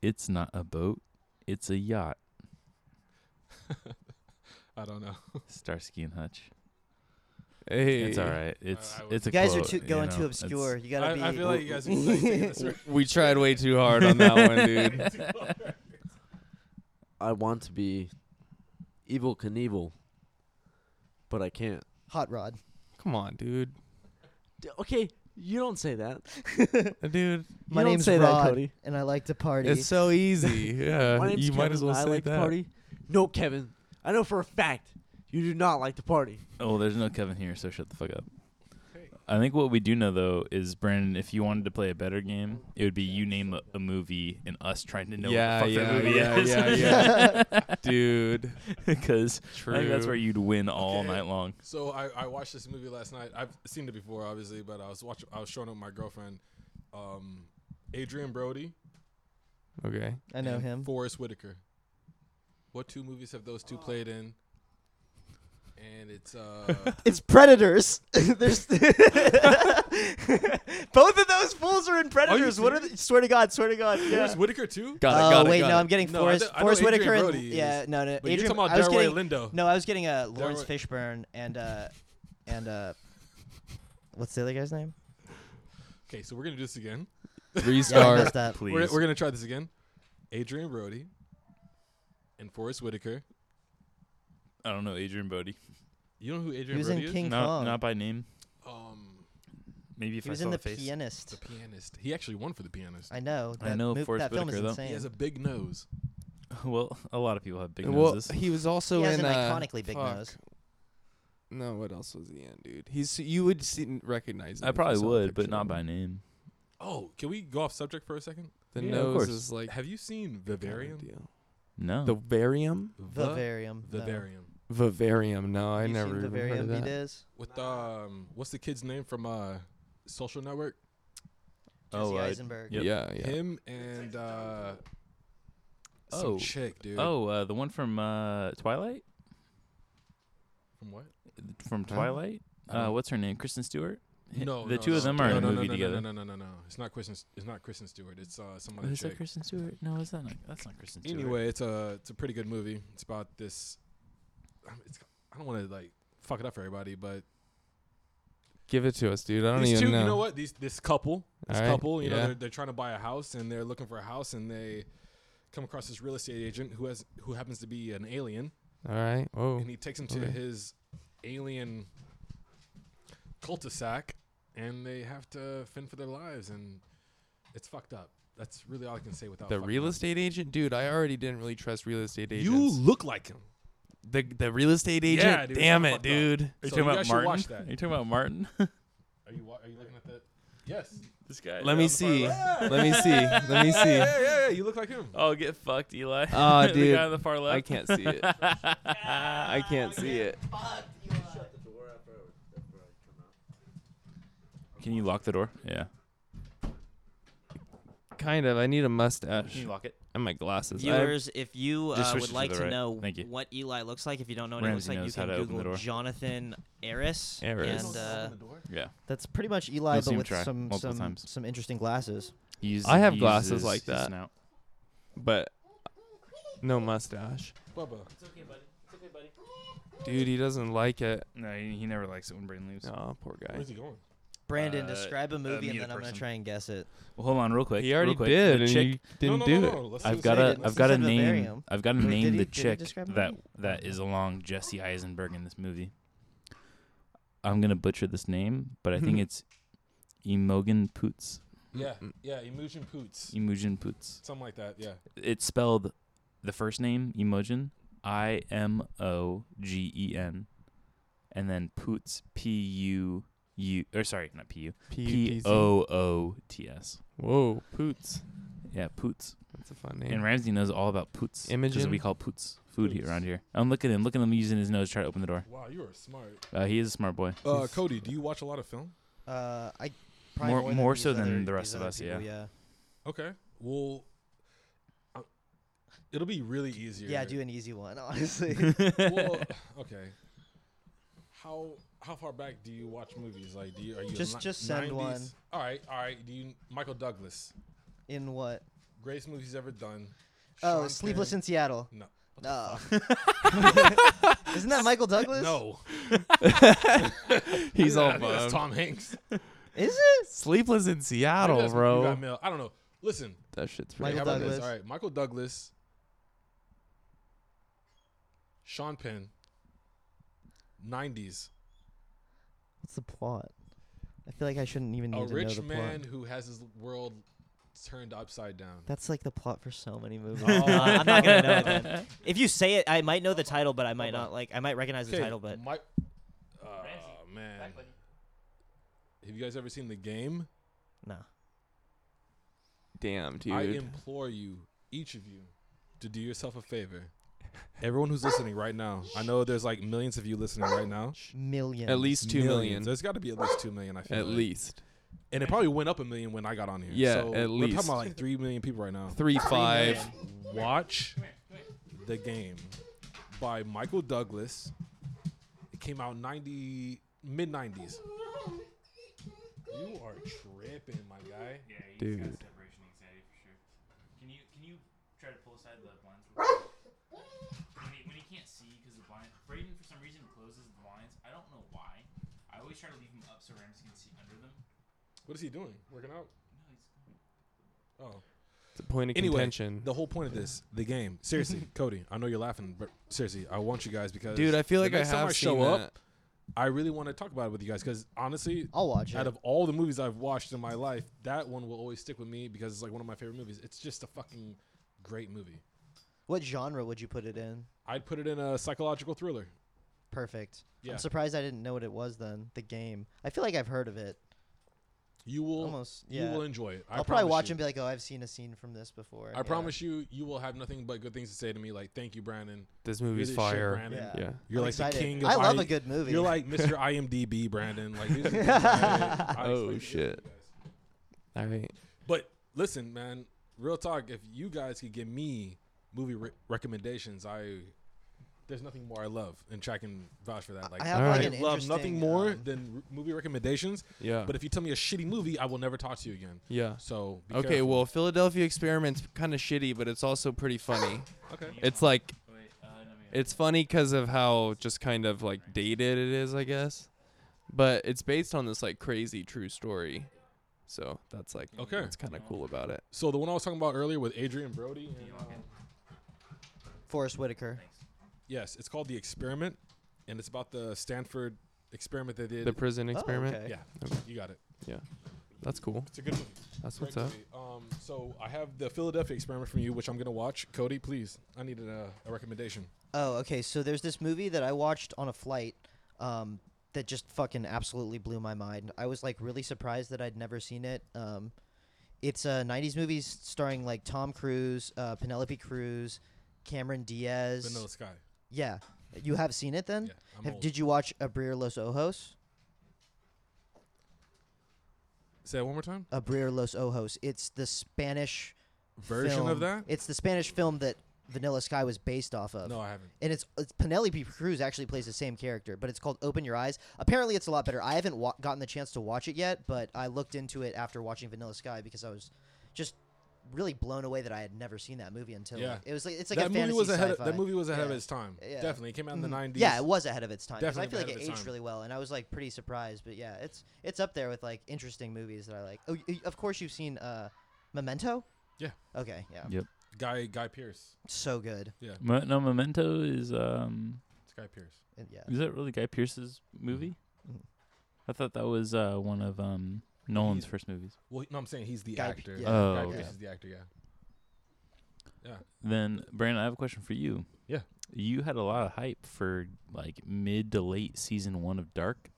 [SPEAKER 4] It's not a boat, it's a yacht.
[SPEAKER 7] I don't know.
[SPEAKER 4] Starsky and Hutch.
[SPEAKER 3] Hey,
[SPEAKER 4] It's all right. It's
[SPEAKER 7] I would-
[SPEAKER 4] it's a
[SPEAKER 2] You guys are
[SPEAKER 4] quote,
[SPEAKER 2] too, going
[SPEAKER 4] know,
[SPEAKER 2] too
[SPEAKER 4] it's-
[SPEAKER 2] obscure. You gotta be.
[SPEAKER 7] I, I feel like
[SPEAKER 2] <laughs>
[SPEAKER 7] you guys are like, taking this right.
[SPEAKER 3] We tried way too hard on that one, dude.
[SPEAKER 1] I want to be evil Knievel, but I can't.
[SPEAKER 2] Hot rod.
[SPEAKER 3] <laughs> Come on, dude.
[SPEAKER 1] D- Okay, you don't say that.
[SPEAKER 3] Uh, Dude,
[SPEAKER 1] You
[SPEAKER 2] My
[SPEAKER 1] don't
[SPEAKER 2] name's
[SPEAKER 1] say
[SPEAKER 2] Rod,
[SPEAKER 1] that, Cody.
[SPEAKER 2] and I like to party.
[SPEAKER 3] it's so <laughs> easy. Yeah,
[SPEAKER 1] My name's
[SPEAKER 3] Uh, you
[SPEAKER 1] Kevin.
[SPEAKER 3] might as well
[SPEAKER 1] I
[SPEAKER 3] say
[SPEAKER 1] like
[SPEAKER 3] that.
[SPEAKER 1] to party. No, Kevin. I know for a fact you do not like to party.
[SPEAKER 4] Oh, there's no Kevin here, so shut the fuck up. I think what we do know though is Brandon. If you wanted to play a better game, it would be you name a, a movie and us trying to know
[SPEAKER 3] yeah,
[SPEAKER 4] what the fuck
[SPEAKER 3] yeah,
[SPEAKER 4] that movie
[SPEAKER 3] yeah,
[SPEAKER 4] is. <laughs>
[SPEAKER 3] yeah, yeah, dude.
[SPEAKER 4] Because
[SPEAKER 3] True.
[SPEAKER 4] I think that's where you'd win all
[SPEAKER 7] Okay.
[SPEAKER 4] night long.
[SPEAKER 7] So I, I watched this movie last night. I've seen it before, obviously, but I was watching. I was showing up my girlfriend, um, Adrian Brody.
[SPEAKER 3] okay.
[SPEAKER 2] I know
[SPEAKER 7] and
[SPEAKER 2] him.
[SPEAKER 7] Forrest Whitaker. What two movies have those two played in? And it's uh,
[SPEAKER 2] It's predators. <laughs> There's both of those fools are in predators. what are they? Swear to God, swear to God. Yeah.
[SPEAKER 7] Forrest Whitaker too.
[SPEAKER 3] Got it.
[SPEAKER 2] oh
[SPEAKER 3] Got it.
[SPEAKER 2] wait,
[SPEAKER 3] got
[SPEAKER 2] no,
[SPEAKER 3] it.
[SPEAKER 2] I'm getting
[SPEAKER 7] No, I
[SPEAKER 2] Forrest.
[SPEAKER 7] th- I know
[SPEAKER 2] Forrest
[SPEAKER 7] Adrian
[SPEAKER 2] Whitaker. and-
[SPEAKER 7] Brody is-
[SPEAKER 2] yeah, no, no.
[SPEAKER 7] But
[SPEAKER 2] Adrian,
[SPEAKER 7] you're talking
[SPEAKER 2] I was
[SPEAKER 7] about Delroy
[SPEAKER 2] getting,
[SPEAKER 7] Lindo.
[SPEAKER 2] No, I was getting uh, Lawrence
[SPEAKER 7] Delroy-
[SPEAKER 2] Fishburne and uh, and uh, what's the other guy's name?
[SPEAKER 7] Okay, so we're gonna do this again.
[SPEAKER 2] <laughs> Yeah, I
[SPEAKER 3] Restart.
[SPEAKER 2] messed up.
[SPEAKER 4] Please,
[SPEAKER 7] We're, we're gonna try this again. Adrian Brody and Forrest Whitaker.
[SPEAKER 4] I don't know Adrian Bodie.
[SPEAKER 7] You know who Adrian
[SPEAKER 2] He was
[SPEAKER 7] Brody
[SPEAKER 2] in
[SPEAKER 7] is?
[SPEAKER 2] King
[SPEAKER 4] Not
[SPEAKER 2] Kong.
[SPEAKER 4] not by name.
[SPEAKER 7] um,
[SPEAKER 4] Maybe if I
[SPEAKER 2] he was
[SPEAKER 4] saw
[SPEAKER 2] in the,
[SPEAKER 4] face.
[SPEAKER 7] the
[SPEAKER 2] pianist.
[SPEAKER 7] pianist. He actually won for the pianist.
[SPEAKER 2] I know.
[SPEAKER 4] I
[SPEAKER 2] that
[SPEAKER 4] know
[SPEAKER 2] mov-
[SPEAKER 4] Forrest
[SPEAKER 2] that film
[SPEAKER 4] Whitaker, though.
[SPEAKER 2] is
[SPEAKER 7] He
[SPEAKER 2] insane.
[SPEAKER 7] has a big nose.
[SPEAKER 4] <laughs> Well, a lot of people have big
[SPEAKER 3] well,
[SPEAKER 4] noses.
[SPEAKER 3] he was also
[SPEAKER 2] He has
[SPEAKER 3] in
[SPEAKER 2] an
[SPEAKER 3] uh,
[SPEAKER 2] iconically big
[SPEAKER 3] fuck.
[SPEAKER 2] nose.
[SPEAKER 3] No, what else was he in, dude? He's you would see, recognize. Him
[SPEAKER 4] I
[SPEAKER 3] if you
[SPEAKER 4] probably
[SPEAKER 3] saw a
[SPEAKER 4] would, but
[SPEAKER 3] picture
[SPEAKER 4] not
[SPEAKER 3] of him.
[SPEAKER 4] by name.
[SPEAKER 7] Oh, can we go off subject for a second?
[SPEAKER 3] The
[SPEAKER 4] Yeah, of
[SPEAKER 3] nose
[SPEAKER 4] course.
[SPEAKER 3] is like
[SPEAKER 7] Have you seen
[SPEAKER 3] kind of
[SPEAKER 7] Vivarium?
[SPEAKER 3] deal.
[SPEAKER 4] No.
[SPEAKER 3] The Vivarium.
[SPEAKER 2] Vivarium. no.
[SPEAKER 7] Vivarium.
[SPEAKER 3] Vivarium. No, I
[SPEAKER 2] You've
[SPEAKER 3] never
[SPEAKER 2] seen
[SPEAKER 3] even
[SPEAKER 2] Vivarium,
[SPEAKER 3] heard of
[SPEAKER 2] he
[SPEAKER 3] that.
[SPEAKER 2] does?
[SPEAKER 7] With um, what's the kid's name from uh, Social Network?
[SPEAKER 4] Oh,
[SPEAKER 2] Jesse
[SPEAKER 4] uh,
[SPEAKER 2] Eisenberg.
[SPEAKER 4] yeah. Yep.
[SPEAKER 3] Yeah, yeah.
[SPEAKER 7] Him and uh, some
[SPEAKER 4] Oh.
[SPEAKER 7] chick, dude.
[SPEAKER 4] oh, uh, the one from uh, Twilight.
[SPEAKER 7] from what?
[SPEAKER 4] From
[SPEAKER 3] Huh?
[SPEAKER 4] Twilight.
[SPEAKER 3] I don't-
[SPEAKER 4] Uh, what's her name? Kristen Stewart. H-
[SPEAKER 7] No,
[SPEAKER 4] the
[SPEAKER 7] no,
[SPEAKER 4] two of
[SPEAKER 7] no.
[SPEAKER 4] them are
[SPEAKER 7] no,
[SPEAKER 4] in
[SPEAKER 7] no,
[SPEAKER 4] a
[SPEAKER 7] no,
[SPEAKER 4] movie
[SPEAKER 7] no,
[SPEAKER 4] together.
[SPEAKER 7] No, no, no, no, no. It's not Kristen. It's not Kristen Stewart. It's uh, some
[SPEAKER 4] Oh,
[SPEAKER 7] other
[SPEAKER 4] is that
[SPEAKER 7] chick.
[SPEAKER 4] Kristen Stewart? No, is that not? That's not Kristen Stewart.
[SPEAKER 7] Anyway, it's a it's a pretty good movie. It's about this. um, It's, I don't want to like fuck it up for everybody, but
[SPEAKER 3] Give it to us, dude. I don't
[SPEAKER 7] these
[SPEAKER 3] even
[SPEAKER 7] two,
[SPEAKER 3] know.
[SPEAKER 7] you know what? These this couple, this
[SPEAKER 3] All right,
[SPEAKER 7] couple, you know,
[SPEAKER 3] yeah.
[SPEAKER 7] they're, they're trying to buy a house and they're looking for a house and they come across this real estate agent who has who happens to be an alien
[SPEAKER 3] All right. Oh,
[SPEAKER 7] and he takes him to
[SPEAKER 3] okay.
[SPEAKER 7] his alien cul-de-sac and they have to fend for their lives and it's fucked up. That's really all I can say without
[SPEAKER 3] the
[SPEAKER 7] fucking
[SPEAKER 3] real
[SPEAKER 7] up.
[SPEAKER 3] estate agent, dude. I already didn't really trust real estate agents.
[SPEAKER 7] You look like him.
[SPEAKER 3] the the real estate agent.
[SPEAKER 7] Yeah, dude,
[SPEAKER 3] Damn
[SPEAKER 7] it's
[SPEAKER 3] it,
[SPEAKER 7] fucked up.
[SPEAKER 3] dude.
[SPEAKER 4] Are you
[SPEAKER 7] So
[SPEAKER 4] talking
[SPEAKER 7] you
[SPEAKER 4] about
[SPEAKER 7] guys should
[SPEAKER 4] Martin?
[SPEAKER 7] watch that.
[SPEAKER 4] Are you talking about
[SPEAKER 7] <laughs>
[SPEAKER 4] Martin?
[SPEAKER 7] Are you wa- are you looking at that? Yes.
[SPEAKER 4] this guy.
[SPEAKER 3] Let me see. Let me see. Let me see.
[SPEAKER 7] <laughs> Yeah, yeah, yeah. You look like him.
[SPEAKER 4] Oh, get fucked, Eli. <laughs>
[SPEAKER 3] Oh,
[SPEAKER 4] the
[SPEAKER 3] dude.
[SPEAKER 4] guy on the far left.
[SPEAKER 3] I can't see it. I can't see it.
[SPEAKER 4] <laughs> Can you lock the door? Yeah.
[SPEAKER 3] Kind of. I need a mustache
[SPEAKER 4] Can you lock it?
[SPEAKER 3] and my glasses. I-
[SPEAKER 8] Viewers, if you
[SPEAKER 4] Just
[SPEAKER 8] uh,
[SPEAKER 4] switch it
[SPEAKER 8] would
[SPEAKER 4] to
[SPEAKER 8] like
[SPEAKER 4] the
[SPEAKER 8] to
[SPEAKER 4] right.
[SPEAKER 8] know
[SPEAKER 4] Thank you.
[SPEAKER 8] what Eli looks like, if you don't know what he looks
[SPEAKER 4] Ramsey
[SPEAKER 8] like, you
[SPEAKER 4] knows how
[SPEAKER 8] can
[SPEAKER 4] to open the
[SPEAKER 8] Google
[SPEAKER 4] door.
[SPEAKER 8] Jonathan
[SPEAKER 4] <laughs>
[SPEAKER 8] Aris.
[SPEAKER 3] Aris.
[SPEAKER 8] And uh,
[SPEAKER 4] Yeah.
[SPEAKER 2] That's pretty much Eli,
[SPEAKER 4] You've
[SPEAKER 2] but
[SPEAKER 4] seen him
[SPEAKER 2] with
[SPEAKER 4] try
[SPEAKER 2] some
[SPEAKER 4] multiple
[SPEAKER 2] some
[SPEAKER 4] times.
[SPEAKER 2] some interesting glasses.
[SPEAKER 4] He uses-
[SPEAKER 3] I have
[SPEAKER 4] he
[SPEAKER 3] glasses
[SPEAKER 4] uses
[SPEAKER 3] like
[SPEAKER 4] his
[SPEAKER 3] that.
[SPEAKER 4] snout.
[SPEAKER 3] but no mustache.
[SPEAKER 7] Bubba.
[SPEAKER 3] Dude, he doesn't like it.
[SPEAKER 4] No, he, he never likes it when Brain leaves.
[SPEAKER 3] Oh, poor guy.
[SPEAKER 7] Where's he going?
[SPEAKER 2] Brandon,
[SPEAKER 4] Uh,
[SPEAKER 2] describe a movie,
[SPEAKER 4] meet
[SPEAKER 2] and
[SPEAKER 4] a
[SPEAKER 2] then I'm gonna
[SPEAKER 4] person.
[SPEAKER 2] try and guess it.
[SPEAKER 4] Well, hold on, real quick.
[SPEAKER 3] He already
[SPEAKER 4] real quick.
[SPEAKER 3] did,
[SPEAKER 4] The
[SPEAKER 3] and
[SPEAKER 4] chick,
[SPEAKER 3] you didn't
[SPEAKER 7] no, no,
[SPEAKER 3] do
[SPEAKER 7] no,
[SPEAKER 3] it.
[SPEAKER 7] no. Let's
[SPEAKER 4] I've
[SPEAKER 7] do it.
[SPEAKER 4] got to.
[SPEAKER 2] Let's
[SPEAKER 4] I've got to
[SPEAKER 2] listen to
[SPEAKER 4] name.
[SPEAKER 2] Vivarium.
[SPEAKER 4] I've got to
[SPEAKER 2] Wait, <laughs> did
[SPEAKER 4] name
[SPEAKER 2] he-
[SPEAKER 4] the
[SPEAKER 2] did he
[SPEAKER 4] chick
[SPEAKER 2] describe the
[SPEAKER 4] that
[SPEAKER 2] movie?
[SPEAKER 4] that is along Jesse Eisenberg in this movie. I'm gonna butcher this name, but I
[SPEAKER 2] <laughs>
[SPEAKER 4] think it's Imogen Poots.
[SPEAKER 7] Yeah, yeah, Imogen Poots,
[SPEAKER 4] Imogen Poots.
[SPEAKER 7] something like that. Yeah,
[SPEAKER 4] It's spelled the first name Imogen, I M O G E N, and then Poots P U U or sorry, not P U P
[SPEAKER 3] P-U-T-Z.
[SPEAKER 4] O O T S.
[SPEAKER 3] Whoa, Poots.
[SPEAKER 4] Yeah, Poots.
[SPEAKER 3] That's a fun
[SPEAKER 4] And
[SPEAKER 3] name.
[SPEAKER 4] Ramsey knows all about poots. Because we
[SPEAKER 3] Imogen?
[SPEAKER 4] call poots food here
[SPEAKER 7] Poots.
[SPEAKER 4] around here. I'm looking at him, looking at him using his nose, try to open the door.
[SPEAKER 7] wow, you are smart.
[SPEAKER 4] Uh, he is a smart boy.
[SPEAKER 7] Uh, Cody, do you watch a lot of film?
[SPEAKER 2] Uh, I probably
[SPEAKER 4] More-
[SPEAKER 2] than
[SPEAKER 4] more
[SPEAKER 2] these
[SPEAKER 4] so than
[SPEAKER 2] other-
[SPEAKER 4] the rest
[SPEAKER 2] these
[SPEAKER 4] of
[SPEAKER 2] other
[SPEAKER 4] us,
[SPEAKER 2] people,
[SPEAKER 7] Okay, well, uh, it'll be really easier.
[SPEAKER 2] yeah. Yeah, do an easy one, <laughs> honestly.
[SPEAKER 4] <laughs>
[SPEAKER 7] well, okay. How how far back do you watch movies? Like, do you are you a
[SPEAKER 2] Just-
[SPEAKER 7] ni-
[SPEAKER 2] just send
[SPEAKER 7] 90s?
[SPEAKER 2] one.
[SPEAKER 7] All right, all right. Do you Michael Douglas,
[SPEAKER 2] In what?
[SPEAKER 7] greatest movies ever done?
[SPEAKER 2] Oh,
[SPEAKER 7] Sean
[SPEAKER 2] Sleepless
[SPEAKER 7] Penn.
[SPEAKER 2] in Seattle.
[SPEAKER 7] No.
[SPEAKER 2] No. <laughs> Isn't that Michael Douglas?
[SPEAKER 7] No,
[SPEAKER 3] <laughs> He's
[SPEAKER 7] I <laughs>
[SPEAKER 3] all
[SPEAKER 7] think that's
[SPEAKER 3] bummed.
[SPEAKER 7] Tom Hanks.
[SPEAKER 2] Is it?
[SPEAKER 3] Sleepless in
[SPEAKER 7] Maybe
[SPEAKER 3] Seattle,
[SPEAKER 7] that's what you
[SPEAKER 3] bro.
[SPEAKER 7] got, Mel. I don't know. Listen,
[SPEAKER 3] That shit's
[SPEAKER 7] Hey,
[SPEAKER 3] pretty.
[SPEAKER 2] Michael
[SPEAKER 7] how about this?
[SPEAKER 2] Douglas.
[SPEAKER 7] All right, Michael Douglas, Sean Penn, '90s,
[SPEAKER 2] What's the plot? I feel like I shouldn't even need
[SPEAKER 7] a
[SPEAKER 2] to know
[SPEAKER 7] rich
[SPEAKER 2] the
[SPEAKER 7] man
[SPEAKER 2] plot.
[SPEAKER 7] who has his world turned upside down.
[SPEAKER 2] That's like the plot for so many movies.
[SPEAKER 7] Oh.
[SPEAKER 8] Uh, I'm not gonna know it.
[SPEAKER 2] <laughs>
[SPEAKER 8] then. If you say it, I might know the title, but I might
[SPEAKER 7] Hold on.
[SPEAKER 8] not like. I might recognize the
[SPEAKER 7] Okay,
[SPEAKER 8] title, but
[SPEAKER 7] Mike, oh man, have you guys ever seen the game?
[SPEAKER 8] no.
[SPEAKER 3] Damn, dude.
[SPEAKER 7] I implore you, each of you, to do yourself a favor. Everyone who's listening right now, I know there's like millions of you listening right now.
[SPEAKER 2] Million.
[SPEAKER 3] at least two million.
[SPEAKER 7] There's got to be at least two million. I feel
[SPEAKER 3] At
[SPEAKER 7] like.
[SPEAKER 3] least
[SPEAKER 7] and it probably went up a million when I got on here.
[SPEAKER 3] Yeah,
[SPEAKER 7] so
[SPEAKER 3] at
[SPEAKER 7] we're
[SPEAKER 3] least.
[SPEAKER 7] talking about like three million people right now.
[SPEAKER 3] three five.
[SPEAKER 7] Watch the game by Michael Douglas. It came out ninety mid nineties. You are tripping, my guy.
[SPEAKER 4] Yeah, he's
[SPEAKER 3] Dude. got
[SPEAKER 4] separation anxiety for sure. Can you can you try to pull aside the blinds? When he, when he can't see because the blind, Braden for some reason closes the blinds. I don't know why. I always try to leave them up so Ramsey can see under them.
[SPEAKER 7] What is he doing? Working out? Oh.
[SPEAKER 3] It's a point of
[SPEAKER 7] Anyway,
[SPEAKER 3] contention.
[SPEAKER 7] The whole point of this, the game.
[SPEAKER 3] <laughs>
[SPEAKER 7] Seriously, Cody, I know you're laughing, but seriously, I want you guys because
[SPEAKER 3] Dude, I feel
[SPEAKER 7] the
[SPEAKER 3] like I
[SPEAKER 7] next time
[SPEAKER 3] have
[SPEAKER 7] I show
[SPEAKER 3] seen
[SPEAKER 7] up,
[SPEAKER 3] that.
[SPEAKER 7] I really want to talk about it with you guys because honestly,
[SPEAKER 2] I'll watch
[SPEAKER 7] out
[SPEAKER 2] it.
[SPEAKER 7] of all the movies I've watched in my life, that one will always stick with me because it's like one of my favorite movies. It's just a fucking great movie.
[SPEAKER 2] What genre would you put it in?
[SPEAKER 7] I'd put it in a psychological thriller.
[SPEAKER 2] Perfect.
[SPEAKER 7] Yeah.
[SPEAKER 2] I'm surprised I didn't know what it was then. The game. I feel like I've heard of it.
[SPEAKER 7] You will
[SPEAKER 2] Almost,
[SPEAKER 7] you
[SPEAKER 2] yeah.
[SPEAKER 7] will enjoy it. I
[SPEAKER 2] I will probably
[SPEAKER 7] promise
[SPEAKER 2] watch
[SPEAKER 7] you.
[SPEAKER 2] and be like, oh, I've seen a scene from this before.
[SPEAKER 7] I promise you, you will have nothing but good things to say to me. Like, thank you, Brandon.
[SPEAKER 3] This
[SPEAKER 7] You're
[SPEAKER 3] movie's
[SPEAKER 7] the shit,
[SPEAKER 3] fire.
[SPEAKER 7] Brandon.
[SPEAKER 2] Yeah.
[SPEAKER 3] Yeah.
[SPEAKER 7] You're
[SPEAKER 2] I'm
[SPEAKER 7] like
[SPEAKER 2] excited.
[SPEAKER 7] the king. Of
[SPEAKER 2] I love
[SPEAKER 7] a
[SPEAKER 2] a good movie.
[SPEAKER 7] You're like Mr. IMDb, Brandon.
[SPEAKER 2] <laughs>
[SPEAKER 7] Like, these are the things I- I
[SPEAKER 3] Oh,
[SPEAKER 7] explain to these
[SPEAKER 3] shit.
[SPEAKER 7] guys.
[SPEAKER 3] All right.
[SPEAKER 7] But listen, man, real talk. If you guys could give me movie re- recommendations, I there's nothing more I love, and Chad can vouch for that. Like,
[SPEAKER 2] I have
[SPEAKER 3] All
[SPEAKER 2] like
[SPEAKER 3] right.
[SPEAKER 2] an
[SPEAKER 7] love nothing
[SPEAKER 2] interesting,
[SPEAKER 7] more
[SPEAKER 2] um,
[SPEAKER 7] than re- movie recommendations.
[SPEAKER 3] Yeah.
[SPEAKER 7] But if you tell me a shitty movie, I will never talk to you again.
[SPEAKER 3] yeah.
[SPEAKER 7] So be
[SPEAKER 3] Okay,
[SPEAKER 7] careful.
[SPEAKER 3] well, Philadelphia Experiment's kind of shitty, but it's also pretty funny.
[SPEAKER 7] okay.
[SPEAKER 3] It's like, it's funny because of how just kind of like dated it is, I guess. But it's based on this like crazy true story, so that's like
[SPEAKER 7] Okay.
[SPEAKER 3] It's kind of cool about it.
[SPEAKER 7] So the one I was talking about earlier with Adrian Brody. And, uh,
[SPEAKER 2] Forrest Whitaker.
[SPEAKER 7] yes, it's called The Experiment, and it's about the Stanford experiment they did.
[SPEAKER 3] The prison
[SPEAKER 2] Oh,
[SPEAKER 3] experiment.
[SPEAKER 2] okay.
[SPEAKER 7] yeah, you got it.
[SPEAKER 3] That's cool.
[SPEAKER 7] It's a good movie.
[SPEAKER 3] That's
[SPEAKER 7] Great
[SPEAKER 3] what's up.
[SPEAKER 7] movie. Um, so I have the Philadelphia experiment from you, which I'm gonna watch. Cody, please, I needed a, a recommendation.
[SPEAKER 2] Oh, okay. So there's this movie that I watched on a flight um, that just fucking absolutely blew my mind. I was like really surprised that I'd never seen it. Um, it's a 90s movie s- starring like Tom Cruise, uh, Penelope Cruz, Cameron Diaz.
[SPEAKER 7] Vanilla Sky.
[SPEAKER 2] Yeah. You have seen it then?
[SPEAKER 7] Yeah, I'm
[SPEAKER 2] Have,
[SPEAKER 7] old.
[SPEAKER 2] did you watch Abrir Los Ojos?
[SPEAKER 7] Say that one more time.
[SPEAKER 2] Abrir Los Ojos. It's the Spanish
[SPEAKER 7] Version
[SPEAKER 2] film-
[SPEAKER 7] of that?
[SPEAKER 2] It's the Spanish film that Vanilla Sky was based off of.
[SPEAKER 7] No, I haven't.
[SPEAKER 2] and it's, it's Penelope Cruz actually plays the same character, but it's called Open Your Eyes. Apparently, it's a lot better. I haven't wa- gotten the chance to watch it yet, but I looked into it after watching Vanilla Sky because I was just really blown away that I had never seen that movie until
[SPEAKER 7] Yeah.
[SPEAKER 2] it was like it's like
[SPEAKER 7] that
[SPEAKER 2] a
[SPEAKER 7] movie
[SPEAKER 2] fantasy
[SPEAKER 7] was ahead. Of,
[SPEAKER 2] sci-fi.
[SPEAKER 7] that movie was ahead of
[SPEAKER 2] Yeah.
[SPEAKER 7] its time.
[SPEAKER 2] Yeah. Mm-hmm.
[SPEAKER 7] Definitely, it came out in the '90s.
[SPEAKER 2] Yeah, it was ahead of its time. 'cause I
[SPEAKER 7] Definitely
[SPEAKER 2] feel like
[SPEAKER 7] ahead
[SPEAKER 2] it
[SPEAKER 7] of
[SPEAKER 2] aged
[SPEAKER 7] its time.
[SPEAKER 2] really well, and I was like pretty surprised. But yeah, it's it's up there with like interesting movies that I like. Oh, y- y- of course you've seen uh, Memento.
[SPEAKER 7] Yeah.
[SPEAKER 2] Okay. Yeah.
[SPEAKER 4] Yeah.
[SPEAKER 7] Guy Guy Pierce.
[SPEAKER 2] So good.
[SPEAKER 4] Mo- no, Memento is um
[SPEAKER 7] It's Guy Pierce.
[SPEAKER 2] And yeah.
[SPEAKER 4] is that really Guy Pierce's movie?
[SPEAKER 2] Mhm.
[SPEAKER 4] I thought that was uh one of um Nolan's
[SPEAKER 7] He's-
[SPEAKER 4] first movies.
[SPEAKER 7] Well, no, I'm saying he's the
[SPEAKER 2] Guy P-
[SPEAKER 7] actor.
[SPEAKER 2] yeah.
[SPEAKER 4] Oh,
[SPEAKER 7] Guy
[SPEAKER 4] okay.
[SPEAKER 7] Pierce is the actor. Yeah.
[SPEAKER 4] Then Brandon, I have a question for you.
[SPEAKER 7] Yeah.
[SPEAKER 4] You had a lot of hype for like mid to late season one of Dark,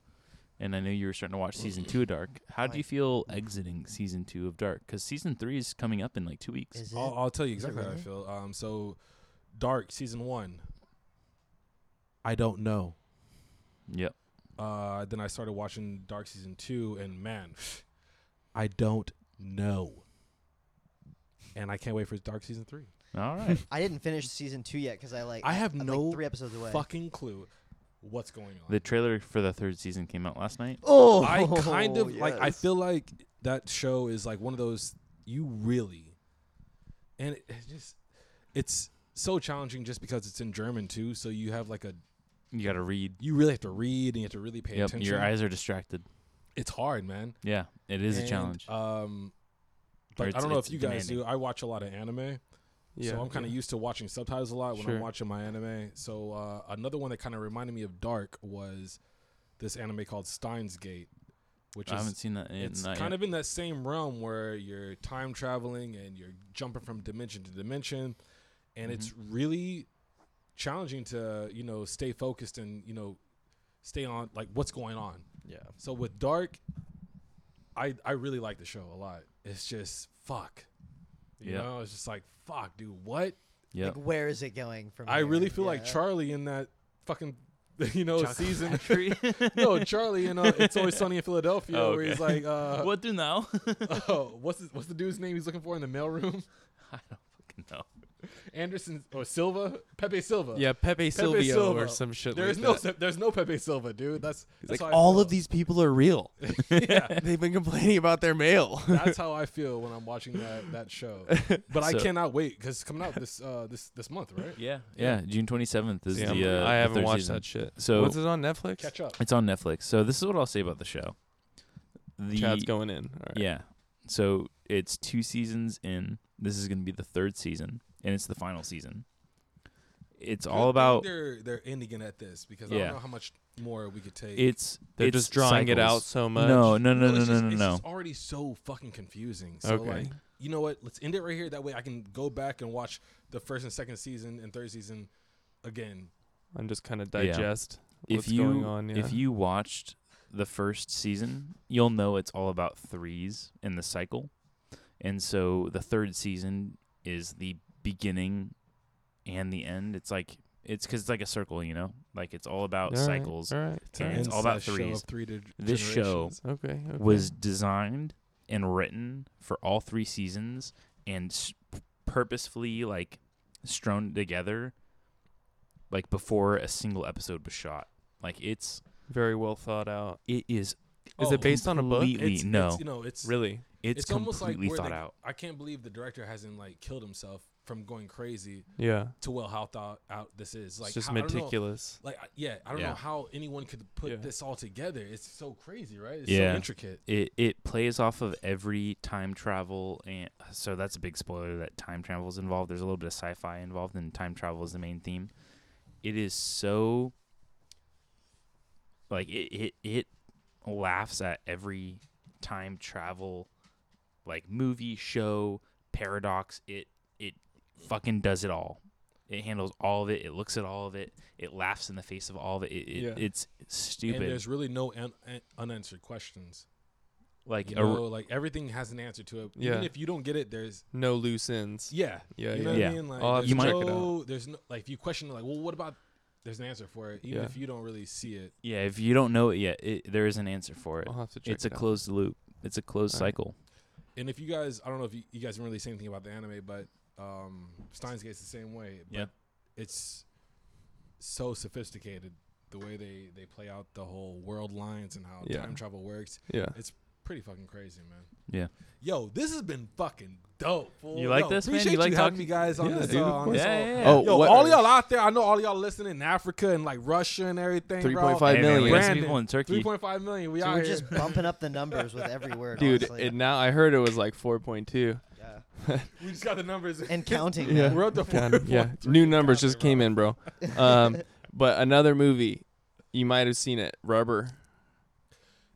[SPEAKER 4] and I know you were starting to watch season two of Dark. How do you
[SPEAKER 2] Right.
[SPEAKER 4] feel exiting season two of Dark? Because season three is coming up in like two weeks.
[SPEAKER 2] Is it?
[SPEAKER 7] I'll, I'll tell you
[SPEAKER 2] Is it
[SPEAKER 7] exactly how I
[SPEAKER 2] really?
[SPEAKER 7] feel. Um, so, Dark season one. I don't know.
[SPEAKER 4] Yep.
[SPEAKER 7] Uh, then I started watching Dark season two, and man, <sighs> I don't know. And I can't wait for Dark season three.
[SPEAKER 4] All right.
[SPEAKER 2] <laughs> I didn't finish season two yet because I like
[SPEAKER 7] I have
[SPEAKER 2] I'm, like,
[SPEAKER 7] no
[SPEAKER 2] three episodes away.
[SPEAKER 7] Fucking clue, what's going on?
[SPEAKER 4] the trailer for the third season came out last night.
[SPEAKER 2] Oh, <laughs>
[SPEAKER 7] I kind of like. I
[SPEAKER 2] yes.
[SPEAKER 7] feel like that show is like one of those you really, and it, it just it's so challenging just because it's in German too. So you have like a
[SPEAKER 4] You got to read.
[SPEAKER 7] you really have to read and you have to really pay
[SPEAKER 4] Yep.
[SPEAKER 7] attention.
[SPEAKER 4] Your eyes are distracted.
[SPEAKER 7] it's hard, man.
[SPEAKER 4] Yeah, it is a
[SPEAKER 7] And,
[SPEAKER 4] challenge. Or
[SPEAKER 7] Um, but I
[SPEAKER 4] it's-
[SPEAKER 7] don't know
[SPEAKER 4] it's
[SPEAKER 7] if you guys
[SPEAKER 4] demanding.
[SPEAKER 7] do. I watch a lot of anime, so I'm kind of used to watching subtitles a lot when
[SPEAKER 4] Sure.
[SPEAKER 7] I'm watching my anime. So uh, another one that kind of reminded me of Dark was this anime called Steins Gate, which
[SPEAKER 4] I
[SPEAKER 7] is
[SPEAKER 4] haven't seen that. Yet,
[SPEAKER 7] it's
[SPEAKER 4] not
[SPEAKER 7] kind
[SPEAKER 4] yet.
[SPEAKER 7] of in that same realm where you're time traveling and you're jumping from dimension to dimension and it's
[SPEAKER 4] Mm-hmm.
[SPEAKER 7] really challenging to you know stay focused and you know stay on like what's going on
[SPEAKER 1] Yeah.
[SPEAKER 7] so with dark i i really like the show a lot it's just fuck you
[SPEAKER 4] Yeah.
[SPEAKER 7] know it's just like fuck dude what
[SPEAKER 4] Yep.
[SPEAKER 2] Like, where is it going from?
[SPEAKER 7] i
[SPEAKER 2] here?
[SPEAKER 7] really feel like
[SPEAKER 2] Yeah.
[SPEAKER 7] charlie in that fucking <laughs> you know season
[SPEAKER 4] Tree.
[SPEAKER 7] <laughs> no charlie in uh, it's always sunny in philadelphia
[SPEAKER 4] Oh,
[SPEAKER 7] where he's
[SPEAKER 4] okay.
[SPEAKER 7] like uh
[SPEAKER 4] what do now?
[SPEAKER 7] <laughs>
[SPEAKER 4] <laughs>
[SPEAKER 7] oh, what's his, what's the dude's name he's looking for in the mailroom? <laughs>
[SPEAKER 4] I don't fucking know.
[SPEAKER 7] Anderson or Silva? Pepe Silva.
[SPEAKER 3] Yeah, Pepe, Silvio
[SPEAKER 7] Silva.
[SPEAKER 3] or some shit.
[SPEAKER 7] There's
[SPEAKER 3] like
[SPEAKER 7] no
[SPEAKER 3] that.
[SPEAKER 7] Se- there's no Pepe Silva, dude. That's,
[SPEAKER 3] He's
[SPEAKER 7] that's
[SPEAKER 3] like
[SPEAKER 7] how I
[SPEAKER 3] all
[SPEAKER 7] feel.
[SPEAKER 3] of these people are
[SPEAKER 7] <laughs>
[SPEAKER 3] real. <laughs> They've been complaining about their mail.
[SPEAKER 7] That's how I feel when I'm watching that,
[SPEAKER 3] <laughs>
[SPEAKER 7] that show. But I
[SPEAKER 4] So-
[SPEAKER 7] cannot wait because it's coming out this uh this this month, right?
[SPEAKER 4] Yeah, yeah. June twenty seventh is
[SPEAKER 3] Yeah, I'm-
[SPEAKER 4] the. Uh,
[SPEAKER 3] I
[SPEAKER 4] the
[SPEAKER 3] haven't
[SPEAKER 4] third
[SPEAKER 3] watched
[SPEAKER 4] season.
[SPEAKER 3] that shit.
[SPEAKER 4] So-
[SPEAKER 3] was it on Netflix?
[SPEAKER 7] Catch up.
[SPEAKER 4] It's on Netflix. So this is what I'll say about the show. The
[SPEAKER 3] Chad's going in. All right.
[SPEAKER 4] yeah. So it's two seasons in. This is going to be the third season, and it's the final season. It's
[SPEAKER 7] Good
[SPEAKER 4] all
[SPEAKER 7] thing
[SPEAKER 4] about
[SPEAKER 7] they're they're ending it at this because I
[SPEAKER 4] Yeah.
[SPEAKER 7] don't know how much more we could take.
[SPEAKER 4] it's.
[SPEAKER 3] They're
[SPEAKER 4] it's
[SPEAKER 3] just drawing it out
[SPEAKER 4] cycles.
[SPEAKER 3] so much.
[SPEAKER 4] No, no, no,
[SPEAKER 7] Well,
[SPEAKER 4] no,
[SPEAKER 7] it's
[SPEAKER 4] no,
[SPEAKER 7] just,
[SPEAKER 4] no,
[SPEAKER 7] it's
[SPEAKER 4] no.
[SPEAKER 7] just already so fucking confusing. So
[SPEAKER 3] Okay.
[SPEAKER 7] like, you know what? Let's end it right here. That way, I can go back and watch the first and second season and third season again.
[SPEAKER 3] I'm just kind of
[SPEAKER 4] Yeah.
[SPEAKER 3] digest
[SPEAKER 4] If
[SPEAKER 3] what's
[SPEAKER 4] you
[SPEAKER 3] going on. Yeah.
[SPEAKER 4] if you watched the first season, you'll know it's all about threes in the cycle, and so the third season is the beginning and the end. It's like it's because it's like a circle, you know, like it's all about
[SPEAKER 3] All right,
[SPEAKER 4] cycles.
[SPEAKER 3] All right.
[SPEAKER 4] And it's all
[SPEAKER 7] Inside
[SPEAKER 4] about
[SPEAKER 7] show of
[SPEAKER 4] threes.
[SPEAKER 7] three to
[SPEAKER 4] This show
[SPEAKER 7] generations.
[SPEAKER 3] Okay. okay.
[SPEAKER 4] was designed and written for all three seasons and s- purposefully like strewn together like before a single episode was shot like it's
[SPEAKER 3] very well thought out.
[SPEAKER 4] it is
[SPEAKER 3] Is it based on a book?
[SPEAKER 4] completely-
[SPEAKER 7] Oh, It's,
[SPEAKER 4] no
[SPEAKER 7] it's, you know, it's
[SPEAKER 3] Really?
[SPEAKER 4] it's,
[SPEAKER 7] it's almost like
[SPEAKER 4] completely
[SPEAKER 7] where
[SPEAKER 4] thought
[SPEAKER 7] they-
[SPEAKER 4] out
[SPEAKER 7] I can't believe the director hasn't like killed himself from going crazy
[SPEAKER 3] Yeah.
[SPEAKER 7] to well how thought out this is. Like
[SPEAKER 3] it's just
[SPEAKER 7] how- I don't know-
[SPEAKER 3] meticulous.
[SPEAKER 7] Like I- yeah, I don't
[SPEAKER 4] Yeah.
[SPEAKER 7] know how anyone could put
[SPEAKER 3] Yeah.
[SPEAKER 7] this all together. It's so crazy, right? It's
[SPEAKER 4] Yeah.
[SPEAKER 7] so intricate.
[SPEAKER 4] it it plays off of every time travel and so that's a big spoiler that time travel is involved there's a little bit of sci-fi involved and time travel is the main theme it is so like it it, it laughs at every time travel like movie show paradox it it fucking does it all it handles all of it it looks at all of it it laughs in the face of all of it, it, it
[SPEAKER 7] Yeah.
[SPEAKER 4] it's stupid
[SPEAKER 7] And there's really no un- un- unanswered questions.
[SPEAKER 4] like
[SPEAKER 7] You
[SPEAKER 4] a r-
[SPEAKER 7] know, like everything has an answer to it.
[SPEAKER 3] Yeah.
[SPEAKER 7] Even if you don't get it, there's
[SPEAKER 3] No loose ends.
[SPEAKER 7] yeah,
[SPEAKER 3] Yeah.
[SPEAKER 7] you
[SPEAKER 3] yeah.
[SPEAKER 7] know what
[SPEAKER 4] Yeah.
[SPEAKER 7] I mean. Like
[SPEAKER 3] I'll have
[SPEAKER 7] there's
[SPEAKER 4] to check it out.
[SPEAKER 7] no, there's no like if you question it, like, well, what about? There's an answer for it, even
[SPEAKER 3] Yeah.
[SPEAKER 7] if you don't really see it.
[SPEAKER 4] Yeah, if you don't know it yet, it, there is an answer for it.
[SPEAKER 3] I'll have to Uh-huh. check
[SPEAKER 4] It's a
[SPEAKER 3] it out.
[SPEAKER 4] closed loop. It's a closed
[SPEAKER 3] Alright.
[SPEAKER 4] cycle.
[SPEAKER 7] And if you guys, I don't know if you, you guys didn't really say anything about the anime, but um, Steins Gate's the same way. But
[SPEAKER 4] Yeah.
[SPEAKER 7] it's so sophisticated the way they they play out the whole world lines and how
[SPEAKER 3] Yeah.
[SPEAKER 7] time travel works.
[SPEAKER 3] Yeah.
[SPEAKER 7] It's pretty fucking crazy, man.
[SPEAKER 4] Yeah.
[SPEAKER 7] Yo, this has been fucking dope. fool.
[SPEAKER 4] You like
[SPEAKER 7] Yo,
[SPEAKER 4] this, man? You
[SPEAKER 7] appreciate
[SPEAKER 4] like
[SPEAKER 7] having
[SPEAKER 4] talking-
[SPEAKER 7] me guys on
[SPEAKER 4] Yeah,
[SPEAKER 7] this.
[SPEAKER 4] dude,
[SPEAKER 7] uh,
[SPEAKER 4] of
[SPEAKER 7] on
[SPEAKER 4] course.
[SPEAKER 7] this
[SPEAKER 4] Yeah,
[SPEAKER 7] all-
[SPEAKER 4] yeah, yeah.
[SPEAKER 3] Oh,
[SPEAKER 7] Yo,
[SPEAKER 3] what-
[SPEAKER 7] all y'all out there, I know all y'all listening in Africa and like Russia and everything.
[SPEAKER 3] Three point five
[SPEAKER 4] Hey, man, we
[SPEAKER 3] million.
[SPEAKER 4] got some
[SPEAKER 7] Brandon,
[SPEAKER 4] people in Turkey.
[SPEAKER 7] Three point five million. We
[SPEAKER 2] So
[SPEAKER 7] out
[SPEAKER 2] we're
[SPEAKER 7] here.
[SPEAKER 2] just bumping up the numbers with every word,
[SPEAKER 3] Dude,
[SPEAKER 2] honestly.
[SPEAKER 3] and now I heard it was like 4.2.
[SPEAKER 2] yeah.
[SPEAKER 7] <laughs> we just got the numbers.
[SPEAKER 2] and counting.
[SPEAKER 3] <laughs> Yeah.
[SPEAKER 2] man.
[SPEAKER 7] We're up to four.
[SPEAKER 3] yeah, new numbers just came in, bro. <laughs> Um, but another movie, you might have seen it, Rubber,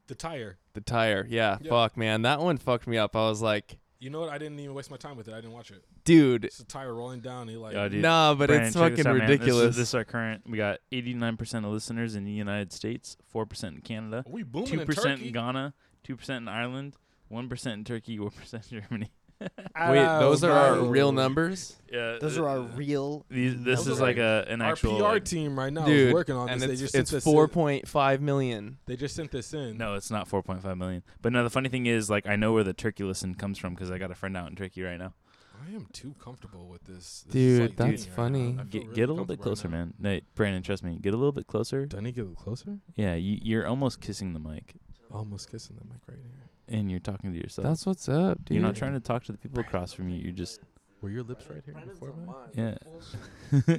[SPEAKER 7] The tire.
[SPEAKER 3] the tire. Yeah,
[SPEAKER 7] Yeah.
[SPEAKER 3] fuck, man, that one fucked me up. I was like,
[SPEAKER 7] You know what? I didn't even waste my time with it. I didn't watch it.
[SPEAKER 3] dude,
[SPEAKER 7] It's the tire rolling down. He like.
[SPEAKER 4] Yeah, dude.
[SPEAKER 3] nah, but
[SPEAKER 4] Brandon,
[SPEAKER 3] it's
[SPEAKER 4] check this
[SPEAKER 3] fucking
[SPEAKER 4] out, man. This is-
[SPEAKER 3] ridiculous.
[SPEAKER 4] This is, our current. We got 89% of listeners in the United States, 4% in Canada,
[SPEAKER 7] we booming in
[SPEAKER 4] 2% in
[SPEAKER 7] Turkey.
[SPEAKER 4] Ghana, 2% in Ireland, 1% in Turkey, <laughs> 1% in Germany.
[SPEAKER 3] Wait, those are our
[SPEAKER 7] Ow.
[SPEAKER 3] real numbers,
[SPEAKER 4] Yeah, uh,
[SPEAKER 2] Those are our real.
[SPEAKER 4] These, this
[SPEAKER 7] Those
[SPEAKER 4] is
[SPEAKER 7] are
[SPEAKER 4] like a an
[SPEAKER 7] Our
[SPEAKER 4] actual.
[SPEAKER 7] PR
[SPEAKER 4] like-
[SPEAKER 7] team right now
[SPEAKER 3] dude.
[SPEAKER 7] is working on
[SPEAKER 3] and
[SPEAKER 7] this.
[SPEAKER 3] it's,
[SPEAKER 7] they just
[SPEAKER 3] it's
[SPEAKER 7] sent this in.
[SPEAKER 3] 4.5 million.
[SPEAKER 7] They just sent this in.
[SPEAKER 4] no, it's not 4.5 million. But no, the funny thing is, like, I know where the turkey listen comes from because I got a friend out in Turkey right now.
[SPEAKER 7] I am too comfortable with this. this
[SPEAKER 3] Dude,
[SPEAKER 7] is like
[SPEAKER 3] that's
[SPEAKER 7] dating
[SPEAKER 3] funny.
[SPEAKER 7] Right now. I feel
[SPEAKER 4] Get,
[SPEAKER 7] really
[SPEAKER 4] get a little bit
[SPEAKER 7] comfortable right
[SPEAKER 4] closer,
[SPEAKER 7] now.
[SPEAKER 4] man. No, Brandon, trust me. Get a little bit closer.
[SPEAKER 7] Do I need to get a little closer?
[SPEAKER 4] Yeah, you, you're almost kissing the mic,
[SPEAKER 7] Almost kissing the mic right here.
[SPEAKER 4] and you're talking to yourself.
[SPEAKER 3] That's what's up, dude.
[SPEAKER 4] you're not trying to talk to the people across from you. You're just
[SPEAKER 7] Were your lips right here before mine? <laughs>
[SPEAKER 4] yeah.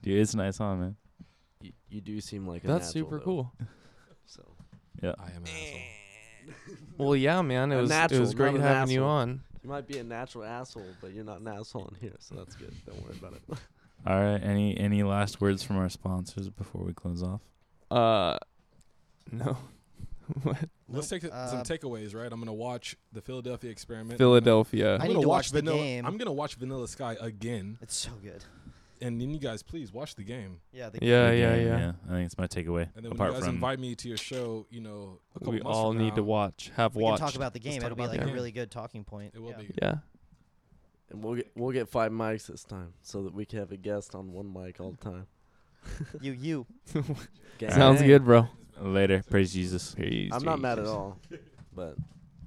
[SPEAKER 4] Dude, it's nice, huh, man?
[SPEAKER 1] You, you do seem like
[SPEAKER 3] That's super cool.
[SPEAKER 1] So
[SPEAKER 7] I am an asshole.
[SPEAKER 3] Well, yeah, man, it
[SPEAKER 1] A
[SPEAKER 3] was
[SPEAKER 1] natural,
[SPEAKER 3] it was
[SPEAKER 1] not
[SPEAKER 3] great
[SPEAKER 1] an
[SPEAKER 3] having you
[SPEAKER 1] asshole.
[SPEAKER 3] on.
[SPEAKER 1] you might be a natural asshole, but you're not an asshole in here, so that's good. Don't worry
[SPEAKER 3] <laughs>
[SPEAKER 1] about it.
[SPEAKER 4] All right. Any any last words from our sponsors before we close off?
[SPEAKER 3] Uh, <laughs> no. <laughs> what?
[SPEAKER 7] Let's take
[SPEAKER 2] Nope.
[SPEAKER 7] some
[SPEAKER 2] Uh,
[SPEAKER 7] takeaways, right? I'm gonna watch the Philadelphia Experiment.
[SPEAKER 3] Philadelphia.
[SPEAKER 7] I'm
[SPEAKER 2] I need
[SPEAKER 7] gonna
[SPEAKER 2] to
[SPEAKER 7] watch,
[SPEAKER 2] watch the
[SPEAKER 7] Vanilla.
[SPEAKER 2] game.
[SPEAKER 7] I'm gonna watch Vanilla Sky again,
[SPEAKER 2] It's so good.
[SPEAKER 7] and then you guys please watch the game.
[SPEAKER 2] Yeah. They,
[SPEAKER 3] yeah,
[SPEAKER 4] Good
[SPEAKER 3] yeah,
[SPEAKER 4] game,
[SPEAKER 3] yeah,
[SPEAKER 4] I think it's my takeaway.
[SPEAKER 7] And then when
[SPEAKER 4] Apart
[SPEAKER 7] you guys
[SPEAKER 4] from
[SPEAKER 7] invite me to your show, you know, a couple
[SPEAKER 3] We
[SPEAKER 7] months
[SPEAKER 3] all
[SPEAKER 7] from
[SPEAKER 3] need
[SPEAKER 7] now,
[SPEAKER 3] to watch. Have
[SPEAKER 2] We
[SPEAKER 3] watched.
[SPEAKER 2] can talk about the game.
[SPEAKER 7] talk
[SPEAKER 2] It'll be
[SPEAKER 7] about
[SPEAKER 2] like
[SPEAKER 7] the
[SPEAKER 2] a
[SPEAKER 7] game.
[SPEAKER 2] really good talking point.
[SPEAKER 7] It will
[SPEAKER 2] yeah.
[SPEAKER 7] be.
[SPEAKER 3] Yeah.
[SPEAKER 1] And we'll get we'll get five mics this time, so that we can have a guest on one mic all the time.
[SPEAKER 2] You, you.
[SPEAKER 1] Gang
[SPEAKER 3] Sounds
[SPEAKER 1] bang.
[SPEAKER 3] good, bro.
[SPEAKER 4] later, praise Jesus.
[SPEAKER 1] I'm not mad at all, but